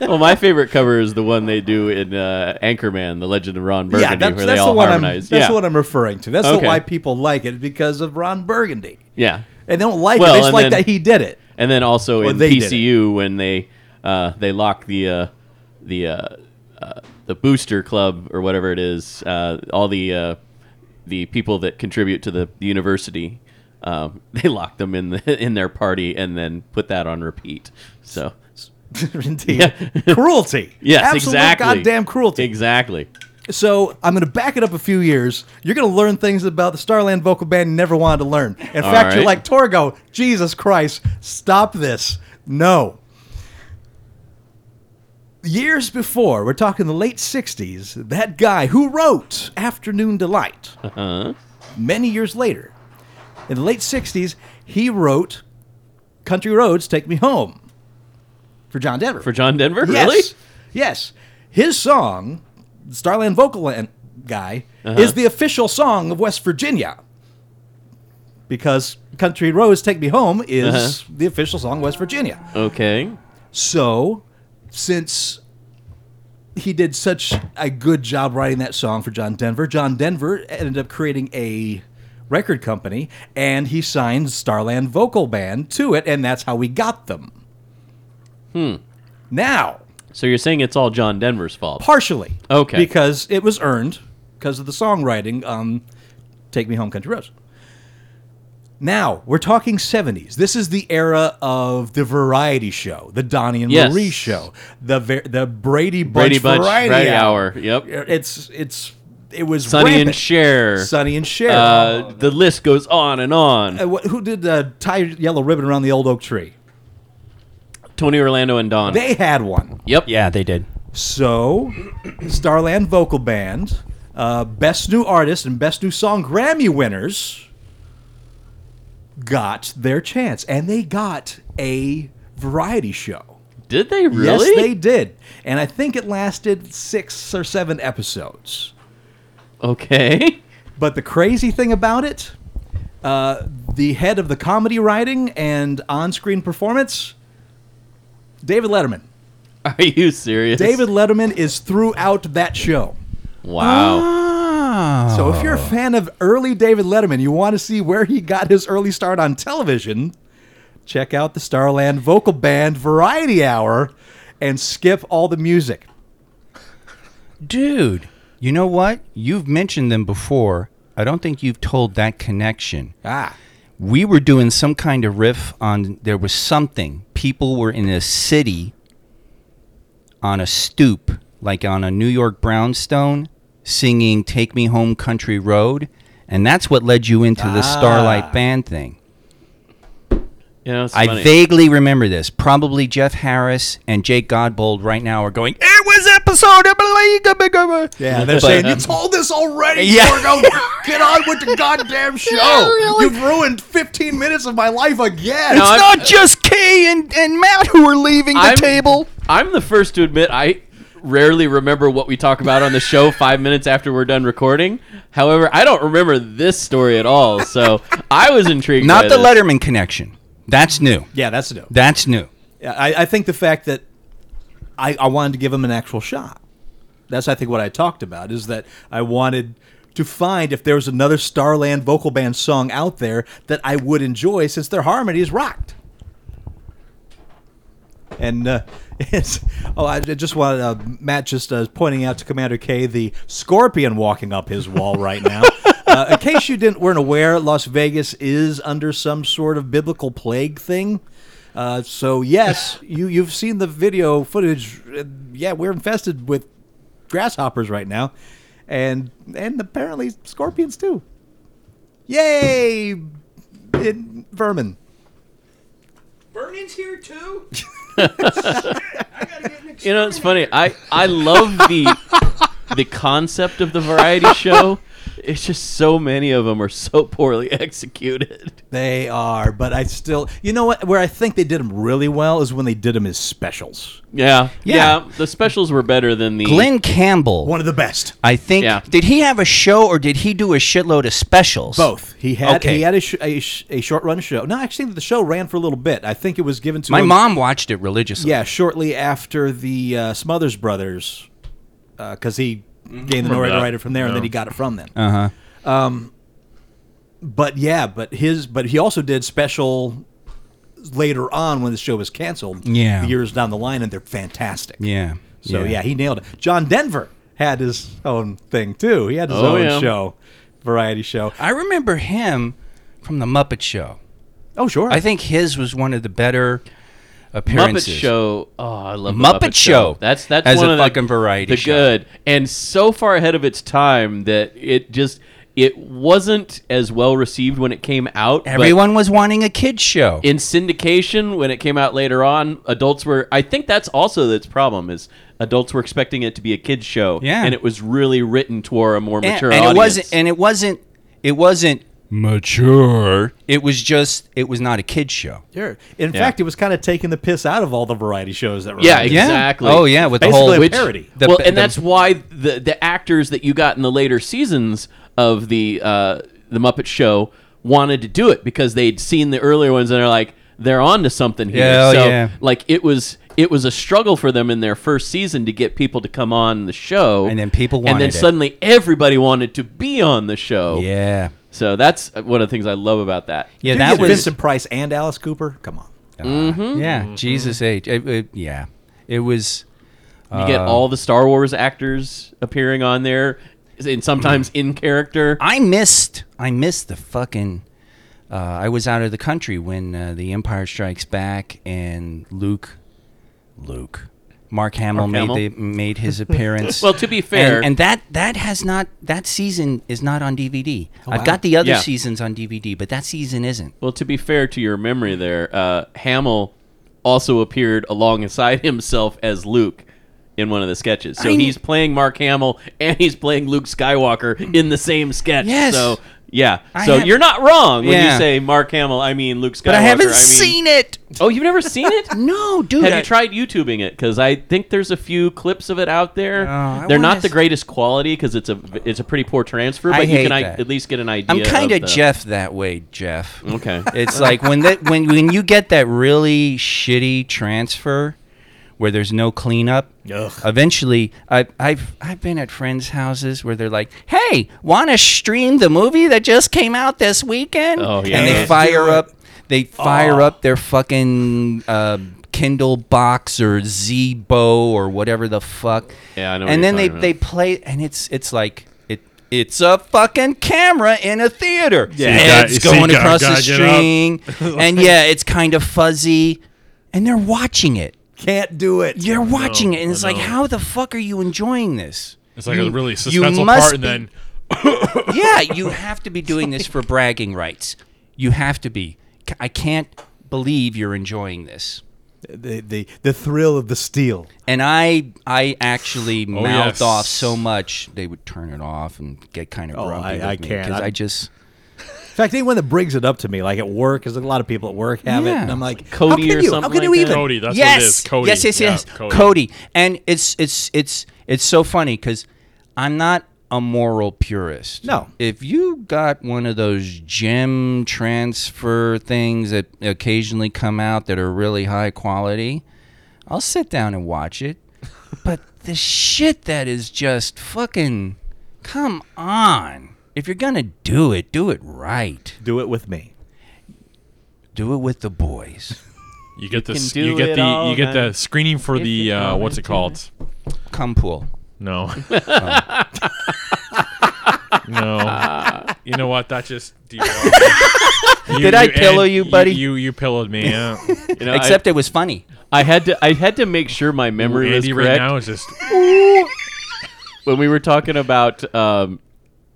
[SPEAKER 5] Well, my favorite cover is the one they do in uh, Anchorman, The Legend of Ron Burgundy,
[SPEAKER 4] yeah, that's,
[SPEAKER 5] where
[SPEAKER 4] that's the
[SPEAKER 5] they all
[SPEAKER 4] one
[SPEAKER 5] harmonize.
[SPEAKER 4] I'm that's
[SPEAKER 5] yeah.
[SPEAKER 4] the one I'm referring to. That's
[SPEAKER 5] Okay.
[SPEAKER 4] the why people like it because of Ron Burgundy.
[SPEAKER 5] yeah.
[SPEAKER 4] And they don't like
[SPEAKER 5] Well,
[SPEAKER 4] it. They just
[SPEAKER 5] and
[SPEAKER 4] like
[SPEAKER 5] then-
[SPEAKER 4] that he did it.
[SPEAKER 5] And then also in
[SPEAKER 4] they did it.
[SPEAKER 5] PCU when they uh, they lock the uh, the uh, uh, the booster club or whatever it is, uh, all the uh, the people that contribute to the, the university, um, they lock them in the, in their party and then put that on repeat. So
[SPEAKER 4] Indeed. Cruelty.
[SPEAKER 5] yes,
[SPEAKER 4] Absolute
[SPEAKER 5] exactly.
[SPEAKER 4] goddamn cruelty.
[SPEAKER 5] Exactly.
[SPEAKER 4] So I'm going to back it up a few years. You're going to learn things about the Starland Vocal Band you never wanted to learn. In
[SPEAKER 5] All
[SPEAKER 4] fact, you're like,
[SPEAKER 5] right.
[SPEAKER 4] Torgo, Jesus Christ, stop this. No. Years before, we're talking the late 60s, that guy who wrote Afternoon Delight,
[SPEAKER 5] Uh-huh.
[SPEAKER 4] many years later, in the late 60s, he wrote Country Roads Take Me Home for John Denver.
[SPEAKER 5] For John Denver,
[SPEAKER 4] Yes.
[SPEAKER 5] really?
[SPEAKER 4] Yes. His song, Starland Vocal and- Guy, is the official song of West Virginia. Because Country Roads Take Me Home is the official song of West Virginia.
[SPEAKER 5] Okay.
[SPEAKER 4] So, since he did such a good job writing that song for John Denver, John Denver ended up creating a record company and he signed Starland Vocal Band to it, and that's how we got them. Hmm. Now,
[SPEAKER 5] So you're saying it's all John Denver's fault?
[SPEAKER 4] partially.
[SPEAKER 5] Okay.
[SPEAKER 4] Because it was earned because of the songwriting. Um, Take me home, country roads. Now we're talking '70s. This is the era of the variety show, the Donnie and
[SPEAKER 5] Yes.
[SPEAKER 4] Marie show, the ver- the Brady Bunch,
[SPEAKER 5] Brady Bunch
[SPEAKER 4] variety,
[SPEAKER 5] Variety
[SPEAKER 4] hour.
[SPEAKER 5] Hour. Yep.
[SPEAKER 4] It's it's it was
[SPEAKER 5] Sonny and
[SPEAKER 4] rampant.
[SPEAKER 5] Cher.
[SPEAKER 4] Sonny and Cher.
[SPEAKER 5] Uh, the list goes on and on.
[SPEAKER 4] Uh, wh- who did uh, tie yellow ribbon around the old oak tree?
[SPEAKER 5] Tony Orlando and Don.
[SPEAKER 4] They had one.
[SPEAKER 5] yep.
[SPEAKER 6] Yeah, they did.
[SPEAKER 4] So, Starland Vocal Band, uh, Best New Artist and Best New Song Grammy winners got their chance, and they got a variety show.
[SPEAKER 5] Did they really?
[SPEAKER 4] Yes, they did, and I think it lasted six or seven episodes.
[SPEAKER 5] Okay.
[SPEAKER 4] But the crazy thing about it, uh, the head of the comedy writing and on-screen performance, David Letterman.
[SPEAKER 5] Are you serious?
[SPEAKER 4] David Letterman is throughout that show. uh,
[SPEAKER 5] Wow.
[SPEAKER 4] So
[SPEAKER 5] Oh.
[SPEAKER 4] if you're a fan of early David Letterman, you want to see where he got his early start on television, check out the Starland Vocal Band Variety Hour and skip all the music.
[SPEAKER 6] Dude, you know what? You've mentioned them before. I don't think you've told that connection.
[SPEAKER 4] Ah.
[SPEAKER 6] We were doing some kind of riff on there was something. People were in a city on a stoop, like on a New York brownstone, singing Take Me Home Country Road. And that's what led you into the Starlight Band thing.
[SPEAKER 5] You know, it's
[SPEAKER 6] I
[SPEAKER 5] funny.
[SPEAKER 6] vaguely remember this. Probably Jeff Harris and Jake Godbold right now are going, It was episode.
[SPEAKER 4] Yeah, they're
[SPEAKER 5] But,
[SPEAKER 4] saying
[SPEAKER 5] um,
[SPEAKER 4] you told this already.
[SPEAKER 6] Yeah.
[SPEAKER 4] Torgo. Get on with the goddamn show. You've ruined 15 minutes of my life again.
[SPEAKER 5] No,
[SPEAKER 6] It's
[SPEAKER 5] I'm-
[SPEAKER 6] not just Kay and, and Matt who are leaving the
[SPEAKER 5] I'm-
[SPEAKER 6] table.
[SPEAKER 5] I'm the first to admit I rarely remember what we talk about on the show five minutes after we're done recording. However, I don't remember this story at all, so I was intrigued. by
[SPEAKER 6] Not the
[SPEAKER 5] this.
[SPEAKER 6] Letterman connection. That's new.
[SPEAKER 4] yeah, that's no.
[SPEAKER 6] That's new.
[SPEAKER 4] Yeah, I, I think the fact that I, I wanted to give him an actual shot. That's I think what I talked about is that I wanted to find if there was another Starland vocal band song out there that I would enjoy since their harmonies rocked. And uh, it's, oh, I ju- just wanted uh, Matt just uh, pointing out to Commander K the scorpion walking up his wall right now. uh, in case you didn't weren't aware, Las Vegas is under some sort of biblical plague thing. Uh, so yes, you you've seen the video footage. Uh, Yeah, we're infested with grasshoppers right now, and and apparently scorpions too. Yay! In vermin.
[SPEAKER 6] Vernon's here too.
[SPEAKER 5] You know, it's funny. I I love the the concept of the variety show. It's just so many of them are so poorly executed.
[SPEAKER 4] They are, but I still, you know what? Where I think they did them really well is when they did them as specials.
[SPEAKER 5] Yeah,
[SPEAKER 6] Yeah.
[SPEAKER 5] The specials were better than the
[SPEAKER 6] Glenn Campbell.
[SPEAKER 4] One of the best.
[SPEAKER 6] I think.
[SPEAKER 5] Yeah.
[SPEAKER 6] Did he have a show or did he do a shitload of specials?
[SPEAKER 4] Both. He had
[SPEAKER 6] Okay.
[SPEAKER 4] he had a, sh- a, sh- a short run show. No, actually, the show ran for a little bit. I think it was given to
[SPEAKER 6] My
[SPEAKER 4] him-
[SPEAKER 6] mom watched it religiously.
[SPEAKER 4] Yeah, shortly after the uh, Smothers Brothers, because he gained the
[SPEAKER 3] Remember that.
[SPEAKER 4] Norwegian writer from there, and then
[SPEAKER 3] Yeah.
[SPEAKER 4] he got it from them. Uh huh. Um,
[SPEAKER 6] Uh-huh.
[SPEAKER 4] but yeah, but his but he also did special later on when the show was canceled.
[SPEAKER 6] Yeah.
[SPEAKER 4] years down the line, and they're fantastic.
[SPEAKER 6] Yeah.
[SPEAKER 4] So yeah. he nailed it. John Denver had his own thing too. He had his
[SPEAKER 5] Oh,
[SPEAKER 4] own
[SPEAKER 5] yeah.
[SPEAKER 4] show, variety show.
[SPEAKER 6] I remember him from the Muppet Show.
[SPEAKER 4] Oh sure,
[SPEAKER 6] I think his was one of the better
[SPEAKER 5] Muppet
[SPEAKER 6] appearances.
[SPEAKER 5] Show. Oh, I love the
[SPEAKER 6] Muppet
[SPEAKER 5] Muppet
[SPEAKER 6] Show.
[SPEAKER 5] Show. That's that's
[SPEAKER 6] As
[SPEAKER 5] one
[SPEAKER 6] a
[SPEAKER 5] of the-
[SPEAKER 6] fucking variety
[SPEAKER 5] The
[SPEAKER 6] show.
[SPEAKER 5] good and so far ahead of its time that it just it wasn't as well received when it came out. but
[SPEAKER 6] Everyone was wanting a kids show.
[SPEAKER 5] in syndication when it came out later on, adults were. I think that's also its problem is adults were expecting it to be a kids show.
[SPEAKER 6] Yeah.
[SPEAKER 5] and it was really written toward a more mature
[SPEAKER 6] and,
[SPEAKER 5] audience.
[SPEAKER 6] it wasn't and it wasn't it wasn't mature it was just it was not a kids show
[SPEAKER 4] sure. In fact, it was kind of taking the piss out of all the variety shows that were.
[SPEAKER 5] yeah,
[SPEAKER 4] out there.
[SPEAKER 5] exactly.
[SPEAKER 6] oh yeah with the whole
[SPEAKER 4] Basically a parody.
[SPEAKER 6] the-
[SPEAKER 5] well,
[SPEAKER 6] the-
[SPEAKER 5] and that's why the the actors that you got in the later seasons of the uh, the Muppet Show wanted to do it because they'd seen the earlier ones and they're like they're on to something here.
[SPEAKER 6] Yeah, oh,
[SPEAKER 5] so
[SPEAKER 6] yeah.
[SPEAKER 5] like it was it was a struggle for them in their first season to get people to come on the show,
[SPEAKER 6] And then people
[SPEAKER 5] and
[SPEAKER 6] wanted
[SPEAKER 5] then
[SPEAKER 6] it.
[SPEAKER 5] suddenly everybody wanted to be on the show.
[SPEAKER 6] yeah
[SPEAKER 5] So that's one of the things I love about that.
[SPEAKER 6] yeah
[SPEAKER 4] Dude, you
[SPEAKER 6] that
[SPEAKER 4] get
[SPEAKER 6] was Hmm.
[SPEAKER 4] Vincent Price and Alice Cooper. Come on.
[SPEAKER 6] yeah jesus age It- it- yeah it was
[SPEAKER 5] You
[SPEAKER 6] Uh.
[SPEAKER 5] get all the Star Wars actors appearing on there, and sometimes
[SPEAKER 6] Mm.
[SPEAKER 5] in character.
[SPEAKER 6] i missed i missed the fucking uh, i was out of the country when uh, the empire strikes back and luke luke mark hamill,
[SPEAKER 5] Hamill?
[SPEAKER 6] made the, made his appearance
[SPEAKER 5] Well, to be fair-
[SPEAKER 6] and, and that that has not that season is not on dvd i've got the other
[SPEAKER 5] Yeah.
[SPEAKER 6] seasons on dvd but that season isn't
[SPEAKER 5] Well, to be fair to your memory there, uh, Hamill also appeared alongside himself as Luke in one of the sketches. So
[SPEAKER 6] I kn-
[SPEAKER 5] he's playing Mark Hamill and he's playing Luke Skywalker in the same sketch.
[SPEAKER 6] Yes.
[SPEAKER 5] So yeah.
[SPEAKER 6] I
[SPEAKER 5] so
[SPEAKER 6] have-
[SPEAKER 5] you're not wrong when
[SPEAKER 6] Yeah.
[SPEAKER 5] you say Mark Hamill. I mean Luke Skywalker.
[SPEAKER 6] but i haven't
[SPEAKER 5] mean-
[SPEAKER 6] seen it
[SPEAKER 5] Oh, you've never seen it?
[SPEAKER 6] no dude
[SPEAKER 5] Have
[SPEAKER 6] I-
[SPEAKER 5] you tried YouTubing it? Because I think there's a few clips of it out there.
[SPEAKER 6] I
[SPEAKER 5] They're
[SPEAKER 6] wanna
[SPEAKER 5] not the
[SPEAKER 6] s-
[SPEAKER 5] greatest quality because it's a it's a pretty poor transfer,
[SPEAKER 6] I
[SPEAKER 5] but you
[SPEAKER 6] hate
[SPEAKER 5] can I,
[SPEAKER 6] that.
[SPEAKER 5] at least get an idea.
[SPEAKER 6] i'm kind of
[SPEAKER 5] the-
[SPEAKER 6] jeff that way jeff
[SPEAKER 5] Okay.
[SPEAKER 6] It's like when that when when you get that really shitty transfer where there's no cleanup. Eventually, I, I've I've been at friends' houses where they're like, "Hey, want to stream the movie that just came out this weekend?"
[SPEAKER 5] Oh, yeah.
[SPEAKER 6] and they
[SPEAKER 5] Can't
[SPEAKER 6] fire up. They fire up their fucking uh, Kindle box or Zebo or whatever the fuck.
[SPEAKER 5] Yeah, I know what
[SPEAKER 6] And
[SPEAKER 5] you're
[SPEAKER 6] then they,
[SPEAKER 5] talking
[SPEAKER 6] they
[SPEAKER 5] about.
[SPEAKER 6] play, and it's it's like it it's a fucking camera in a theater. Yeah,
[SPEAKER 3] you got-
[SPEAKER 6] it's
[SPEAKER 3] so you
[SPEAKER 6] going
[SPEAKER 3] got-
[SPEAKER 6] across the
[SPEAKER 3] gotta get up.
[SPEAKER 6] string, and yeah, it's kind of fuzzy, and they're watching it.
[SPEAKER 4] Can't do it.
[SPEAKER 6] You're watching it, and
[SPEAKER 3] I
[SPEAKER 6] it's like,
[SPEAKER 3] know.
[SPEAKER 6] how the fuck are you enjoying this?
[SPEAKER 3] It's like
[SPEAKER 6] You-
[SPEAKER 3] a really
[SPEAKER 6] you
[SPEAKER 3] suspenseful
[SPEAKER 6] must
[SPEAKER 3] part, and
[SPEAKER 6] be-
[SPEAKER 3] then
[SPEAKER 6] yeah, you have to be doing this for bragging rights. You have to be. C- I can't believe you're enjoying this.
[SPEAKER 4] The, the, the thrill of the steal.
[SPEAKER 6] And I, I actually mouthed
[SPEAKER 3] Oh, yes.
[SPEAKER 6] off so much they would turn it off and get kind of grumpy
[SPEAKER 4] Oh, I-
[SPEAKER 6] with
[SPEAKER 4] I
[SPEAKER 6] me
[SPEAKER 4] can't.
[SPEAKER 6] because
[SPEAKER 4] I'm-
[SPEAKER 6] I just
[SPEAKER 4] In fact, anyone that brings it up to me, like at work, because a lot of people at work have it,
[SPEAKER 6] Yeah.
[SPEAKER 4] and I'm like,
[SPEAKER 5] Cody
[SPEAKER 4] how can
[SPEAKER 5] or
[SPEAKER 4] you?
[SPEAKER 5] something
[SPEAKER 4] How can
[SPEAKER 5] like
[SPEAKER 4] you
[SPEAKER 5] that?
[SPEAKER 4] even?
[SPEAKER 3] Cody. That's
[SPEAKER 6] yes,
[SPEAKER 3] what it is. Cody.
[SPEAKER 6] yes, yes,
[SPEAKER 3] Yeah,
[SPEAKER 6] yes, Cody.
[SPEAKER 3] Cody.
[SPEAKER 6] And it's it's it's it's so funny because I'm not a moral purist.
[SPEAKER 4] No.
[SPEAKER 6] if you got one of those gem transfer things that occasionally come out that are really high quality, I'll sit down and watch it. but the shit that is just fucking, come on. If you're gonna do it, do it right.
[SPEAKER 4] Do it with me.
[SPEAKER 6] Do it with the boys.
[SPEAKER 3] You get the
[SPEAKER 5] can
[SPEAKER 3] s-
[SPEAKER 5] do
[SPEAKER 3] you get
[SPEAKER 5] it
[SPEAKER 3] the
[SPEAKER 5] all
[SPEAKER 3] you get the
[SPEAKER 5] night
[SPEAKER 3] screening for
[SPEAKER 5] if
[SPEAKER 3] the
[SPEAKER 5] you
[SPEAKER 3] uh,
[SPEAKER 5] wanna
[SPEAKER 3] what's it
[SPEAKER 5] do
[SPEAKER 3] called?
[SPEAKER 6] Come pool.
[SPEAKER 3] No. no. You know what? That just derailed me. You-
[SPEAKER 6] Did I pillow
[SPEAKER 3] and
[SPEAKER 6] you, buddy?
[SPEAKER 3] You you, pillowed me. Yeah.
[SPEAKER 5] You know,
[SPEAKER 6] Except it was funny.
[SPEAKER 5] I, I had to I had to make sure my memory was
[SPEAKER 3] Andy
[SPEAKER 5] correct
[SPEAKER 3] right now is just
[SPEAKER 5] when we were talking about um,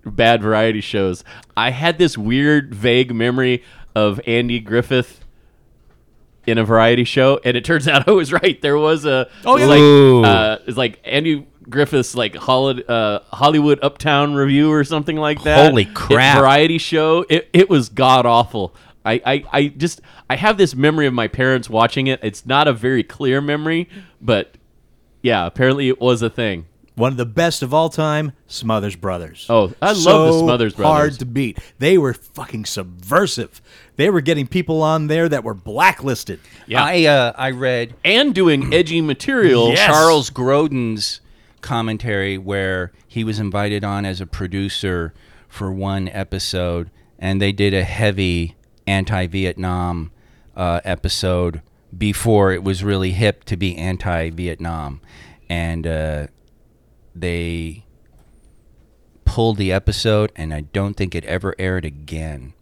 [SPEAKER 5] bad variety shows. I had this weird vague memory of Andy Griffith in a variety show, and it turns out I was right. There was a oh
[SPEAKER 6] yeah.
[SPEAKER 5] like
[SPEAKER 6] Ooh.
[SPEAKER 5] uh, it's like Andy. Griffith's like Holly, uh, Hollywood Uptown Review or something like that.
[SPEAKER 6] Holy
[SPEAKER 5] It-
[SPEAKER 6] crap.
[SPEAKER 5] variety show. It, it was god awful. I, I, I just I have this memory of my parents watching it. It's not a very clear memory, but yeah, apparently it was a thing.
[SPEAKER 4] One of the best of all time, Smothers Brothers.
[SPEAKER 5] Oh, I love the
[SPEAKER 4] So
[SPEAKER 5] Smothers Brothers.
[SPEAKER 4] Hard to beat. They were fucking subversive. They were getting people on there that were blacklisted.
[SPEAKER 5] Yeah.
[SPEAKER 6] I uh, I read
[SPEAKER 5] and doing edgy material.
[SPEAKER 6] Charles Grodin's commentary where he was invited on as a producer for one episode, and they did a heavy anti-Vietnam uh, episode before it was really hip to be anti-Vietnam, and uh, they pulled the episode, and I don't think it ever aired again.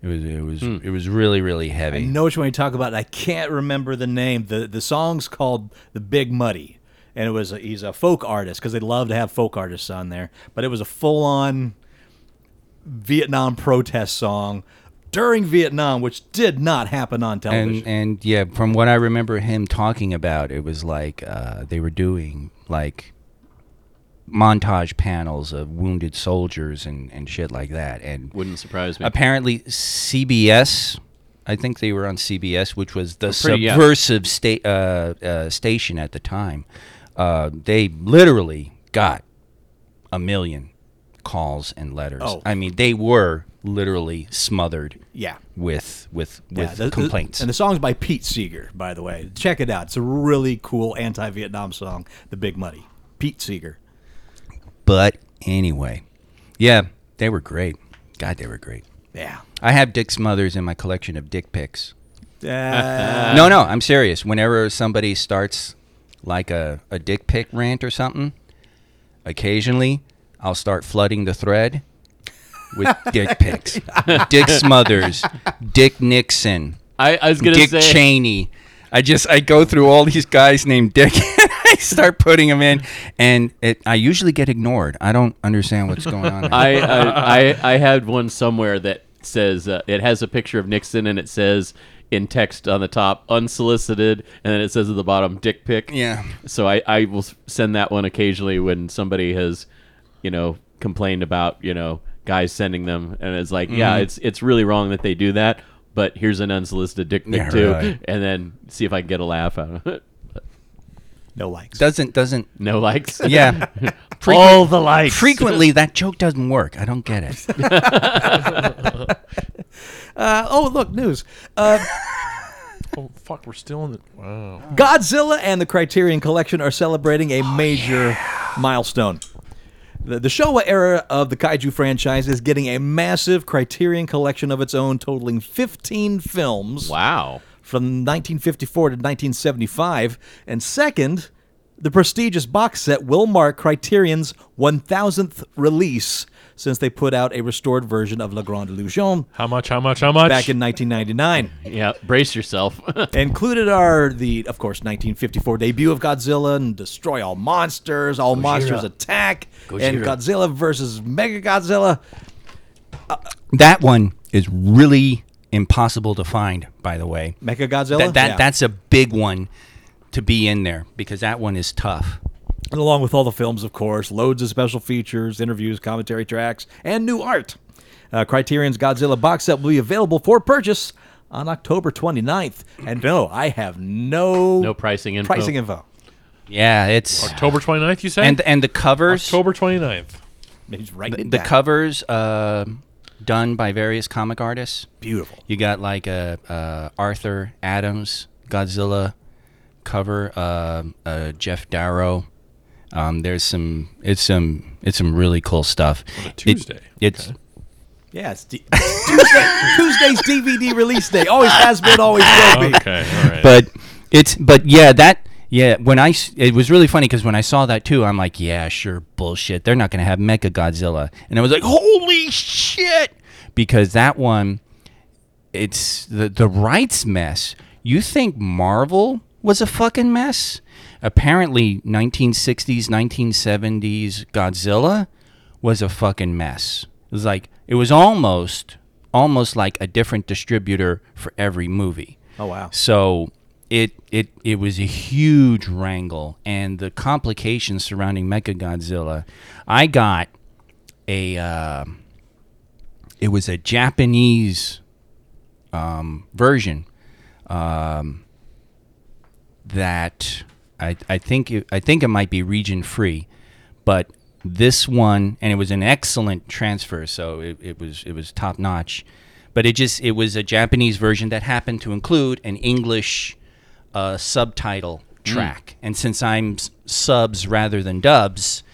[SPEAKER 6] It was it was it was really really heavy.
[SPEAKER 4] I know which one you talk about. and I can't remember the name. the The song's called "The Big Muddy," and it was a, he's a folk artist because they love to have folk artists on there. But it was a full on Vietnam protest song during Vietnam, which did not happen on television.
[SPEAKER 6] and and yeah, from what I remember him talking about, it was like uh, they were doing like montage panels of wounded soldiers and and shit like that. And
[SPEAKER 5] Wouldn't surprise me.
[SPEAKER 6] apparently CBS, I think they were on CBS, which was the
[SPEAKER 5] pretty young.
[SPEAKER 6] subversive sta- uh, uh, station at the time. Uh, they literally got a million calls and letters.
[SPEAKER 4] Oh.
[SPEAKER 6] I mean, they were literally smothered.
[SPEAKER 4] Yeah.
[SPEAKER 6] With with
[SPEAKER 4] Yeah,
[SPEAKER 6] with
[SPEAKER 4] the- the-
[SPEAKER 6] complaints.
[SPEAKER 4] and the song's by Pete Seeger, by the way. Check it out. It's a really cool anti-Vietnam song, "The Big Muddy." Pete Seeger.
[SPEAKER 6] But anyway, yeah, they were great. God, they were great.
[SPEAKER 4] Yeah.
[SPEAKER 6] I have Dick Smothers in my collection of dick pics.
[SPEAKER 4] Uh,
[SPEAKER 6] no, no, I'm serious. Whenever somebody starts like a, a dick pic rant or something, occasionally I'll start flooding the thread with dick pics. Dick Smothers, Dick Nixon,
[SPEAKER 5] I, I was gonna
[SPEAKER 6] Dick
[SPEAKER 5] say
[SPEAKER 6] Cheney. I just I go through all these guys named Dick. and I start putting them in, and it, I usually get ignored. I don't understand what's going on. there.
[SPEAKER 5] I, I, I I had one somewhere that says uh, it has a picture of Nixon and it says in text on the top unsolicited and then it says at the bottom dick pic.
[SPEAKER 6] Yeah.
[SPEAKER 5] So I I will s- send that one occasionally when somebody has you know complained about you know guys sending them and it's like yeah
[SPEAKER 6] Mm-hmm.
[SPEAKER 5] it's it's really wrong that they do that but here's an unsolicited dick pic
[SPEAKER 6] Yeah,
[SPEAKER 5] too
[SPEAKER 6] right.
[SPEAKER 5] and then see if I can get a laugh out of it.
[SPEAKER 4] no likes.
[SPEAKER 6] doesn't doesn't
[SPEAKER 5] No likes.
[SPEAKER 6] yeah
[SPEAKER 5] All the likes.
[SPEAKER 6] frequently that joke doesn't work i don't get it
[SPEAKER 4] Uh, oh, look, news.
[SPEAKER 3] oh fuck, we're still in the wow.
[SPEAKER 4] Oh, Godzilla and the Criterion Collection are celebrating a major milestone. The, the Showa era of the kaiju franchise is getting a massive Criterion collection of its own, totaling 15 films
[SPEAKER 5] Wow.
[SPEAKER 4] from 1954 to 1975. And second, the prestigious box set will mark Criterion's 1000th release since they put out a restored version of La Grande Illusion
[SPEAKER 3] How much? How much? How much?
[SPEAKER 4] back in 1999.
[SPEAKER 5] Yeah. Brace yourself.
[SPEAKER 4] Included are the, of course, 1954 debut of Godzilla and Destroy All Monsters, All Monsters Attack, and
[SPEAKER 5] Gojira.
[SPEAKER 4] Godzilla versus Mega Godzilla.
[SPEAKER 6] That one is really impossible to find, by the way.
[SPEAKER 4] Mega Godzilla?
[SPEAKER 6] That, that
[SPEAKER 4] Yeah.
[SPEAKER 6] that's a big one to be in there because that one is tough.
[SPEAKER 4] And along with all the films, of course, loads of special features, interviews, commentary tracks, and new art. Uh, Criterion's Godzilla box set will be available for purchase on October 29th. And no, I have no,
[SPEAKER 5] No pricing info.
[SPEAKER 4] pricing info.
[SPEAKER 6] Yeah, it's
[SPEAKER 3] October 29th, you said?
[SPEAKER 6] and and the covers
[SPEAKER 3] October 29th.
[SPEAKER 4] He's writing
[SPEAKER 6] the
[SPEAKER 4] it down.
[SPEAKER 6] covers uh, done by various comic artists.
[SPEAKER 4] Beautiful.
[SPEAKER 6] You got like a, uh Arthur Adams Godzilla cover, uh, uh, Jeff Darrow. Um, there's some it's some it's some really cool stuff.
[SPEAKER 3] a
[SPEAKER 6] It-
[SPEAKER 3] Tuesday.
[SPEAKER 6] it's
[SPEAKER 3] Okay.
[SPEAKER 4] Yeah, it's D- Tuesday, Tuesday's DVD release day. Always has been, always will be.
[SPEAKER 3] Okay, all right.
[SPEAKER 6] but it's but yeah that yeah when I s- it was really funny because when I saw that too I'm like yeah sure bullshit they're not gonna have Mecha Godzilla and I was like holy shit because that one it's the the rights mess you think Marvel was a fucking mess apparently 1960s 1970s Godzilla was a fucking mess it was like it was almost almost like a different distributor for every movie
[SPEAKER 4] Oh, wow.
[SPEAKER 6] so it it it was a huge wrangle, and the complications surrounding Mechagodzilla. I got a uh, it was a Japanese um, version um, that I I think it, I think it might be region free, but this one and it was an excellent transfer, so it, it was it was top notch. But it just it was a Japanese version that happened to include an English uh, subtitle track, and since I'm s- subs rather than dubs.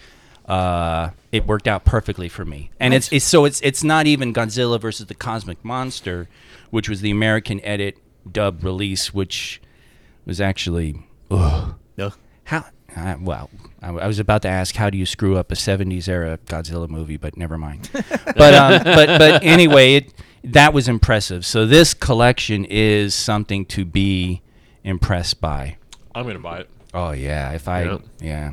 [SPEAKER 6] Uh, it worked out perfectly for me, and it's, it's so it's it's not even Godzilla versus the Cosmic Monster, which was the American edit dub release, which was actually how? Uh, well, I, I was about to ask how do you screw up a '70s era Godzilla movie, but never mind. but um, but but anyway, it, that was impressive. So this collection is something to be impressed by.
[SPEAKER 3] I'm going to buy it.
[SPEAKER 6] Oh yeah, if I
[SPEAKER 3] Yeah.
[SPEAKER 6] yeah.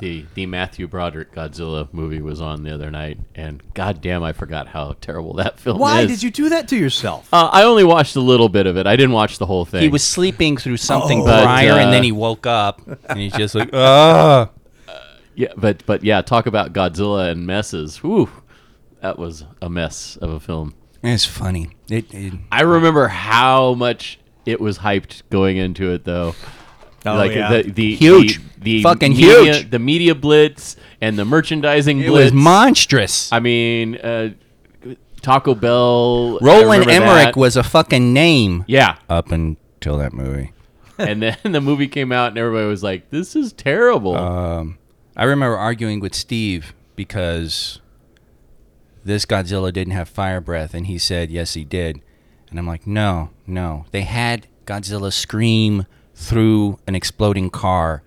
[SPEAKER 5] the the Matthew Broderick Godzilla movie was on the other night, and goddamn, I forgot how terrible that film
[SPEAKER 4] Why
[SPEAKER 5] is.
[SPEAKER 4] did you do that to yourself?
[SPEAKER 5] Uh, I only watched a little bit of it. I didn't watch the whole thing.
[SPEAKER 6] He was sleeping through something
[SPEAKER 5] But,
[SPEAKER 6] prior, and
[SPEAKER 5] uh,
[SPEAKER 6] then he woke up, and he's just like, ah.
[SPEAKER 5] yeah, but but yeah, talk about Godzilla and messes. Whew, that was a mess of a film.
[SPEAKER 6] It's funny. It, it
[SPEAKER 5] I remember how much it was hyped going into it, though. like
[SPEAKER 4] Oh, yeah.
[SPEAKER 5] the, the
[SPEAKER 6] Oh, Huge.
[SPEAKER 5] the, the
[SPEAKER 6] Fucking
[SPEAKER 5] media,
[SPEAKER 6] huge.
[SPEAKER 5] the media blitz and the merchandising
[SPEAKER 6] it
[SPEAKER 5] blitz.
[SPEAKER 6] was monstrous.
[SPEAKER 5] I mean, uh, Taco Bell. I
[SPEAKER 6] Roland
[SPEAKER 5] remember
[SPEAKER 6] Emmerich
[SPEAKER 5] that.
[SPEAKER 6] was a fucking name.
[SPEAKER 5] Yeah,
[SPEAKER 6] Up until that movie.
[SPEAKER 5] and then the movie came out, and everybody was like, "This is terrible."
[SPEAKER 4] Uh,
[SPEAKER 6] I remember arguing with Steve because this Godzilla didn't have fire breath, and he said, Yes, he did. And I'm like, No, no. They had Godzilla scream through an exploding car.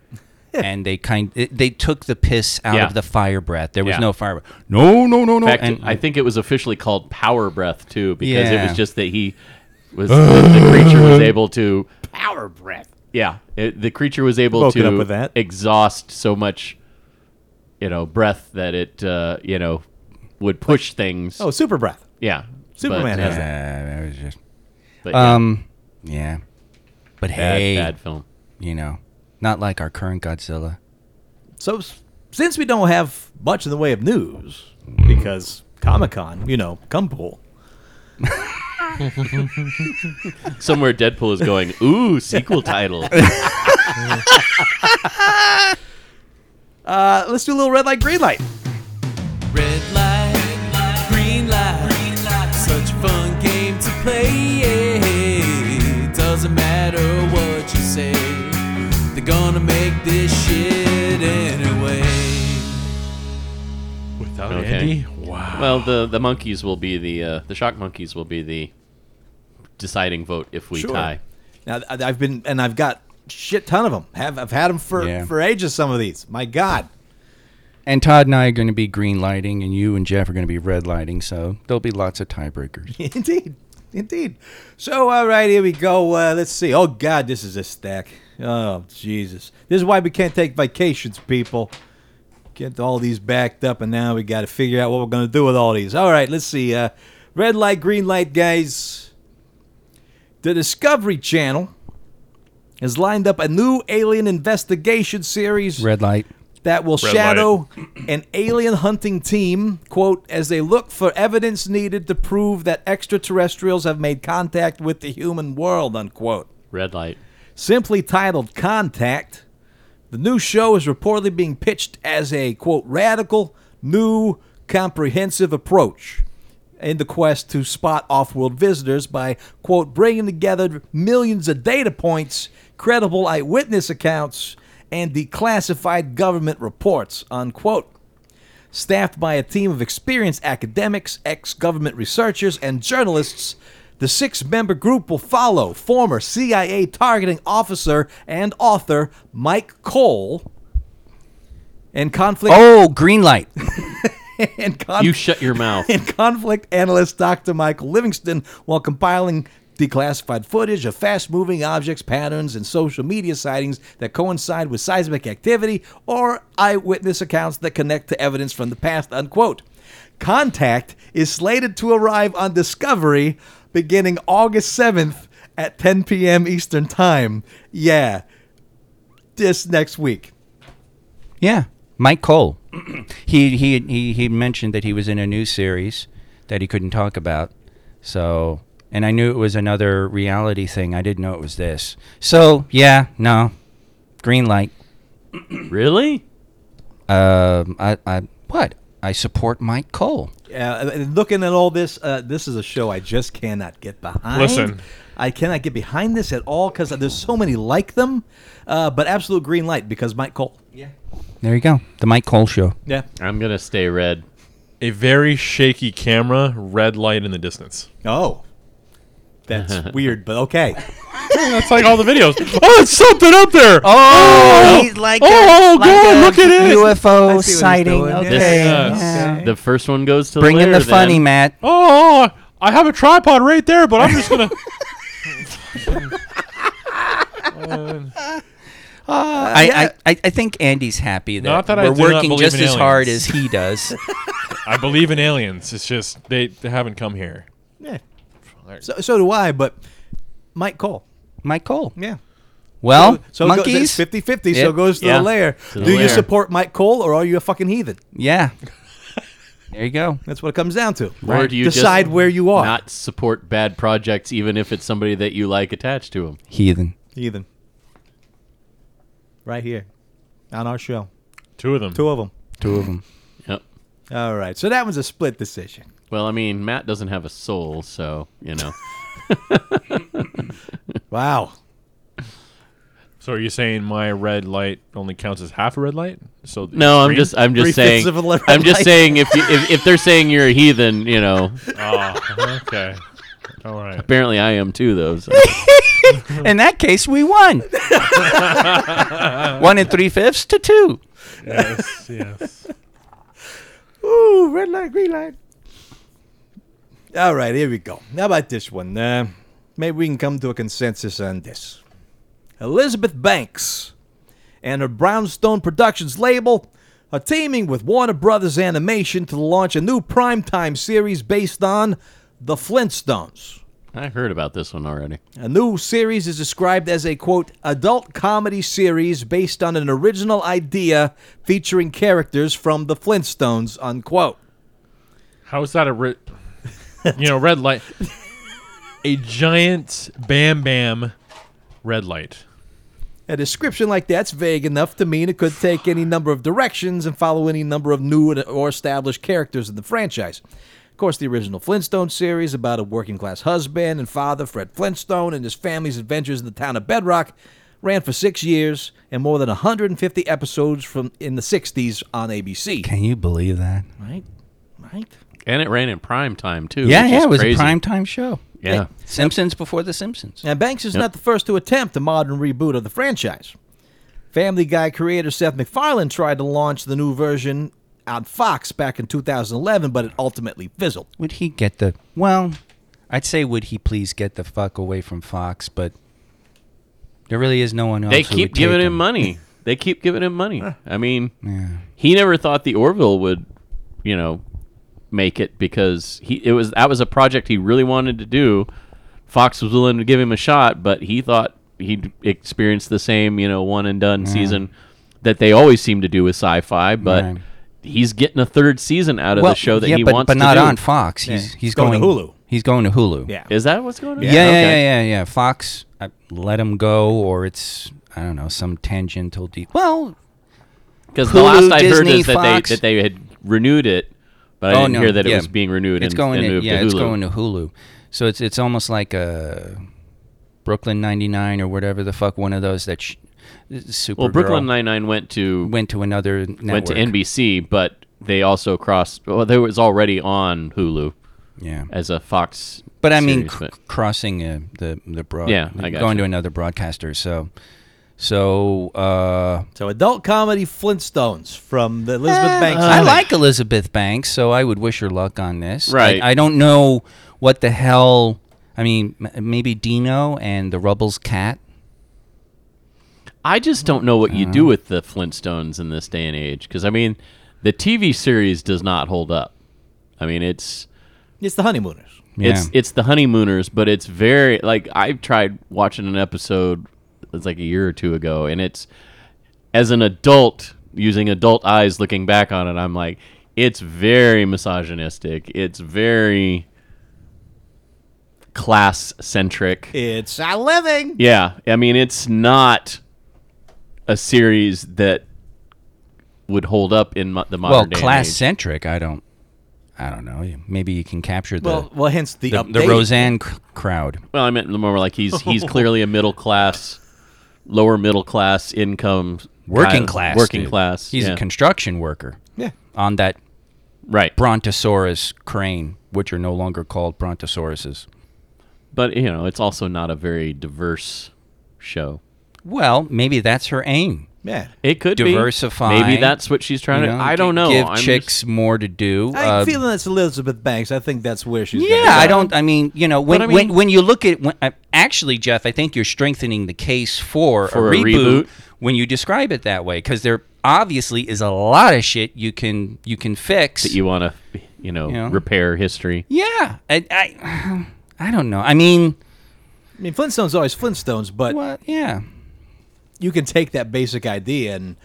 [SPEAKER 6] and they kind it, they took the piss out
[SPEAKER 5] Yeah.
[SPEAKER 6] of the fire breath. There was
[SPEAKER 5] Yeah.
[SPEAKER 6] no fire breath. No, no, no,
[SPEAKER 5] In
[SPEAKER 6] no.
[SPEAKER 5] fact,
[SPEAKER 6] and
[SPEAKER 5] I think it was officially called Power Breath too, because it
[SPEAKER 6] Yeah.
[SPEAKER 5] was just that he was the, the creature was able to Power Breath. Yeah, it, the creature was able
[SPEAKER 4] Woken
[SPEAKER 5] to
[SPEAKER 4] up with that.
[SPEAKER 5] exhaust so much, you know, breath that it, uh, you know, would push things.
[SPEAKER 4] oh, Super Breath.
[SPEAKER 5] yeah,
[SPEAKER 4] Superman
[SPEAKER 5] but,
[SPEAKER 4] has
[SPEAKER 5] uh,
[SPEAKER 4] that.
[SPEAKER 6] Yeah, that was just
[SPEAKER 5] but yeah,
[SPEAKER 6] um, yeah. But
[SPEAKER 5] bad,
[SPEAKER 6] hey,
[SPEAKER 5] bad film.
[SPEAKER 6] you know, not like our current Godzilla.
[SPEAKER 4] So s- since we don't have much in the way of news, because Comic Con, you know, come pool.
[SPEAKER 5] Somewhere Deadpool is going. Ooh, sequel title.
[SPEAKER 4] Uh, let's do a little red light, green light.
[SPEAKER 2] Red light, green light, such a fun game to play. Doesn't matter what you say, they're gonna make this shit anyway.
[SPEAKER 3] Without
[SPEAKER 5] Okay.
[SPEAKER 3] Andy? Wow.
[SPEAKER 5] Well, the the monkeys will be the uh, the shock monkeys will be the deciding vote if we tie.
[SPEAKER 4] Now th- I've been and I've got shit ton of them. Have I've had them for
[SPEAKER 6] Yeah.
[SPEAKER 4] for ages. Some of these, my God.
[SPEAKER 6] And Todd and I are going to be green lighting, and you and Jeff are going to be red lighting. So there'll be lots of tiebreakers.
[SPEAKER 4] Indeed. Indeed. So, all right, here we go. Uh, let's see. Oh, God, this is a stack. Oh, Jesus. This is why we can't take vacations, people. Get all these backed up, and now we got to figure out what we're going to do with all these. All right, let's see. Uh, red light, green light, guys. The Discovery Channel has lined up a new alien investigation series
[SPEAKER 6] Red light.
[SPEAKER 4] that will
[SPEAKER 3] light.
[SPEAKER 4] shadow an alien hunting team, quote, as they look for evidence needed to prove that extraterrestrials have made contact with the human world, unquote.
[SPEAKER 5] Red light.
[SPEAKER 4] Simply titled Contact, the new show is reportedly being pitched as a, quote, radical, new, comprehensive approach in the quest to spot off world visitors by, quote, bringing together millions of data points, credible eyewitness accounts, and declassified government reports, unquote. Staffed by a team of experienced academics, ex government researchers, and journalists, the six member group will follow former CIA targeting officer and author Mike Cole and conflict
[SPEAKER 6] Oh, green light.
[SPEAKER 4] and conflict
[SPEAKER 5] You shut your mouth.
[SPEAKER 4] and conflict analyst Dr. Michael Livingston while compiling declassified footage of fast moving objects, patterns, and social media sightings that coincide with seismic activity or eyewitness accounts that connect to evidence from the past. Unquote. Contact is slated to arrive on Discovery beginning August 7th at 10 p.m. Eastern Time. Yeah, this next week.
[SPEAKER 6] Yeah, Mike Cole. he, he he he mentioned that he was in a new series that he couldn't talk about. So, and I knew it was another reality thing. I didn't know it was this. So, yeah, no, green light.
[SPEAKER 5] really?
[SPEAKER 6] Um, I, I what? I support Mike Cole.
[SPEAKER 4] Uh, and looking at all this, uh, this is a show I just cannot get behind.
[SPEAKER 3] Listen.
[SPEAKER 4] I cannot get behind this at all because there's so many like them. Uh, but absolute green light because Mike Cole.
[SPEAKER 6] There you go. The Mike Cole show.
[SPEAKER 4] Yeah.
[SPEAKER 5] I'm gonna stay red.
[SPEAKER 3] a very shaky camera, red light in the distance.
[SPEAKER 4] Oh, that's weird, but okay.
[SPEAKER 3] That's like all the videos. oh, it's something up there. Oh,
[SPEAKER 6] he's like
[SPEAKER 3] oh, God, look at it.
[SPEAKER 4] I see what
[SPEAKER 6] UFO
[SPEAKER 4] he's
[SPEAKER 6] sighting.
[SPEAKER 4] doing.
[SPEAKER 6] Okay.
[SPEAKER 3] Yeah.
[SPEAKER 6] yeah.
[SPEAKER 5] The first one goes to
[SPEAKER 6] Bring in
[SPEAKER 5] Lair,
[SPEAKER 6] the funny,
[SPEAKER 5] then.
[SPEAKER 6] Matt.
[SPEAKER 3] oh, I have a tripod right there, but I'm just gonna.
[SPEAKER 6] I, I, I, I think Andy's happy that
[SPEAKER 3] Not that I
[SPEAKER 6] we're
[SPEAKER 3] do not
[SPEAKER 6] working
[SPEAKER 3] believe
[SPEAKER 6] just
[SPEAKER 3] in
[SPEAKER 6] as hard
[SPEAKER 3] aliens.
[SPEAKER 6] as he does.
[SPEAKER 3] I believe in aliens. It's just they, they haven't come here.
[SPEAKER 4] Yeah. So, so do I, but Mike Cole.
[SPEAKER 6] Mike Cole.
[SPEAKER 4] Yeah.
[SPEAKER 6] Well,
[SPEAKER 4] so
[SPEAKER 6] monkeys.
[SPEAKER 4] 50 50, so
[SPEAKER 6] Yeah.
[SPEAKER 4] it goes to
[SPEAKER 5] Yeah.
[SPEAKER 4] the layer.
[SPEAKER 5] To the
[SPEAKER 4] do you
[SPEAKER 5] lair.
[SPEAKER 4] support Mike Cole or are you a fucking heathen?
[SPEAKER 6] yeah. there you go.
[SPEAKER 4] That's what it comes down to.
[SPEAKER 5] Or do you
[SPEAKER 4] Decide
[SPEAKER 5] just
[SPEAKER 4] where you are.
[SPEAKER 5] Not support bad projects, even if it's somebody that you like attached to them.
[SPEAKER 6] Heathen.
[SPEAKER 4] heathen. Right here on our show.
[SPEAKER 3] Two of them.
[SPEAKER 4] Two of them.
[SPEAKER 6] Two of them.
[SPEAKER 5] Yep.
[SPEAKER 4] All right. So that was a split decision.
[SPEAKER 5] Well, I mean, Matt doesn't have a soul, so you know.
[SPEAKER 4] Wow.
[SPEAKER 3] So are you saying my red light only counts as half a red light? So
[SPEAKER 5] No, I'm
[SPEAKER 3] green?
[SPEAKER 5] just, I'm just
[SPEAKER 4] Three-fifths
[SPEAKER 5] saying,
[SPEAKER 4] of a red
[SPEAKER 5] I'm just
[SPEAKER 4] light.
[SPEAKER 5] saying, if, you, if if they're saying you're a heathen, you know,
[SPEAKER 3] Oh, okay. All right.
[SPEAKER 5] apparently I am too, though. so.
[SPEAKER 6] In that case, we won. One and three fifths to two.
[SPEAKER 3] Yes. Yes.
[SPEAKER 4] Ooh, red light, green light. All right, here we go. How about this one? Uh, maybe we can come to a consensus on this. Elizabeth Banks and her Brownstone Productions label are teaming with Warner Brothers Animation to launch a new primetime series based on The Flintstones.
[SPEAKER 5] I heard about this one already.
[SPEAKER 4] A new series is described as a quote adult comedy series based on an original idea featuring characters from the Flintstones unquote.
[SPEAKER 3] How is that a red? You know, red light. A giant bam bam, red light.
[SPEAKER 4] A description like that's vague enough to mean it could take any number of directions and follow any number of new and- or established characters in the franchise. Of course, the original Flintstone series about a working class husband and father, Fred Flintstone, and his family's adventures in the town of Bedrock ran for six years and more than 150 episodes from in the 60s on ABC.
[SPEAKER 6] Can you believe that?
[SPEAKER 4] Right? Right?
[SPEAKER 5] and it ran in prime time too.
[SPEAKER 6] Yeah,
[SPEAKER 5] which
[SPEAKER 6] yeah,
[SPEAKER 5] is
[SPEAKER 6] it was
[SPEAKER 5] crazy.
[SPEAKER 6] a primetime show.
[SPEAKER 5] Yeah,
[SPEAKER 6] Simpsons before the Simpsons.
[SPEAKER 4] Now, Banks is not the first to attempt a modern reboot of the franchise. Family Guy creator Seth MacFarlane tried to launch the new version on Fox back in 2011, but it ultimately fizzled.
[SPEAKER 6] Would he get the well? I'd say would he please get the fuck away from Fox, but there really is no one else.
[SPEAKER 5] they
[SPEAKER 6] who
[SPEAKER 5] keep
[SPEAKER 6] would
[SPEAKER 5] giving
[SPEAKER 6] take
[SPEAKER 5] him money. They keep giving him money. I mean,
[SPEAKER 6] Yeah.
[SPEAKER 5] he never thought the Orville would, you know, make it because he it was that was a project he really wanted to do. Fox was willing to give him a shot, but he thought he'd experience the same, you know, one and done season that they always seem to do with sci-fi, but
[SPEAKER 6] Right.
[SPEAKER 5] he's getting a third season out of
[SPEAKER 6] Well,
[SPEAKER 5] the show that
[SPEAKER 6] yeah,
[SPEAKER 5] he
[SPEAKER 6] but,
[SPEAKER 5] wants
[SPEAKER 6] but
[SPEAKER 5] to
[SPEAKER 6] not
[SPEAKER 5] do.
[SPEAKER 6] on Fox. He's he's
[SPEAKER 4] going to
[SPEAKER 6] going,
[SPEAKER 4] Hulu.
[SPEAKER 6] He's going to Hulu.
[SPEAKER 4] Yeah.
[SPEAKER 5] Is that what's going on?
[SPEAKER 6] Yeah, yeah,
[SPEAKER 5] Okay.
[SPEAKER 6] yeah, yeah, yeah. Fox uh, let him go, or it's I don't know some tangential deep. Well,
[SPEAKER 5] Because the
[SPEAKER 6] Hulu,
[SPEAKER 5] last I heard
[SPEAKER 6] Disney,
[SPEAKER 5] is that
[SPEAKER 6] Fox.
[SPEAKER 5] they that they had renewed it, but I
[SPEAKER 6] oh
[SPEAKER 5] didn't
[SPEAKER 6] no,
[SPEAKER 5] hear that
[SPEAKER 6] yeah.
[SPEAKER 5] it was being renewed
[SPEAKER 6] It's
[SPEAKER 5] and,
[SPEAKER 6] going
[SPEAKER 5] and
[SPEAKER 6] to,
[SPEAKER 5] moved
[SPEAKER 6] yeah,
[SPEAKER 5] to Hulu.
[SPEAKER 6] it's going to Hulu. So it's it's almost like a Brooklyn '99 or whatever the fuck one of those that sh- super
[SPEAKER 5] well, Brooklyn Nine Nine went to went,
[SPEAKER 6] went to another network.
[SPEAKER 5] to NBC, but they also crossed. Well, they was already on Hulu
[SPEAKER 6] Yeah,
[SPEAKER 5] as a Fox.
[SPEAKER 6] but I mean
[SPEAKER 5] series,
[SPEAKER 6] cr-
[SPEAKER 5] but-
[SPEAKER 6] crossing uh, the the broad.
[SPEAKER 5] Yeah, I gotcha.
[SPEAKER 6] going to another broadcaster. So so uh,
[SPEAKER 4] So, adult comedy Flintstones from the Elizabeth Banks.
[SPEAKER 6] Eh, I
[SPEAKER 5] Um,
[SPEAKER 4] novel.
[SPEAKER 6] like Elizabeth Banks, so I would wish her luck on this.
[SPEAKER 5] Right.
[SPEAKER 6] I, I don't know what the hell. I mean, m- maybe Dino and the Rubble's cat.
[SPEAKER 5] I just don't know what you
[SPEAKER 6] Oh.
[SPEAKER 5] do with the Flintstones in this day and age. Because I mean, the TV series does not hold up. I mean, it's
[SPEAKER 4] It's the Honeymooners.
[SPEAKER 5] It's it's the honeymooners, but it's very like I've tried watching an episode it's like a year or two ago, and it's as an adult using adult eyes looking back on it, I'm like, it's very misogynistic. It's very class centric.
[SPEAKER 4] It's a living.
[SPEAKER 5] Yeah, I mean it's not a series that would hold up in mo- the modern
[SPEAKER 6] well,
[SPEAKER 5] day and
[SPEAKER 6] class
[SPEAKER 5] age.
[SPEAKER 6] centric. I don't. I don't know. Maybe you can capture the
[SPEAKER 4] Well, well, hence the
[SPEAKER 6] the, the
[SPEAKER 4] update.
[SPEAKER 6] Roseanne c- crowd.
[SPEAKER 5] Well, I meant more like he's he's clearly a middle class, lower middle class income,
[SPEAKER 6] Working
[SPEAKER 5] guy-
[SPEAKER 6] class.
[SPEAKER 5] working
[SPEAKER 6] dude.
[SPEAKER 5] class.
[SPEAKER 6] He's
[SPEAKER 5] yeah.
[SPEAKER 6] a construction worker.
[SPEAKER 4] Yeah.
[SPEAKER 6] On that
[SPEAKER 5] right,
[SPEAKER 6] Brontosaurus crane, which are no longer called Brontosauruses.
[SPEAKER 5] but you know it's also not a very diverse show.
[SPEAKER 6] Well, maybe that's her aim.
[SPEAKER 4] Yeah.
[SPEAKER 5] It could be.
[SPEAKER 6] Diversify,
[SPEAKER 5] Maybe that's what she's trying
[SPEAKER 6] you
[SPEAKER 5] to.
[SPEAKER 6] know,
[SPEAKER 5] I
[SPEAKER 6] g-
[SPEAKER 5] don't know.
[SPEAKER 6] Give
[SPEAKER 5] I'm
[SPEAKER 6] chicks more to do.
[SPEAKER 4] I'm
[SPEAKER 6] uh,
[SPEAKER 4] feeling that's Elizabeth Banks. I think that's where she's. gonna
[SPEAKER 6] Yeah, I
[SPEAKER 4] go.
[SPEAKER 6] don't. I mean, you know, when
[SPEAKER 5] I
[SPEAKER 6] when,
[SPEAKER 5] mean-
[SPEAKER 6] when you look at when, uh, actually, Jeff, I think you're strengthening the case for,
[SPEAKER 5] For
[SPEAKER 6] a,
[SPEAKER 5] a
[SPEAKER 6] reboot,
[SPEAKER 5] reboot.
[SPEAKER 6] when you describe it that way, because there obviously is a lot of shit you can you can fix.
[SPEAKER 5] Just, you want to, you know,
[SPEAKER 6] Yeah.
[SPEAKER 5] repair history.
[SPEAKER 6] yeah, I, I I don't know. I mean,
[SPEAKER 4] I mean, Flintstones are always Flintstones, but
[SPEAKER 6] well, yeah,
[SPEAKER 4] you can take that basic idea and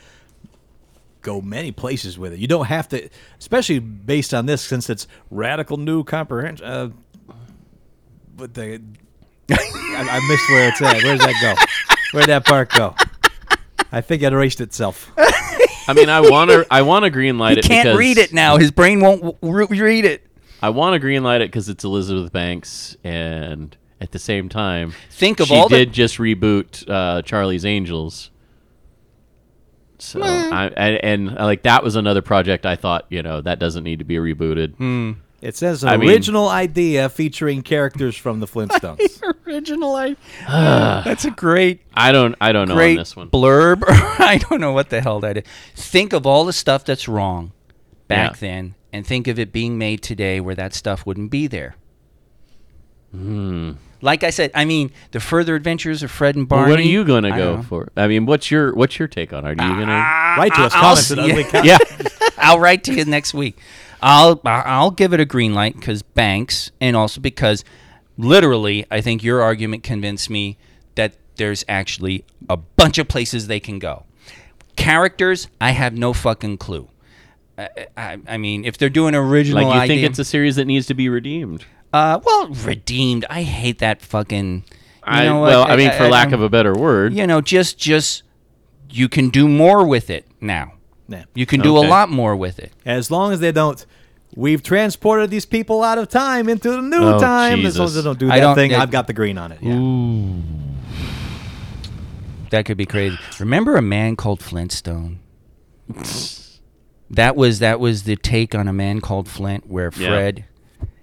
[SPEAKER 4] go many places with it. You don't have to, especially based on this, since it's radical new comprehension. Uh, but the I, I missed where it's at. Where's that go? Where'd that part go? I think it erased itself.
[SPEAKER 5] I mean, I want to. I want to green light
[SPEAKER 6] he
[SPEAKER 5] it.
[SPEAKER 6] can't
[SPEAKER 5] because
[SPEAKER 6] read it now. His brain won't w- re- read it.
[SPEAKER 5] I want to green light it because it's Elizabeth Banks, and at the same time,
[SPEAKER 6] Think of
[SPEAKER 5] she
[SPEAKER 6] all the-
[SPEAKER 5] did just reboot uh, Charlie's Angels. So I, and, and like that was another project I thought you know that doesn't need to be rebooted.
[SPEAKER 6] Hmm.
[SPEAKER 4] It says an
[SPEAKER 5] I mean-
[SPEAKER 4] original idea featuring characters from the Flintstones.
[SPEAKER 6] Original life. That's a great
[SPEAKER 5] I don't I don't know on
[SPEAKER 6] great
[SPEAKER 5] this one.
[SPEAKER 6] blurb. I don't know what the hell that is. Think of all the stuff that's wrong back
[SPEAKER 5] Yeah.
[SPEAKER 6] then, and think of it being made today where that stuff wouldn't be there. Like I said, I mean, the further adventures of Fred and Barney.
[SPEAKER 5] what Hmm. are you gonna
[SPEAKER 6] I
[SPEAKER 5] go
[SPEAKER 6] don't know. Ah.
[SPEAKER 5] for? I mean, what's your what's your take on it? Are you gonna?
[SPEAKER 4] Write to us,
[SPEAKER 6] I'll
[SPEAKER 4] comments
[SPEAKER 6] see
[SPEAKER 4] at
[SPEAKER 6] ya.
[SPEAKER 4] ugly
[SPEAKER 5] Yeah,
[SPEAKER 6] I'll write to you next week. I'll I- I'll give it a green light because Banks, and also because, literally, I think your argument convinced me that there's actually a bunch of places they can go. Characters, I have no fucking clue. I, I, I mean, if they're doing original,
[SPEAKER 5] like you think
[SPEAKER 6] idea-
[SPEAKER 5] it's a series that needs to be redeemed?
[SPEAKER 6] uh, well redeemed. I hate that fucking. You
[SPEAKER 5] I,
[SPEAKER 6] know what?
[SPEAKER 5] well, I, mean, for lack
[SPEAKER 6] I'm-
[SPEAKER 5] of a better word,
[SPEAKER 6] you know, just just you can do more with it now.
[SPEAKER 4] Yeah.
[SPEAKER 6] You can do
[SPEAKER 5] Okay.
[SPEAKER 6] a lot more with it.
[SPEAKER 4] As long as they don't, we've transported these people out of time into the new
[SPEAKER 5] Oh,
[SPEAKER 4] time. As long
[SPEAKER 5] Jesus.
[SPEAKER 4] as they don't do that
[SPEAKER 6] I don't
[SPEAKER 4] thing,
[SPEAKER 6] think-
[SPEAKER 4] I've got the green on it. Yeah.
[SPEAKER 6] that could be crazy. Remember a man called Flintstone? that was that was the take on a man called Flint, where
[SPEAKER 5] Yeah.
[SPEAKER 6] Fred,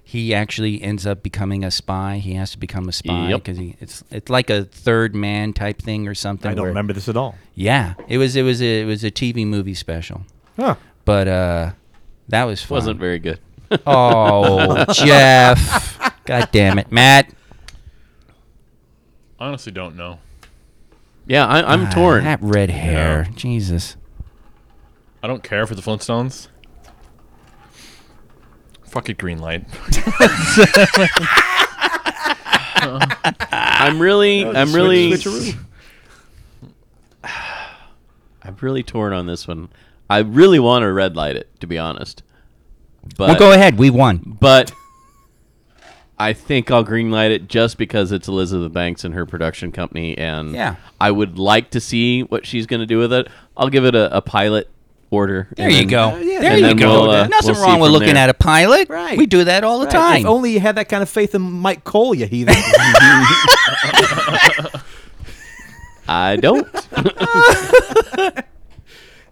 [SPEAKER 6] he actually ends up becoming a spy. He has to become a spy
[SPEAKER 5] Yep.
[SPEAKER 6] because he it's it's like a third man type thing or something.
[SPEAKER 4] I don't
[SPEAKER 6] where-
[SPEAKER 4] remember this at all.
[SPEAKER 6] Yeah, it was it was a, it was a TV movie special,
[SPEAKER 4] Huh.
[SPEAKER 6] but uh, that was fun.
[SPEAKER 5] Wasn't very good.
[SPEAKER 6] Oh, Jeff! God damn it, Matt!
[SPEAKER 3] Honestly, don't know.
[SPEAKER 5] Yeah, I, I'm
[SPEAKER 6] Ah,
[SPEAKER 5] torn.
[SPEAKER 6] That red hair, Jesus!
[SPEAKER 3] I don't care for the Flintstones. Fuck it, green light.
[SPEAKER 5] I'm really, I'm really,
[SPEAKER 4] switcheroo.
[SPEAKER 5] I'm really torn on this one. I really want to red light it, to be honest. But
[SPEAKER 6] well, go ahead. We won.
[SPEAKER 5] but I think I'll greenlight it just because it's Elizabeth Banks and her production company, and
[SPEAKER 6] Yeah.
[SPEAKER 5] I would like to see what she's going to do with it. I'll give it a, a pilot order.
[SPEAKER 6] There
[SPEAKER 5] and
[SPEAKER 6] you
[SPEAKER 5] then- uh,
[SPEAKER 6] go. there
[SPEAKER 5] and
[SPEAKER 6] you
[SPEAKER 5] then
[SPEAKER 6] go.
[SPEAKER 5] we'll, uh,
[SPEAKER 6] Nothing
[SPEAKER 5] we'll see
[SPEAKER 6] wrong with
[SPEAKER 5] from
[SPEAKER 6] looking
[SPEAKER 5] there.
[SPEAKER 6] at a pilot. We do that all the time.
[SPEAKER 4] If only you had that kind of faith in Mike Cole, you heathen.
[SPEAKER 5] I don't.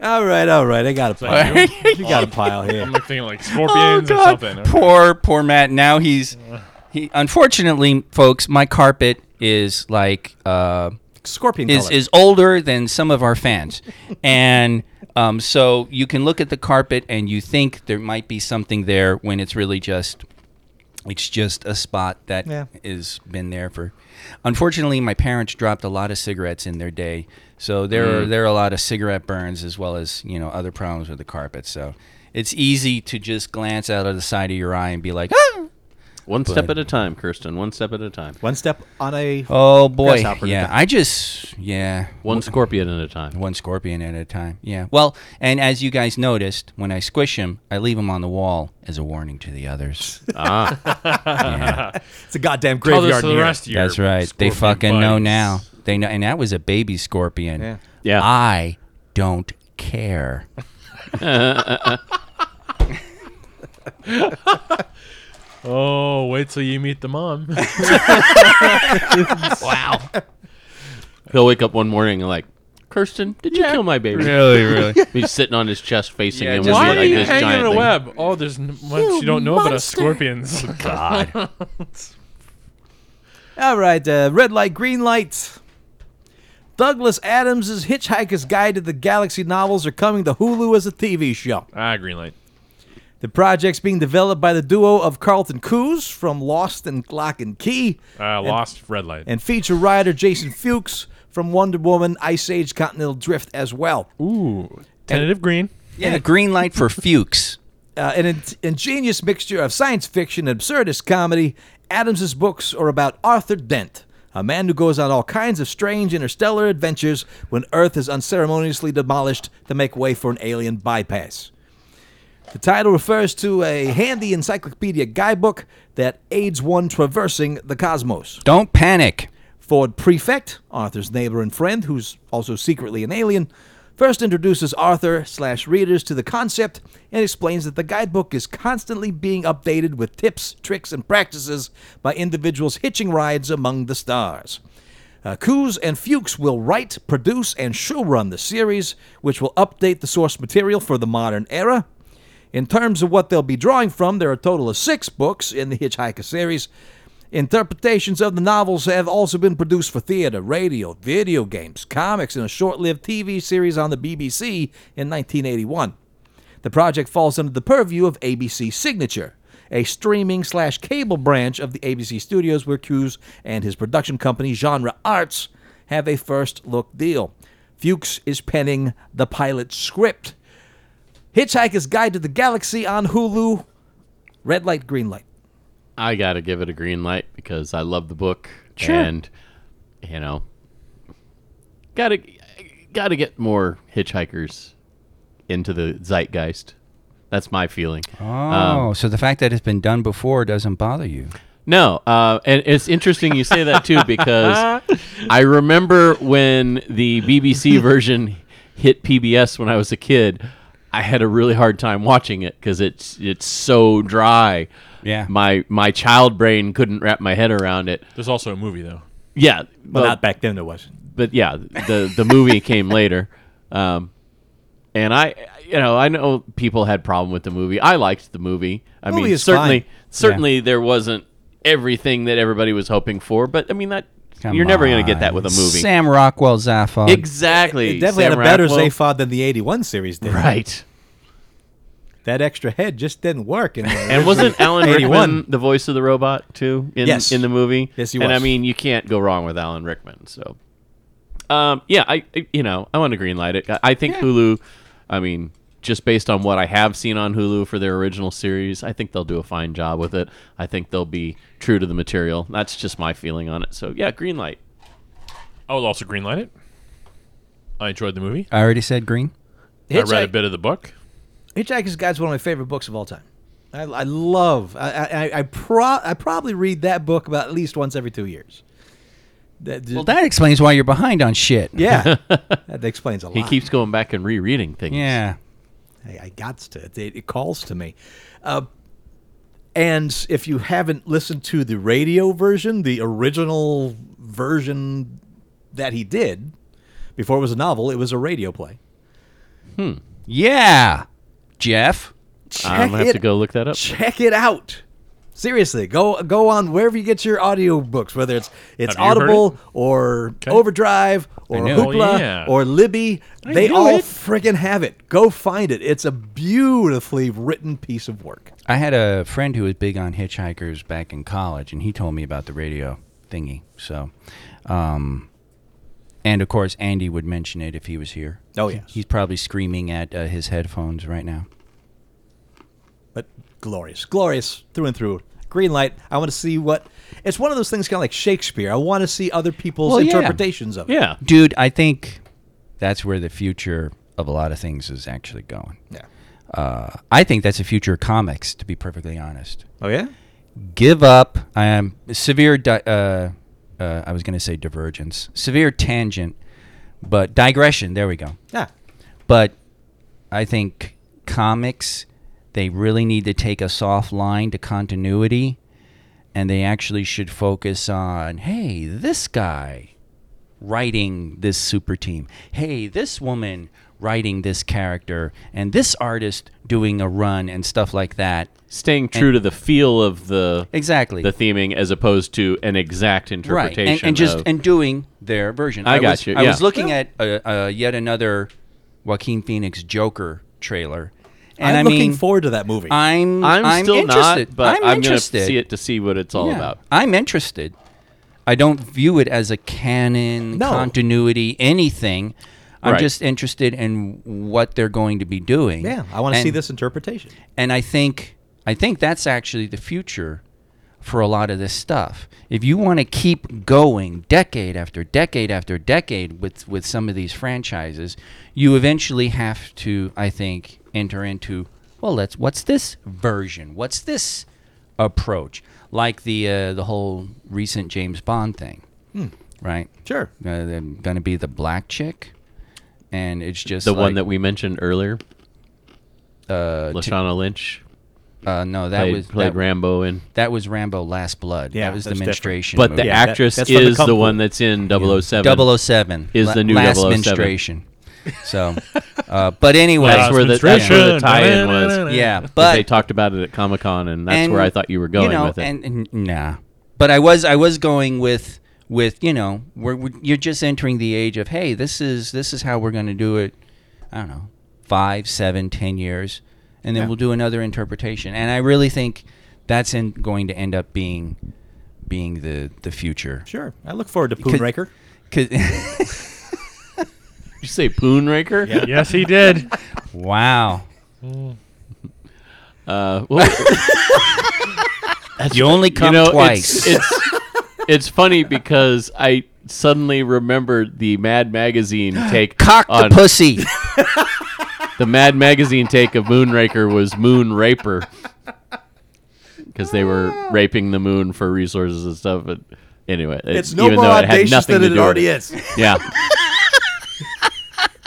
[SPEAKER 4] all right, all right. I got a pile.
[SPEAKER 3] Thank you.
[SPEAKER 4] You got a pile
[SPEAKER 3] I'm
[SPEAKER 4] here.
[SPEAKER 3] like thinking like scorpions or something. Okay.
[SPEAKER 6] Poor, poor Matt. Now he's he. Unfortunately, folks, my carpet is like uh,
[SPEAKER 4] Scorpion
[SPEAKER 6] is
[SPEAKER 4] color.
[SPEAKER 6] is older than some of our fans, and um, so you can look at the carpet and you think there might be something there when it's really just it's just a spot that
[SPEAKER 4] Yeah.
[SPEAKER 6] has been there for. Unfortunately, my parents dropped a lot of cigarettes in their day, so there are there are a lot of cigarette burns as well as you know other problems with the carpet. So it's easy to just glance out of the side of your eye and be like, ah!
[SPEAKER 5] One step at a time, Kirsten. One step at a time.
[SPEAKER 4] One step on a.
[SPEAKER 6] oh boy,
[SPEAKER 4] Grasshopper
[SPEAKER 6] yeah.
[SPEAKER 4] attack.
[SPEAKER 6] I just yeah.
[SPEAKER 5] One scorpion at a time.
[SPEAKER 6] One scorpion at a time. Yeah. Well, and as you guys noticed, when I squish him, I leave him on the wall as a warning to the others.
[SPEAKER 5] Ah,
[SPEAKER 6] Yeah,
[SPEAKER 4] It's a goddamn
[SPEAKER 3] Tell this
[SPEAKER 4] graveyard.
[SPEAKER 3] to Oh, the
[SPEAKER 4] here.
[SPEAKER 3] rest of you.
[SPEAKER 6] that's right. They fucking know now. Ah. They know, and that was a baby scorpion.
[SPEAKER 4] Yeah.
[SPEAKER 5] Yeah.
[SPEAKER 6] I don't care.
[SPEAKER 3] Oh, wait till you meet the mom.
[SPEAKER 5] he'll wake up one morning and like, Kirsten, did you kill my baby?
[SPEAKER 6] Really, really.
[SPEAKER 5] He's sitting on his chest facing him. with
[SPEAKER 3] Why
[SPEAKER 5] like
[SPEAKER 3] are you
[SPEAKER 5] this
[SPEAKER 3] hanging
[SPEAKER 5] giant
[SPEAKER 3] in a
[SPEAKER 5] thing.
[SPEAKER 3] web? Oh, there's n- much you don't know about us scorpions.
[SPEAKER 6] God.
[SPEAKER 4] All right, uh, red light, green light. Douglas Adams' Hitchhiker's Guide to the Galaxy novels are coming to Hulu as a TV show.
[SPEAKER 3] ah, green light.
[SPEAKER 4] The project's being developed by the duo of Carlton Coos from Lost and Glock and Key
[SPEAKER 3] Uh, lost red light.
[SPEAKER 4] and feature writer Jason Fuchs from Wonder Woman Ice Age Continental Drift as well.
[SPEAKER 3] Ooh, tentative green.
[SPEAKER 6] Yeah, the green light for Fuchs.
[SPEAKER 4] Uh, an in- ingenious mixture of science fiction and absurdist comedy, Adams' books are about Arthur Dent, a man who goes on all kinds of strange interstellar adventures when Earth is unceremoniously demolished to make way for an alien bypass. The title refers to a handy encyclopedia guidebook that aids one traversing the cosmos.
[SPEAKER 6] Don't panic.
[SPEAKER 4] Ford Prefect, Arthur's neighbor and friend, who's also secretly an alien, first introduces Arthur slash readers to the concept and explains that the guidebook is constantly being updated with tips, tricks, and practices by individuals hitching rides among the stars. Uh, Coos and Fuchs will write, produce, and showrun the series, which will update the source material for the modern era. In terms of what they'll be drawing from, there are a total of six books in the Hitchhiker series. Interpretations of the novels have also been produced for theater, radio, video games, comics, and a short lived TV series on the BBC in 1981. The project falls under the purview of ABC Signature, a streaming slash cable branch of the ABC studios where Hughes and his production company, Genre Arts, have a first look deal. Fuchs is penning the pilot script. Hitchhiker's Guide to the Galaxy on Hulu. Red light, green light.
[SPEAKER 5] I gotta give it a green light because I love the book and you know gotta gotta get more hitchhikers into the zeitgeist. That's my feeling.
[SPEAKER 6] Oh, so the fact that it's been done before doesn't bother you.
[SPEAKER 5] No, uh, and it's interesting you say that too because I remember when the BBC version hit PBS when I was a kid. I had a really hard time watching it because it's it's so dry.
[SPEAKER 6] Yeah.
[SPEAKER 5] my my child brain couldn't wrap my head around it.
[SPEAKER 3] There's also a movie though.
[SPEAKER 5] Yeah,
[SPEAKER 4] Well,
[SPEAKER 5] but-
[SPEAKER 4] not back then there wasn't.
[SPEAKER 5] but but yeah, the the movie came later, um, and I, you know, I know people had problem with the movie. I liked the movie. I
[SPEAKER 4] Movie
[SPEAKER 5] mean,
[SPEAKER 4] is
[SPEAKER 5] certainly,
[SPEAKER 4] fine.
[SPEAKER 5] certainly there wasn't everything that everybody was hoping for, but I mean that
[SPEAKER 6] Come
[SPEAKER 5] you're never going to get that
[SPEAKER 6] on.
[SPEAKER 5] with a movie.
[SPEAKER 6] Sam Rockwell Zaphod.
[SPEAKER 5] exactly.
[SPEAKER 4] It definitely
[SPEAKER 5] Sam
[SPEAKER 4] had a better
[SPEAKER 5] Rockwell.
[SPEAKER 4] Zaphod than the 81 series did.
[SPEAKER 5] right?
[SPEAKER 4] That extra head just didn't work. uh, In there.
[SPEAKER 5] And wasn't Alan
[SPEAKER 4] 81.
[SPEAKER 5] Rickman the voice of the robot too in
[SPEAKER 4] Yes.
[SPEAKER 5] in the movie?
[SPEAKER 4] Yes, he
[SPEAKER 5] And I
[SPEAKER 4] was.
[SPEAKER 5] mean, you can't go wrong with Alan Rickman. So, um, yeah, I I- you know I want to green light it. I- I think Hulu. I mean, just based on what I have seen on Hulu for their original series, I think they'll do a fine job with it. I think they'll be true to the material. That's just my feeling on it. So yeah, green light.
[SPEAKER 3] I will Oh, also greenlight it. I enjoyed the movie.
[SPEAKER 6] I already said green.
[SPEAKER 3] I read a bit of the book.
[SPEAKER 4] Hitchhiker's Guide is one of my favorite books of all time. I, I love. I I, I, pro, I probably read that book about at least once every two years. That,
[SPEAKER 6] Well, that explains why you're behind on shit.
[SPEAKER 4] yeah, that explains a lot.
[SPEAKER 5] He keeps going back and rereading things.
[SPEAKER 6] Yeah.
[SPEAKER 4] I, I got to. It, it calls to me. Uh, and if you haven't listened to the radio version, the original version that he did before it was a novel, it was a radio play.
[SPEAKER 6] Yeah. Jeff.
[SPEAKER 5] I'm gonna have
[SPEAKER 4] it
[SPEAKER 5] to go look that up.
[SPEAKER 4] check it out. Seriously, go go on wherever you get your audiobooks, whether it's it's
[SPEAKER 3] Have you heard
[SPEAKER 4] Audible or Overdrive or
[SPEAKER 6] know.
[SPEAKER 4] Hoopla
[SPEAKER 3] Oh, yeah.
[SPEAKER 4] or Libby. they
[SPEAKER 3] knew
[SPEAKER 4] all
[SPEAKER 3] it.
[SPEAKER 4] friggin' have it. Go find it. It's a beautifully written piece of work.
[SPEAKER 6] I had a friend who was big on hitchhikers back in college, and he told me about the radio thingy. So, um, and of course, Andy would mention it if he was here.
[SPEAKER 4] Oh, yes.
[SPEAKER 6] He's probably screaming at uh, his headphones right now.
[SPEAKER 4] But glorious, glorious through and through. Green light. I want to see what it's one of those things, kind of like Shakespeare. I want to see other people's
[SPEAKER 6] Well, yeah.
[SPEAKER 4] interpretations of it.
[SPEAKER 5] Yeah.
[SPEAKER 6] Dude, I think that's where the future of a lot of things is actually going.
[SPEAKER 4] Yeah.
[SPEAKER 6] Uh, I think that's the future of comics, to be perfectly honest.
[SPEAKER 4] Oh yeah.
[SPEAKER 6] give up. I am severe. Di- uh, uh, I was going to say divergence, severe tangent, but digression. There we go.
[SPEAKER 4] Yeah.
[SPEAKER 6] But I think comics they really need to take a soft line to continuity, and they actually should focus on hey, this guy writing this super team. Hey, this woman writing this character and this artist doing a run and stuff like that.
[SPEAKER 5] Staying true to the feel of the
[SPEAKER 6] Exactly.
[SPEAKER 5] the theming as opposed to an exact
[SPEAKER 6] right
[SPEAKER 5] interpretation.
[SPEAKER 6] and, and just
[SPEAKER 5] of-
[SPEAKER 6] and doing their version
[SPEAKER 5] I got
[SPEAKER 6] was,
[SPEAKER 5] you,
[SPEAKER 6] i was
[SPEAKER 5] yeah.
[SPEAKER 6] looking at uh, uh, yet another joaquin phoenix joker trailer and
[SPEAKER 4] I'm
[SPEAKER 6] i
[SPEAKER 4] looking
[SPEAKER 6] mean
[SPEAKER 4] forward to that movie.
[SPEAKER 6] i'm
[SPEAKER 5] I'm, still
[SPEAKER 6] interested
[SPEAKER 5] not, but
[SPEAKER 6] i'm,
[SPEAKER 5] I'm, going to
[SPEAKER 6] interested
[SPEAKER 5] see it to see what it's all
[SPEAKER 6] Yeah.
[SPEAKER 5] about.
[SPEAKER 6] i'm interested i don't view it as a canon
[SPEAKER 4] No.
[SPEAKER 6] continuity anything i'm
[SPEAKER 5] Right.
[SPEAKER 6] just interested in what they're going to be doing
[SPEAKER 4] yeah, I want to see
[SPEAKER 6] And-
[SPEAKER 4] this interpretation.
[SPEAKER 6] and I think I think that's actually the future for a lot of this stuff. If you want to keep going decade after decade after decade with with some of these franchises, you eventually have to I think enter into well, let's what's this version? What's this approach? Like the uh, the whole recent James Bond thing. Right?
[SPEAKER 4] Sure.
[SPEAKER 6] Uh, they're going to be the black chick and it's just
[SPEAKER 5] The one
[SPEAKER 6] like,
[SPEAKER 5] that we mentioned earlier, uh, Lashana Lynch
[SPEAKER 6] uh, no that
[SPEAKER 5] played,
[SPEAKER 6] was
[SPEAKER 5] played
[SPEAKER 6] that,
[SPEAKER 5] Rambo in,
[SPEAKER 6] That was Rambo Last Blood.
[SPEAKER 4] Yeah,
[SPEAKER 6] that was the
[SPEAKER 4] that's different.
[SPEAKER 6] menstruation.
[SPEAKER 5] but the
[SPEAKER 6] movie.
[SPEAKER 4] that-
[SPEAKER 5] actress
[SPEAKER 4] that's from the
[SPEAKER 5] is the,
[SPEAKER 4] Kung Fu.
[SPEAKER 5] one that's in 007.
[SPEAKER 6] 007
[SPEAKER 5] is
[SPEAKER 6] la-
[SPEAKER 5] the new
[SPEAKER 6] last
[SPEAKER 5] 007.
[SPEAKER 6] menstruation. So, uh, but anyway,
[SPEAKER 5] That's where the, that's where the
[SPEAKER 3] Administration.
[SPEAKER 5] tie-in was.
[SPEAKER 6] yeah,
[SPEAKER 5] But they
[SPEAKER 6] but
[SPEAKER 5] talked about it at Comic Con, and that's
[SPEAKER 6] and,
[SPEAKER 5] where I thought you were going
[SPEAKER 6] know,
[SPEAKER 5] with it.
[SPEAKER 6] And, and nah, but I was I was going with with you know we're, we you're just entering the age of hey this is this is how we're going to do it. I don't know five, seven, ten years, and then we'll do another interpretation. And I really think that's in, going to end up being being the the future.
[SPEAKER 4] Sure. I look forward to
[SPEAKER 6] Could-
[SPEAKER 4] Poonraker.
[SPEAKER 6] 'Cause-
[SPEAKER 5] Did you say Poonraker? Yeah.
[SPEAKER 3] yes, he did.
[SPEAKER 6] wow.
[SPEAKER 5] Uh, well,
[SPEAKER 6] you only come
[SPEAKER 5] you know, It's,
[SPEAKER 6] twice.
[SPEAKER 5] it's, it's funny because I suddenly remembered the Mad Magazine take
[SPEAKER 6] Cock the
[SPEAKER 5] on
[SPEAKER 6] pussy.
[SPEAKER 5] the Mad Magazine take of Moonraker was Moon Raper because they were raping the moon for resources and stuff. But anyway, it-
[SPEAKER 4] It's no
[SPEAKER 5] even
[SPEAKER 4] more
[SPEAKER 5] though it had
[SPEAKER 4] audacious
[SPEAKER 5] nothing
[SPEAKER 4] than
[SPEAKER 5] to
[SPEAKER 4] it
[SPEAKER 5] do with
[SPEAKER 4] already
[SPEAKER 5] it.
[SPEAKER 4] is.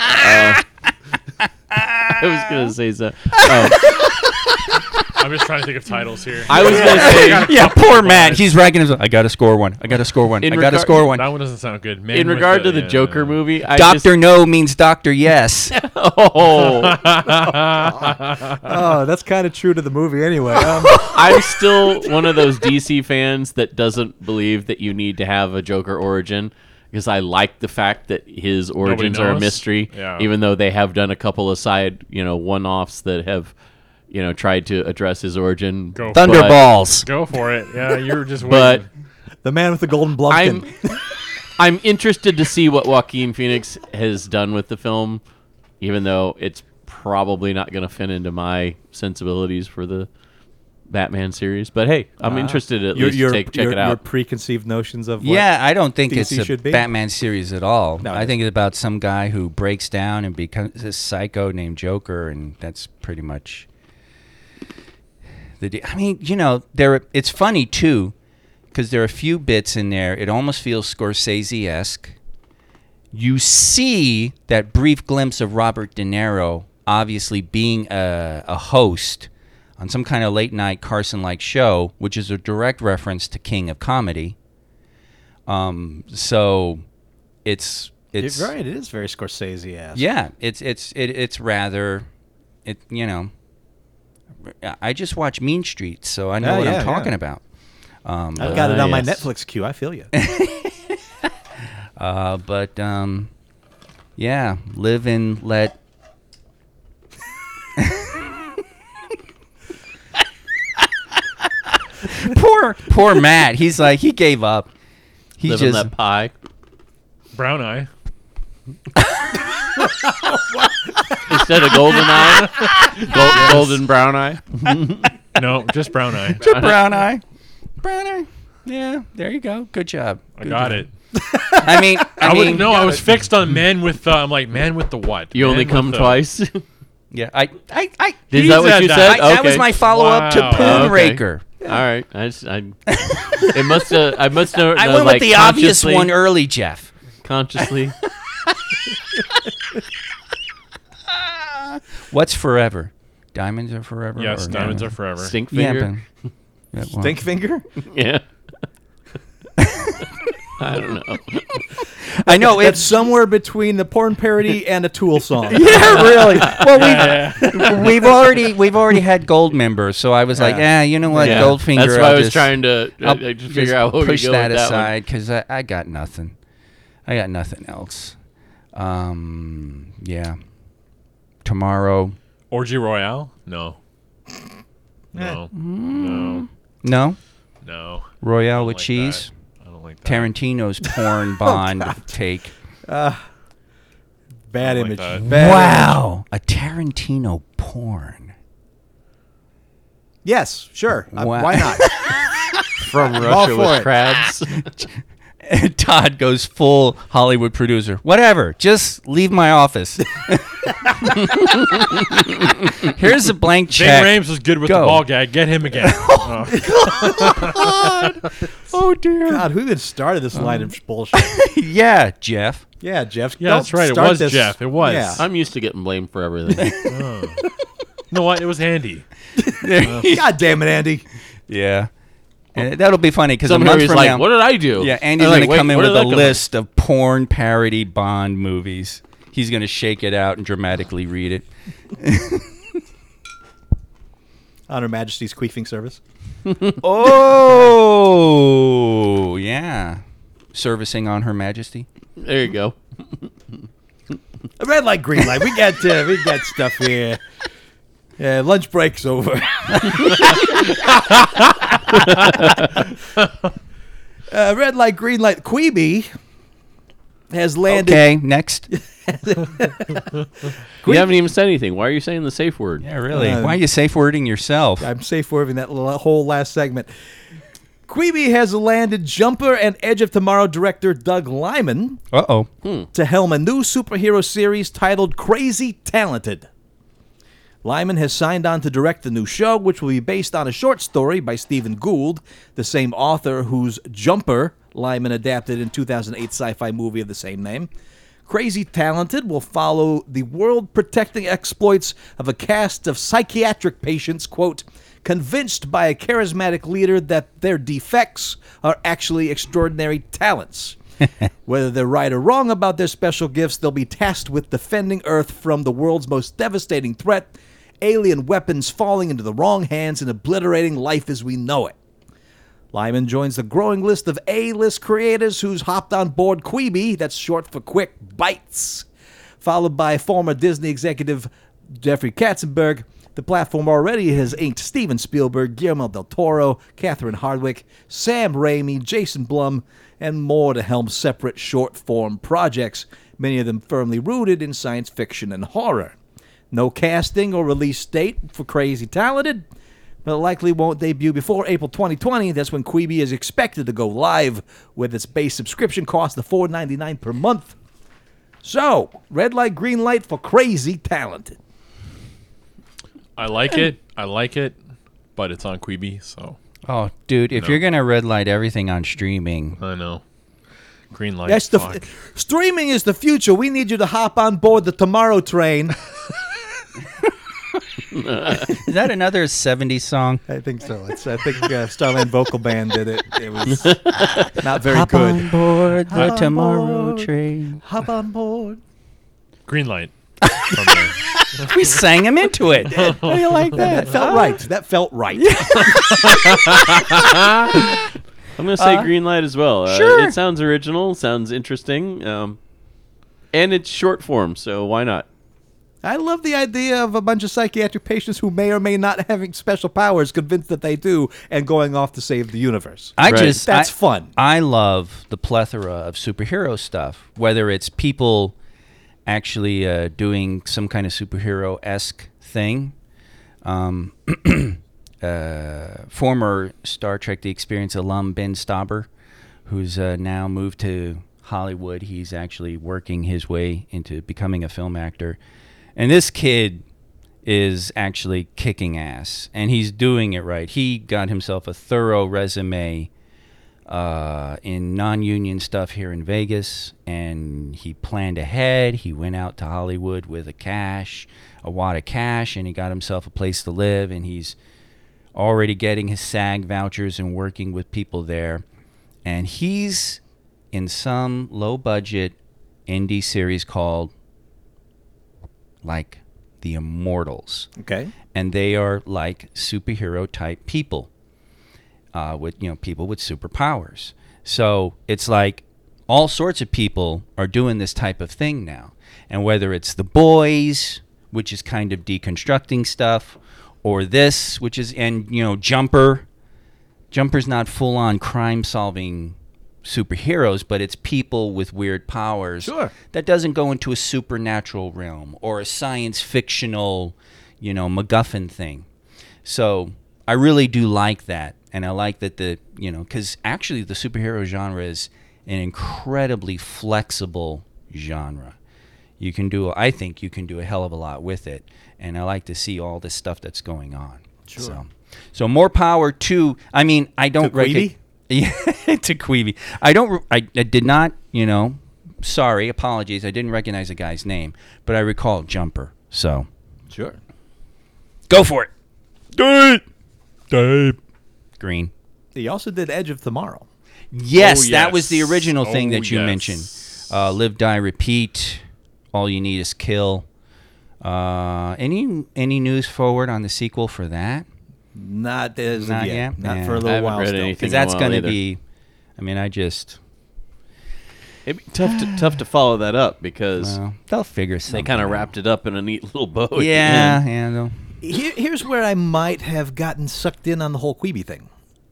[SPEAKER 5] Yeah. Uh, I was gonna say so. Oh.
[SPEAKER 3] I'm just trying to think of titles here.
[SPEAKER 5] I was gonna say
[SPEAKER 6] yeah, poor Matt. He's racking himself. I got to score one. I got to score one.
[SPEAKER 5] uh, In
[SPEAKER 6] I got to
[SPEAKER 5] regard-
[SPEAKER 6] score one.
[SPEAKER 3] that one doesn't sound good. Man
[SPEAKER 5] in
[SPEAKER 3] with
[SPEAKER 5] regard to the
[SPEAKER 3] yeah,
[SPEAKER 5] Joker
[SPEAKER 3] yeah.
[SPEAKER 5] movie. I
[SPEAKER 6] Doctor
[SPEAKER 5] just-
[SPEAKER 6] No means Doctor Yes.
[SPEAKER 5] oh,
[SPEAKER 4] Oh, that's kind of true to the movie anyway. Um,
[SPEAKER 5] I'm still one of those DC fans that doesn't believe that you need to have a Joker origin because I like the fact that his origins are a
[SPEAKER 3] knows.
[SPEAKER 5] mystery,
[SPEAKER 3] Yeah.
[SPEAKER 5] even though they have done a couple of side, you know, one-offs that have, you know, tried to address his origin.
[SPEAKER 3] Go for it.
[SPEAKER 6] Thunderballs.
[SPEAKER 3] Go for it. Yeah, you were just waiting.
[SPEAKER 5] But
[SPEAKER 4] the man with the golden
[SPEAKER 5] I'm
[SPEAKER 4] blumpkin.
[SPEAKER 5] I'm interested to see what Joaquin Phoenix has done with the film, even though it's probably not going to fit into my sensibilities for the Batman series. But hey, I'm interested at
[SPEAKER 4] Uh, Your,
[SPEAKER 5] least
[SPEAKER 4] your,
[SPEAKER 5] to take, check
[SPEAKER 4] your-
[SPEAKER 5] it
[SPEAKER 4] your
[SPEAKER 5] out.
[SPEAKER 4] preconceived notions of what
[SPEAKER 6] Yeah, I don't think
[SPEAKER 4] DC
[SPEAKER 6] it's a
[SPEAKER 4] should be?
[SPEAKER 6] Batman series at all.
[SPEAKER 4] No, it
[SPEAKER 6] I think it's about some guy who breaks down and becomes this psycho named Joker, and that's pretty much the. De- I mean, you know, there. It's funny too, because there are a few bits in there. It almost feels Scorsese esque. You see that brief glimpse of Robert De Niro, obviously being a, a host on some kind of late night Carson like show, which is a direct reference to King of Comedy. Um, so it's it's
[SPEAKER 4] You're right. It is very Scorsese ass.
[SPEAKER 6] yeah, it's it's it, it's rather it you know. I just watch Mean Streets, so I know
[SPEAKER 4] Oh,
[SPEAKER 6] what
[SPEAKER 4] yeah,
[SPEAKER 6] I'm talking
[SPEAKER 4] yeah.
[SPEAKER 6] about.
[SPEAKER 4] I've got it
[SPEAKER 5] Ah,
[SPEAKER 4] on my
[SPEAKER 5] yes.
[SPEAKER 4] Netflix queue. I feel you.
[SPEAKER 6] Uh, but um, yeah, live and let. poor poor Matt. He's like he gave up. He
[SPEAKER 5] Live
[SPEAKER 6] just
[SPEAKER 5] and let pie.
[SPEAKER 3] Brown Eye.
[SPEAKER 5] Instead of golden eye, Gol- golden brown eye.
[SPEAKER 3] No, just Brown Eye.
[SPEAKER 6] brown eye. Brown eye. Yeah, there you go. Good job.
[SPEAKER 3] I got it.
[SPEAKER 6] I mean, I,
[SPEAKER 3] I, was
[SPEAKER 6] mean,
[SPEAKER 3] no, I was fixed on man with the. I'm like man with the what?
[SPEAKER 5] You only
[SPEAKER 3] Man
[SPEAKER 5] come
[SPEAKER 3] with
[SPEAKER 4] uh,
[SPEAKER 3] the-
[SPEAKER 5] twice. Is
[SPEAKER 6] yeah, I, I, I,
[SPEAKER 5] that what
[SPEAKER 3] said
[SPEAKER 5] you
[SPEAKER 3] that.
[SPEAKER 5] said?
[SPEAKER 6] I that was
[SPEAKER 5] Okay.
[SPEAKER 6] my follow up to
[SPEAKER 3] Wow.
[SPEAKER 6] Poon
[SPEAKER 5] Okay.
[SPEAKER 6] Raker.
[SPEAKER 5] All right. I just, I, it must have. I must have.
[SPEAKER 6] I
[SPEAKER 5] no,
[SPEAKER 6] went
[SPEAKER 5] like,
[SPEAKER 6] with the obvious
[SPEAKER 5] consciously-
[SPEAKER 6] one early, Jeff.
[SPEAKER 5] Consciously,
[SPEAKER 6] What's forever? Diamonds are forever.
[SPEAKER 3] Yes,
[SPEAKER 6] or-
[SPEAKER 3] diamonds are forever.
[SPEAKER 5] stink
[SPEAKER 6] Yeah,
[SPEAKER 5] finger.
[SPEAKER 6] but- that one.
[SPEAKER 4] Think finger.
[SPEAKER 5] Yeah. I don't know.
[SPEAKER 6] I know
[SPEAKER 4] It's
[SPEAKER 6] it's
[SPEAKER 4] somewhere between the porn parody and a Tool song.
[SPEAKER 6] yeah, really. Well,
[SPEAKER 3] Yeah, yeah.
[SPEAKER 6] we've we've already we've already had gold member, so I was like, yeah, you know what,
[SPEAKER 5] Yeah,
[SPEAKER 6] Goldfinger.
[SPEAKER 5] That's why I
[SPEAKER 6] I'll
[SPEAKER 5] was
[SPEAKER 6] just,
[SPEAKER 5] trying to uh,
[SPEAKER 6] I'll
[SPEAKER 5] uh, just
[SPEAKER 6] just
[SPEAKER 5] figure out what
[SPEAKER 6] push
[SPEAKER 5] we go
[SPEAKER 6] that
[SPEAKER 5] with
[SPEAKER 6] aside because I, I got nothing. I got nothing else. Um, yeah. Tomorrow,
[SPEAKER 3] Orgy Royale? No.
[SPEAKER 4] Eh.
[SPEAKER 3] No. No.
[SPEAKER 6] no
[SPEAKER 3] No.
[SPEAKER 6] Royale with
[SPEAKER 3] like
[SPEAKER 6] cheese.
[SPEAKER 3] I don't like that.
[SPEAKER 6] Tarantino's porn bond
[SPEAKER 5] Oh,
[SPEAKER 6] take.
[SPEAKER 4] Bad
[SPEAKER 3] Like
[SPEAKER 4] image.
[SPEAKER 3] that.
[SPEAKER 4] Bad
[SPEAKER 6] Wow, a Tarantino porn.
[SPEAKER 4] image. Yes, sure. Uh,
[SPEAKER 6] Wow.
[SPEAKER 4] why not?
[SPEAKER 5] From
[SPEAKER 4] all
[SPEAKER 5] Russia
[SPEAKER 4] for
[SPEAKER 5] with
[SPEAKER 4] it.
[SPEAKER 5] crabs.
[SPEAKER 6] And Todd goes full Hollywood producer. Whatever, just leave my office. Here's a blank
[SPEAKER 3] Ving
[SPEAKER 6] check.
[SPEAKER 3] Rhames was good with
[SPEAKER 6] Go.
[SPEAKER 3] the ball gag. Get him again. Oh.
[SPEAKER 6] Oh dear.
[SPEAKER 4] God, who even started this line of bullshit?
[SPEAKER 6] Yeah, Jeff.
[SPEAKER 4] Yeah, Jeff.
[SPEAKER 3] Yeah,
[SPEAKER 4] don't
[SPEAKER 3] that's right. It
[SPEAKER 4] start
[SPEAKER 3] was
[SPEAKER 4] this-
[SPEAKER 3] Jeff. It was.
[SPEAKER 4] Yeah.
[SPEAKER 5] I'm used to getting blamed for everything.
[SPEAKER 3] You know what? It was handy.
[SPEAKER 4] God damn it, Andy.
[SPEAKER 6] Yeah. And that'll be funny because a
[SPEAKER 5] Somehow
[SPEAKER 6] month
[SPEAKER 5] he's
[SPEAKER 6] from
[SPEAKER 5] like,
[SPEAKER 6] now,
[SPEAKER 5] "What did I do?"
[SPEAKER 6] yeah,
[SPEAKER 5] And
[SPEAKER 6] Andy's
[SPEAKER 5] I'm like,
[SPEAKER 6] gonna
[SPEAKER 5] "Wait,
[SPEAKER 6] come in
[SPEAKER 5] where did
[SPEAKER 6] with
[SPEAKER 5] that
[SPEAKER 6] a
[SPEAKER 5] come from?"
[SPEAKER 6] list of porn parody Bond movies. He's gonna shake it out and dramatically read it.
[SPEAKER 4] On Her Majesty's queefing service.
[SPEAKER 6] Oh, yeah. Servicing on Her Majesty.
[SPEAKER 5] There you go.
[SPEAKER 4] Red light, green light. We got uh, we got stuff here. Yeah, lunch break's over. uh, red light, green light. Queeby has landed.
[SPEAKER 6] Okay, next.
[SPEAKER 5] You haven't even said anything. Why are you saying the safe word?
[SPEAKER 6] Yeah, really.
[SPEAKER 4] Um,
[SPEAKER 6] Why are you safe wording yourself?
[SPEAKER 4] I'm safe for having that l- whole last segment. Queeby has landed jumper and Edge of Tomorrow director Doug Lyman
[SPEAKER 6] Uh oh.
[SPEAKER 4] to helm a new superhero series titled Crazy Talented. Lyman has signed on to direct the new show, which will be based on a short story by Stephen Gould, the same author whose Jumper Lyman adapted in 2008 sci-fi movie of the same name. Crazy Talented will follow the world-protecting exploits of a cast of psychiatric patients, quote, convinced by a charismatic leader that their defects are actually extraordinary talents. Whether they're right or wrong about their special gifts, they'll be tasked with defending Earth from the world's most devastating threat alien weapons falling into the wrong hands and obliterating life as we know it. Lyman joins the growing list of A-list creators who's hopped on board Queeby, that's short for Quick Bites. Followed by former Disney executive Jeffrey Katzenberg, the platform already has inked Steven Spielberg, Guillermo del Toro, Catherine Hardwick, Sam Raimi, Jason Blum, and more to helm separate short-form projects, many of them firmly rooted in science fiction and horror. No casting or release date for Crazy Talented, but likely won't debut before April 2020. That's when Quibi is expected to go live with its base subscription cost of $4.99 per month. So, red light, green light for Crazy Talented.
[SPEAKER 3] I like it. I like it, but it's on Quibi, so
[SPEAKER 6] Oh, dude, if
[SPEAKER 3] No.
[SPEAKER 6] you're gonna red light everything on streaming,
[SPEAKER 3] I know. Green light.
[SPEAKER 4] That's the
[SPEAKER 3] fuck.
[SPEAKER 4] streaming is the future. We need you to hop on board the tomorrow train.
[SPEAKER 6] is that another '70s song?
[SPEAKER 4] I think so. It's, I think uh, Starman Vocal Band did it. It was not very
[SPEAKER 6] Hop
[SPEAKER 4] good.
[SPEAKER 6] on board the
[SPEAKER 4] on
[SPEAKER 6] tomorrow
[SPEAKER 4] board.
[SPEAKER 6] train.
[SPEAKER 4] Hop on board.
[SPEAKER 3] green light. From there.
[SPEAKER 6] We sang him into it. How do you like that?
[SPEAKER 4] That felt right. That felt right.
[SPEAKER 5] I'm gonna say green light as well. Uh,
[SPEAKER 6] sure.
[SPEAKER 5] It sounds original. Sounds interesting. Um, and it's short form, so why not?
[SPEAKER 4] I love the idea of a bunch of psychiatric patients who may or may not having special powers convinced that they do and going off to save the universe.
[SPEAKER 6] I
[SPEAKER 5] Right.
[SPEAKER 6] just
[SPEAKER 4] That's
[SPEAKER 6] I-
[SPEAKER 4] fun.
[SPEAKER 6] I love the plethora of superhero stuff, whether it's people actually uh, doing some kind of superhero esque thing. Um, uh, former Star Trek The Experience alum Ben Stauber, who's uh, now moved to Hollywood, he's actually working his way into becoming a film actor. And this kid is actually kicking ass, and he's doing it right. He got himself a thorough resume uh, in non-union stuff here in Vegas, and he planned ahead. He went out to Hollywood with a cash, a wad of cash, and he got himself a place to live. And he's already getting his SAG vouchers and working with people there. And he's in some low-budget indie series called like The Immortals
[SPEAKER 4] Okay.
[SPEAKER 6] and they are like superhero type people uh, with you know people with superpowers so it's like all sorts of people are doing this type of thing now and whether it's the boys which is kind of deconstructing stuff or this which is and you know jumper jumper's not full on crime solving superheroes but it's people with weird powers
[SPEAKER 4] Sure.
[SPEAKER 6] that doesn't go into a supernatural realm or a science fictional, you know, MacGuffin thing. So I really do like that, and I like that the you know because actually the superhero genre is an incredibly flexible genre. You can do, I think, you can do a hell of a lot with it, and I like to see all this stuff that's going on. Sure. So, so more power to. I mean, I don't
[SPEAKER 4] To Queevy?
[SPEAKER 6] recognize. Yeah, to Queevy. I don't. re- I, I did not. You know, sorry, apologies. I didn't recognize the guy's name, but I recall Jumper. So
[SPEAKER 4] Sure.
[SPEAKER 6] go for it. Green.
[SPEAKER 4] He also did Edge of Tomorrow.
[SPEAKER 6] Yes,
[SPEAKER 3] Oh,
[SPEAKER 6] that was the
[SPEAKER 3] yes.
[SPEAKER 6] original thing
[SPEAKER 3] Oh,
[SPEAKER 6] that you
[SPEAKER 3] yes.
[SPEAKER 6] mentioned. Uh, live, die, repeat. All you need is kill. Uh, any any news forward on the sequel for that?
[SPEAKER 4] Not as
[SPEAKER 6] Not
[SPEAKER 4] of yet.
[SPEAKER 6] yet?
[SPEAKER 4] Not
[SPEAKER 6] Yeah.
[SPEAKER 4] for a
[SPEAKER 5] I
[SPEAKER 4] little
[SPEAKER 5] haven't
[SPEAKER 4] while
[SPEAKER 5] read
[SPEAKER 4] still.
[SPEAKER 5] anything.
[SPEAKER 6] Because
[SPEAKER 5] in a
[SPEAKER 6] that's
[SPEAKER 5] while
[SPEAKER 6] going to
[SPEAKER 5] either.
[SPEAKER 6] be. I mean, I just
[SPEAKER 5] It'd be tough to, tough to follow that up because
[SPEAKER 6] well, they'll figure something.
[SPEAKER 5] they kind of
[SPEAKER 6] out.
[SPEAKER 5] wrapped it up in a neat little bow. at the
[SPEAKER 6] Yeah,
[SPEAKER 5] end.
[SPEAKER 6] yeah. They'll,
[SPEAKER 4] Here, here's where I might have gotten sucked in on the whole Queeby thing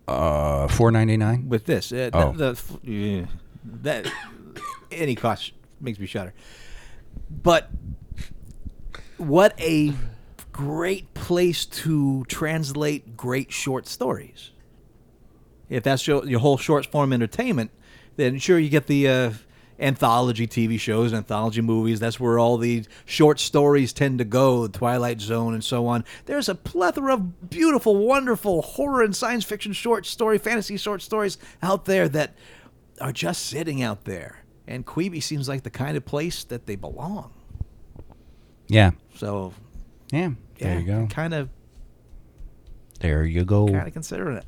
[SPEAKER 6] uh, four ninety nine.
[SPEAKER 4] with this. Uh,
[SPEAKER 6] Oh.
[SPEAKER 4] the, the f- yeah. that any cost makes me shudder. But what a great place to translate great short stories. If that's your, your whole short form entertainment, then sure you get the uh, anthology TV shows, anthology movies. That's where all the short stories tend to go, the Twilight Zone and so on. There's a plethora of beautiful, wonderful horror and science fiction short story, fantasy short stories out there that are just sitting out there. And Queeby seems like the kind of place that they belong.
[SPEAKER 6] Yeah,
[SPEAKER 4] So
[SPEAKER 6] yeah. There
[SPEAKER 4] yeah,
[SPEAKER 6] you go.
[SPEAKER 4] Kind of
[SPEAKER 6] There you go.
[SPEAKER 4] Kind of considering it.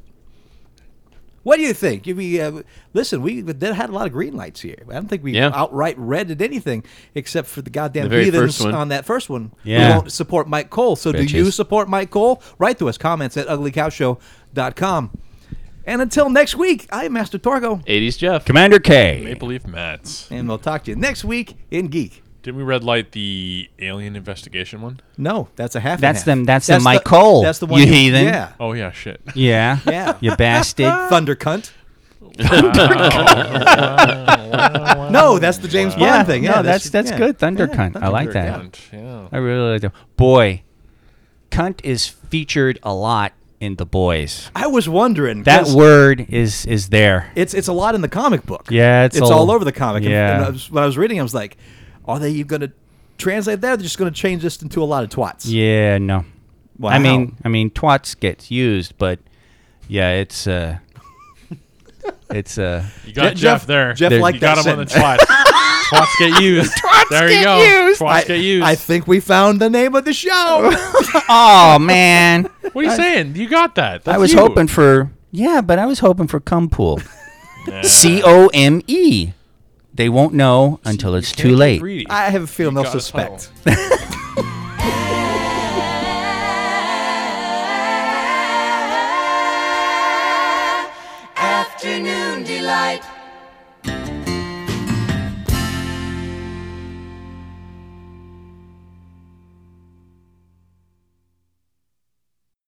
[SPEAKER 4] What do you think? You- We uh, listen. We did- had a lot of green lights here. I don't think we
[SPEAKER 5] Yeah.
[SPEAKER 4] outright redded anything except for the goddamn
[SPEAKER 5] The very
[SPEAKER 4] heathens
[SPEAKER 5] first one.
[SPEAKER 4] on that first one.
[SPEAKER 6] Yeah.
[SPEAKER 4] We won't support Mike Cole. So do you
[SPEAKER 6] Bitches.
[SPEAKER 4] support Mike Cole? Write to us comments at uglycowshow.com. And until next week, I am Master Torgo,
[SPEAKER 5] 80s Jeff.
[SPEAKER 6] Commander K.
[SPEAKER 3] Maple Leaf Mats.
[SPEAKER 4] and we'll talk to you next week in Geek.
[SPEAKER 3] Didn't we red light the alien investigation one?
[SPEAKER 4] No, that's a half. and
[SPEAKER 6] That's
[SPEAKER 4] half.
[SPEAKER 6] them- that's the Mike Cole,
[SPEAKER 4] That's the one.
[SPEAKER 6] you heathen.
[SPEAKER 4] Yeah.
[SPEAKER 3] Oh yeah, shit.
[SPEAKER 6] Yeah.
[SPEAKER 4] Yeah.
[SPEAKER 6] You bastard.
[SPEAKER 4] Thunder cunt. no, that's the James Bond thing. Yeah,
[SPEAKER 6] no, that's that's
[SPEAKER 4] yeah.
[SPEAKER 6] good. Thunder cunt. I like that.
[SPEAKER 3] Yeah.
[SPEAKER 6] I really like that. Boy, cunt is featured a lot in The Boys.
[SPEAKER 4] I was wondering
[SPEAKER 6] That
[SPEAKER 4] 'cause
[SPEAKER 6] word is is there.
[SPEAKER 4] It's it's a lot in the comic book.
[SPEAKER 6] Yeah, it's
[SPEAKER 4] it's all,
[SPEAKER 6] all-
[SPEAKER 4] over the comic. And-
[SPEAKER 6] yeah.
[SPEAKER 4] And, I was, when I was reading, I was like, are they going to translate that? Or they're just going to change this into a lot of twats.
[SPEAKER 6] Yeah, no.
[SPEAKER 4] Wow.
[SPEAKER 6] I mean, I mean, twats gets used, but yeah, it's uh, it's uh,
[SPEAKER 3] You got
[SPEAKER 4] Je-
[SPEAKER 3] Jeff,
[SPEAKER 4] Jeff-
[SPEAKER 3] there.
[SPEAKER 4] Jeff
[SPEAKER 3] you
[SPEAKER 4] liked
[SPEAKER 3] got
[SPEAKER 4] that
[SPEAKER 3] him on the twat. Twats get used. there you go. Used. Twats
[SPEAKER 4] I,
[SPEAKER 3] get used.
[SPEAKER 4] I think we found the name of the show.
[SPEAKER 6] oh man,
[SPEAKER 3] what are you saying? You got that.
[SPEAKER 6] I
[SPEAKER 3] That's
[SPEAKER 6] was
[SPEAKER 3] you.
[SPEAKER 6] hoping for yeah, but I was hoping for cum pool, C O M E. They won't know until it's too late.
[SPEAKER 3] Greedy.
[SPEAKER 4] I have a feeling
[SPEAKER 3] You
[SPEAKER 4] they'll
[SPEAKER 3] got us
[SPEAKER 4] suspect.
[SPEAKER 3] all.
[SPEAKER 2] Afternoon delight.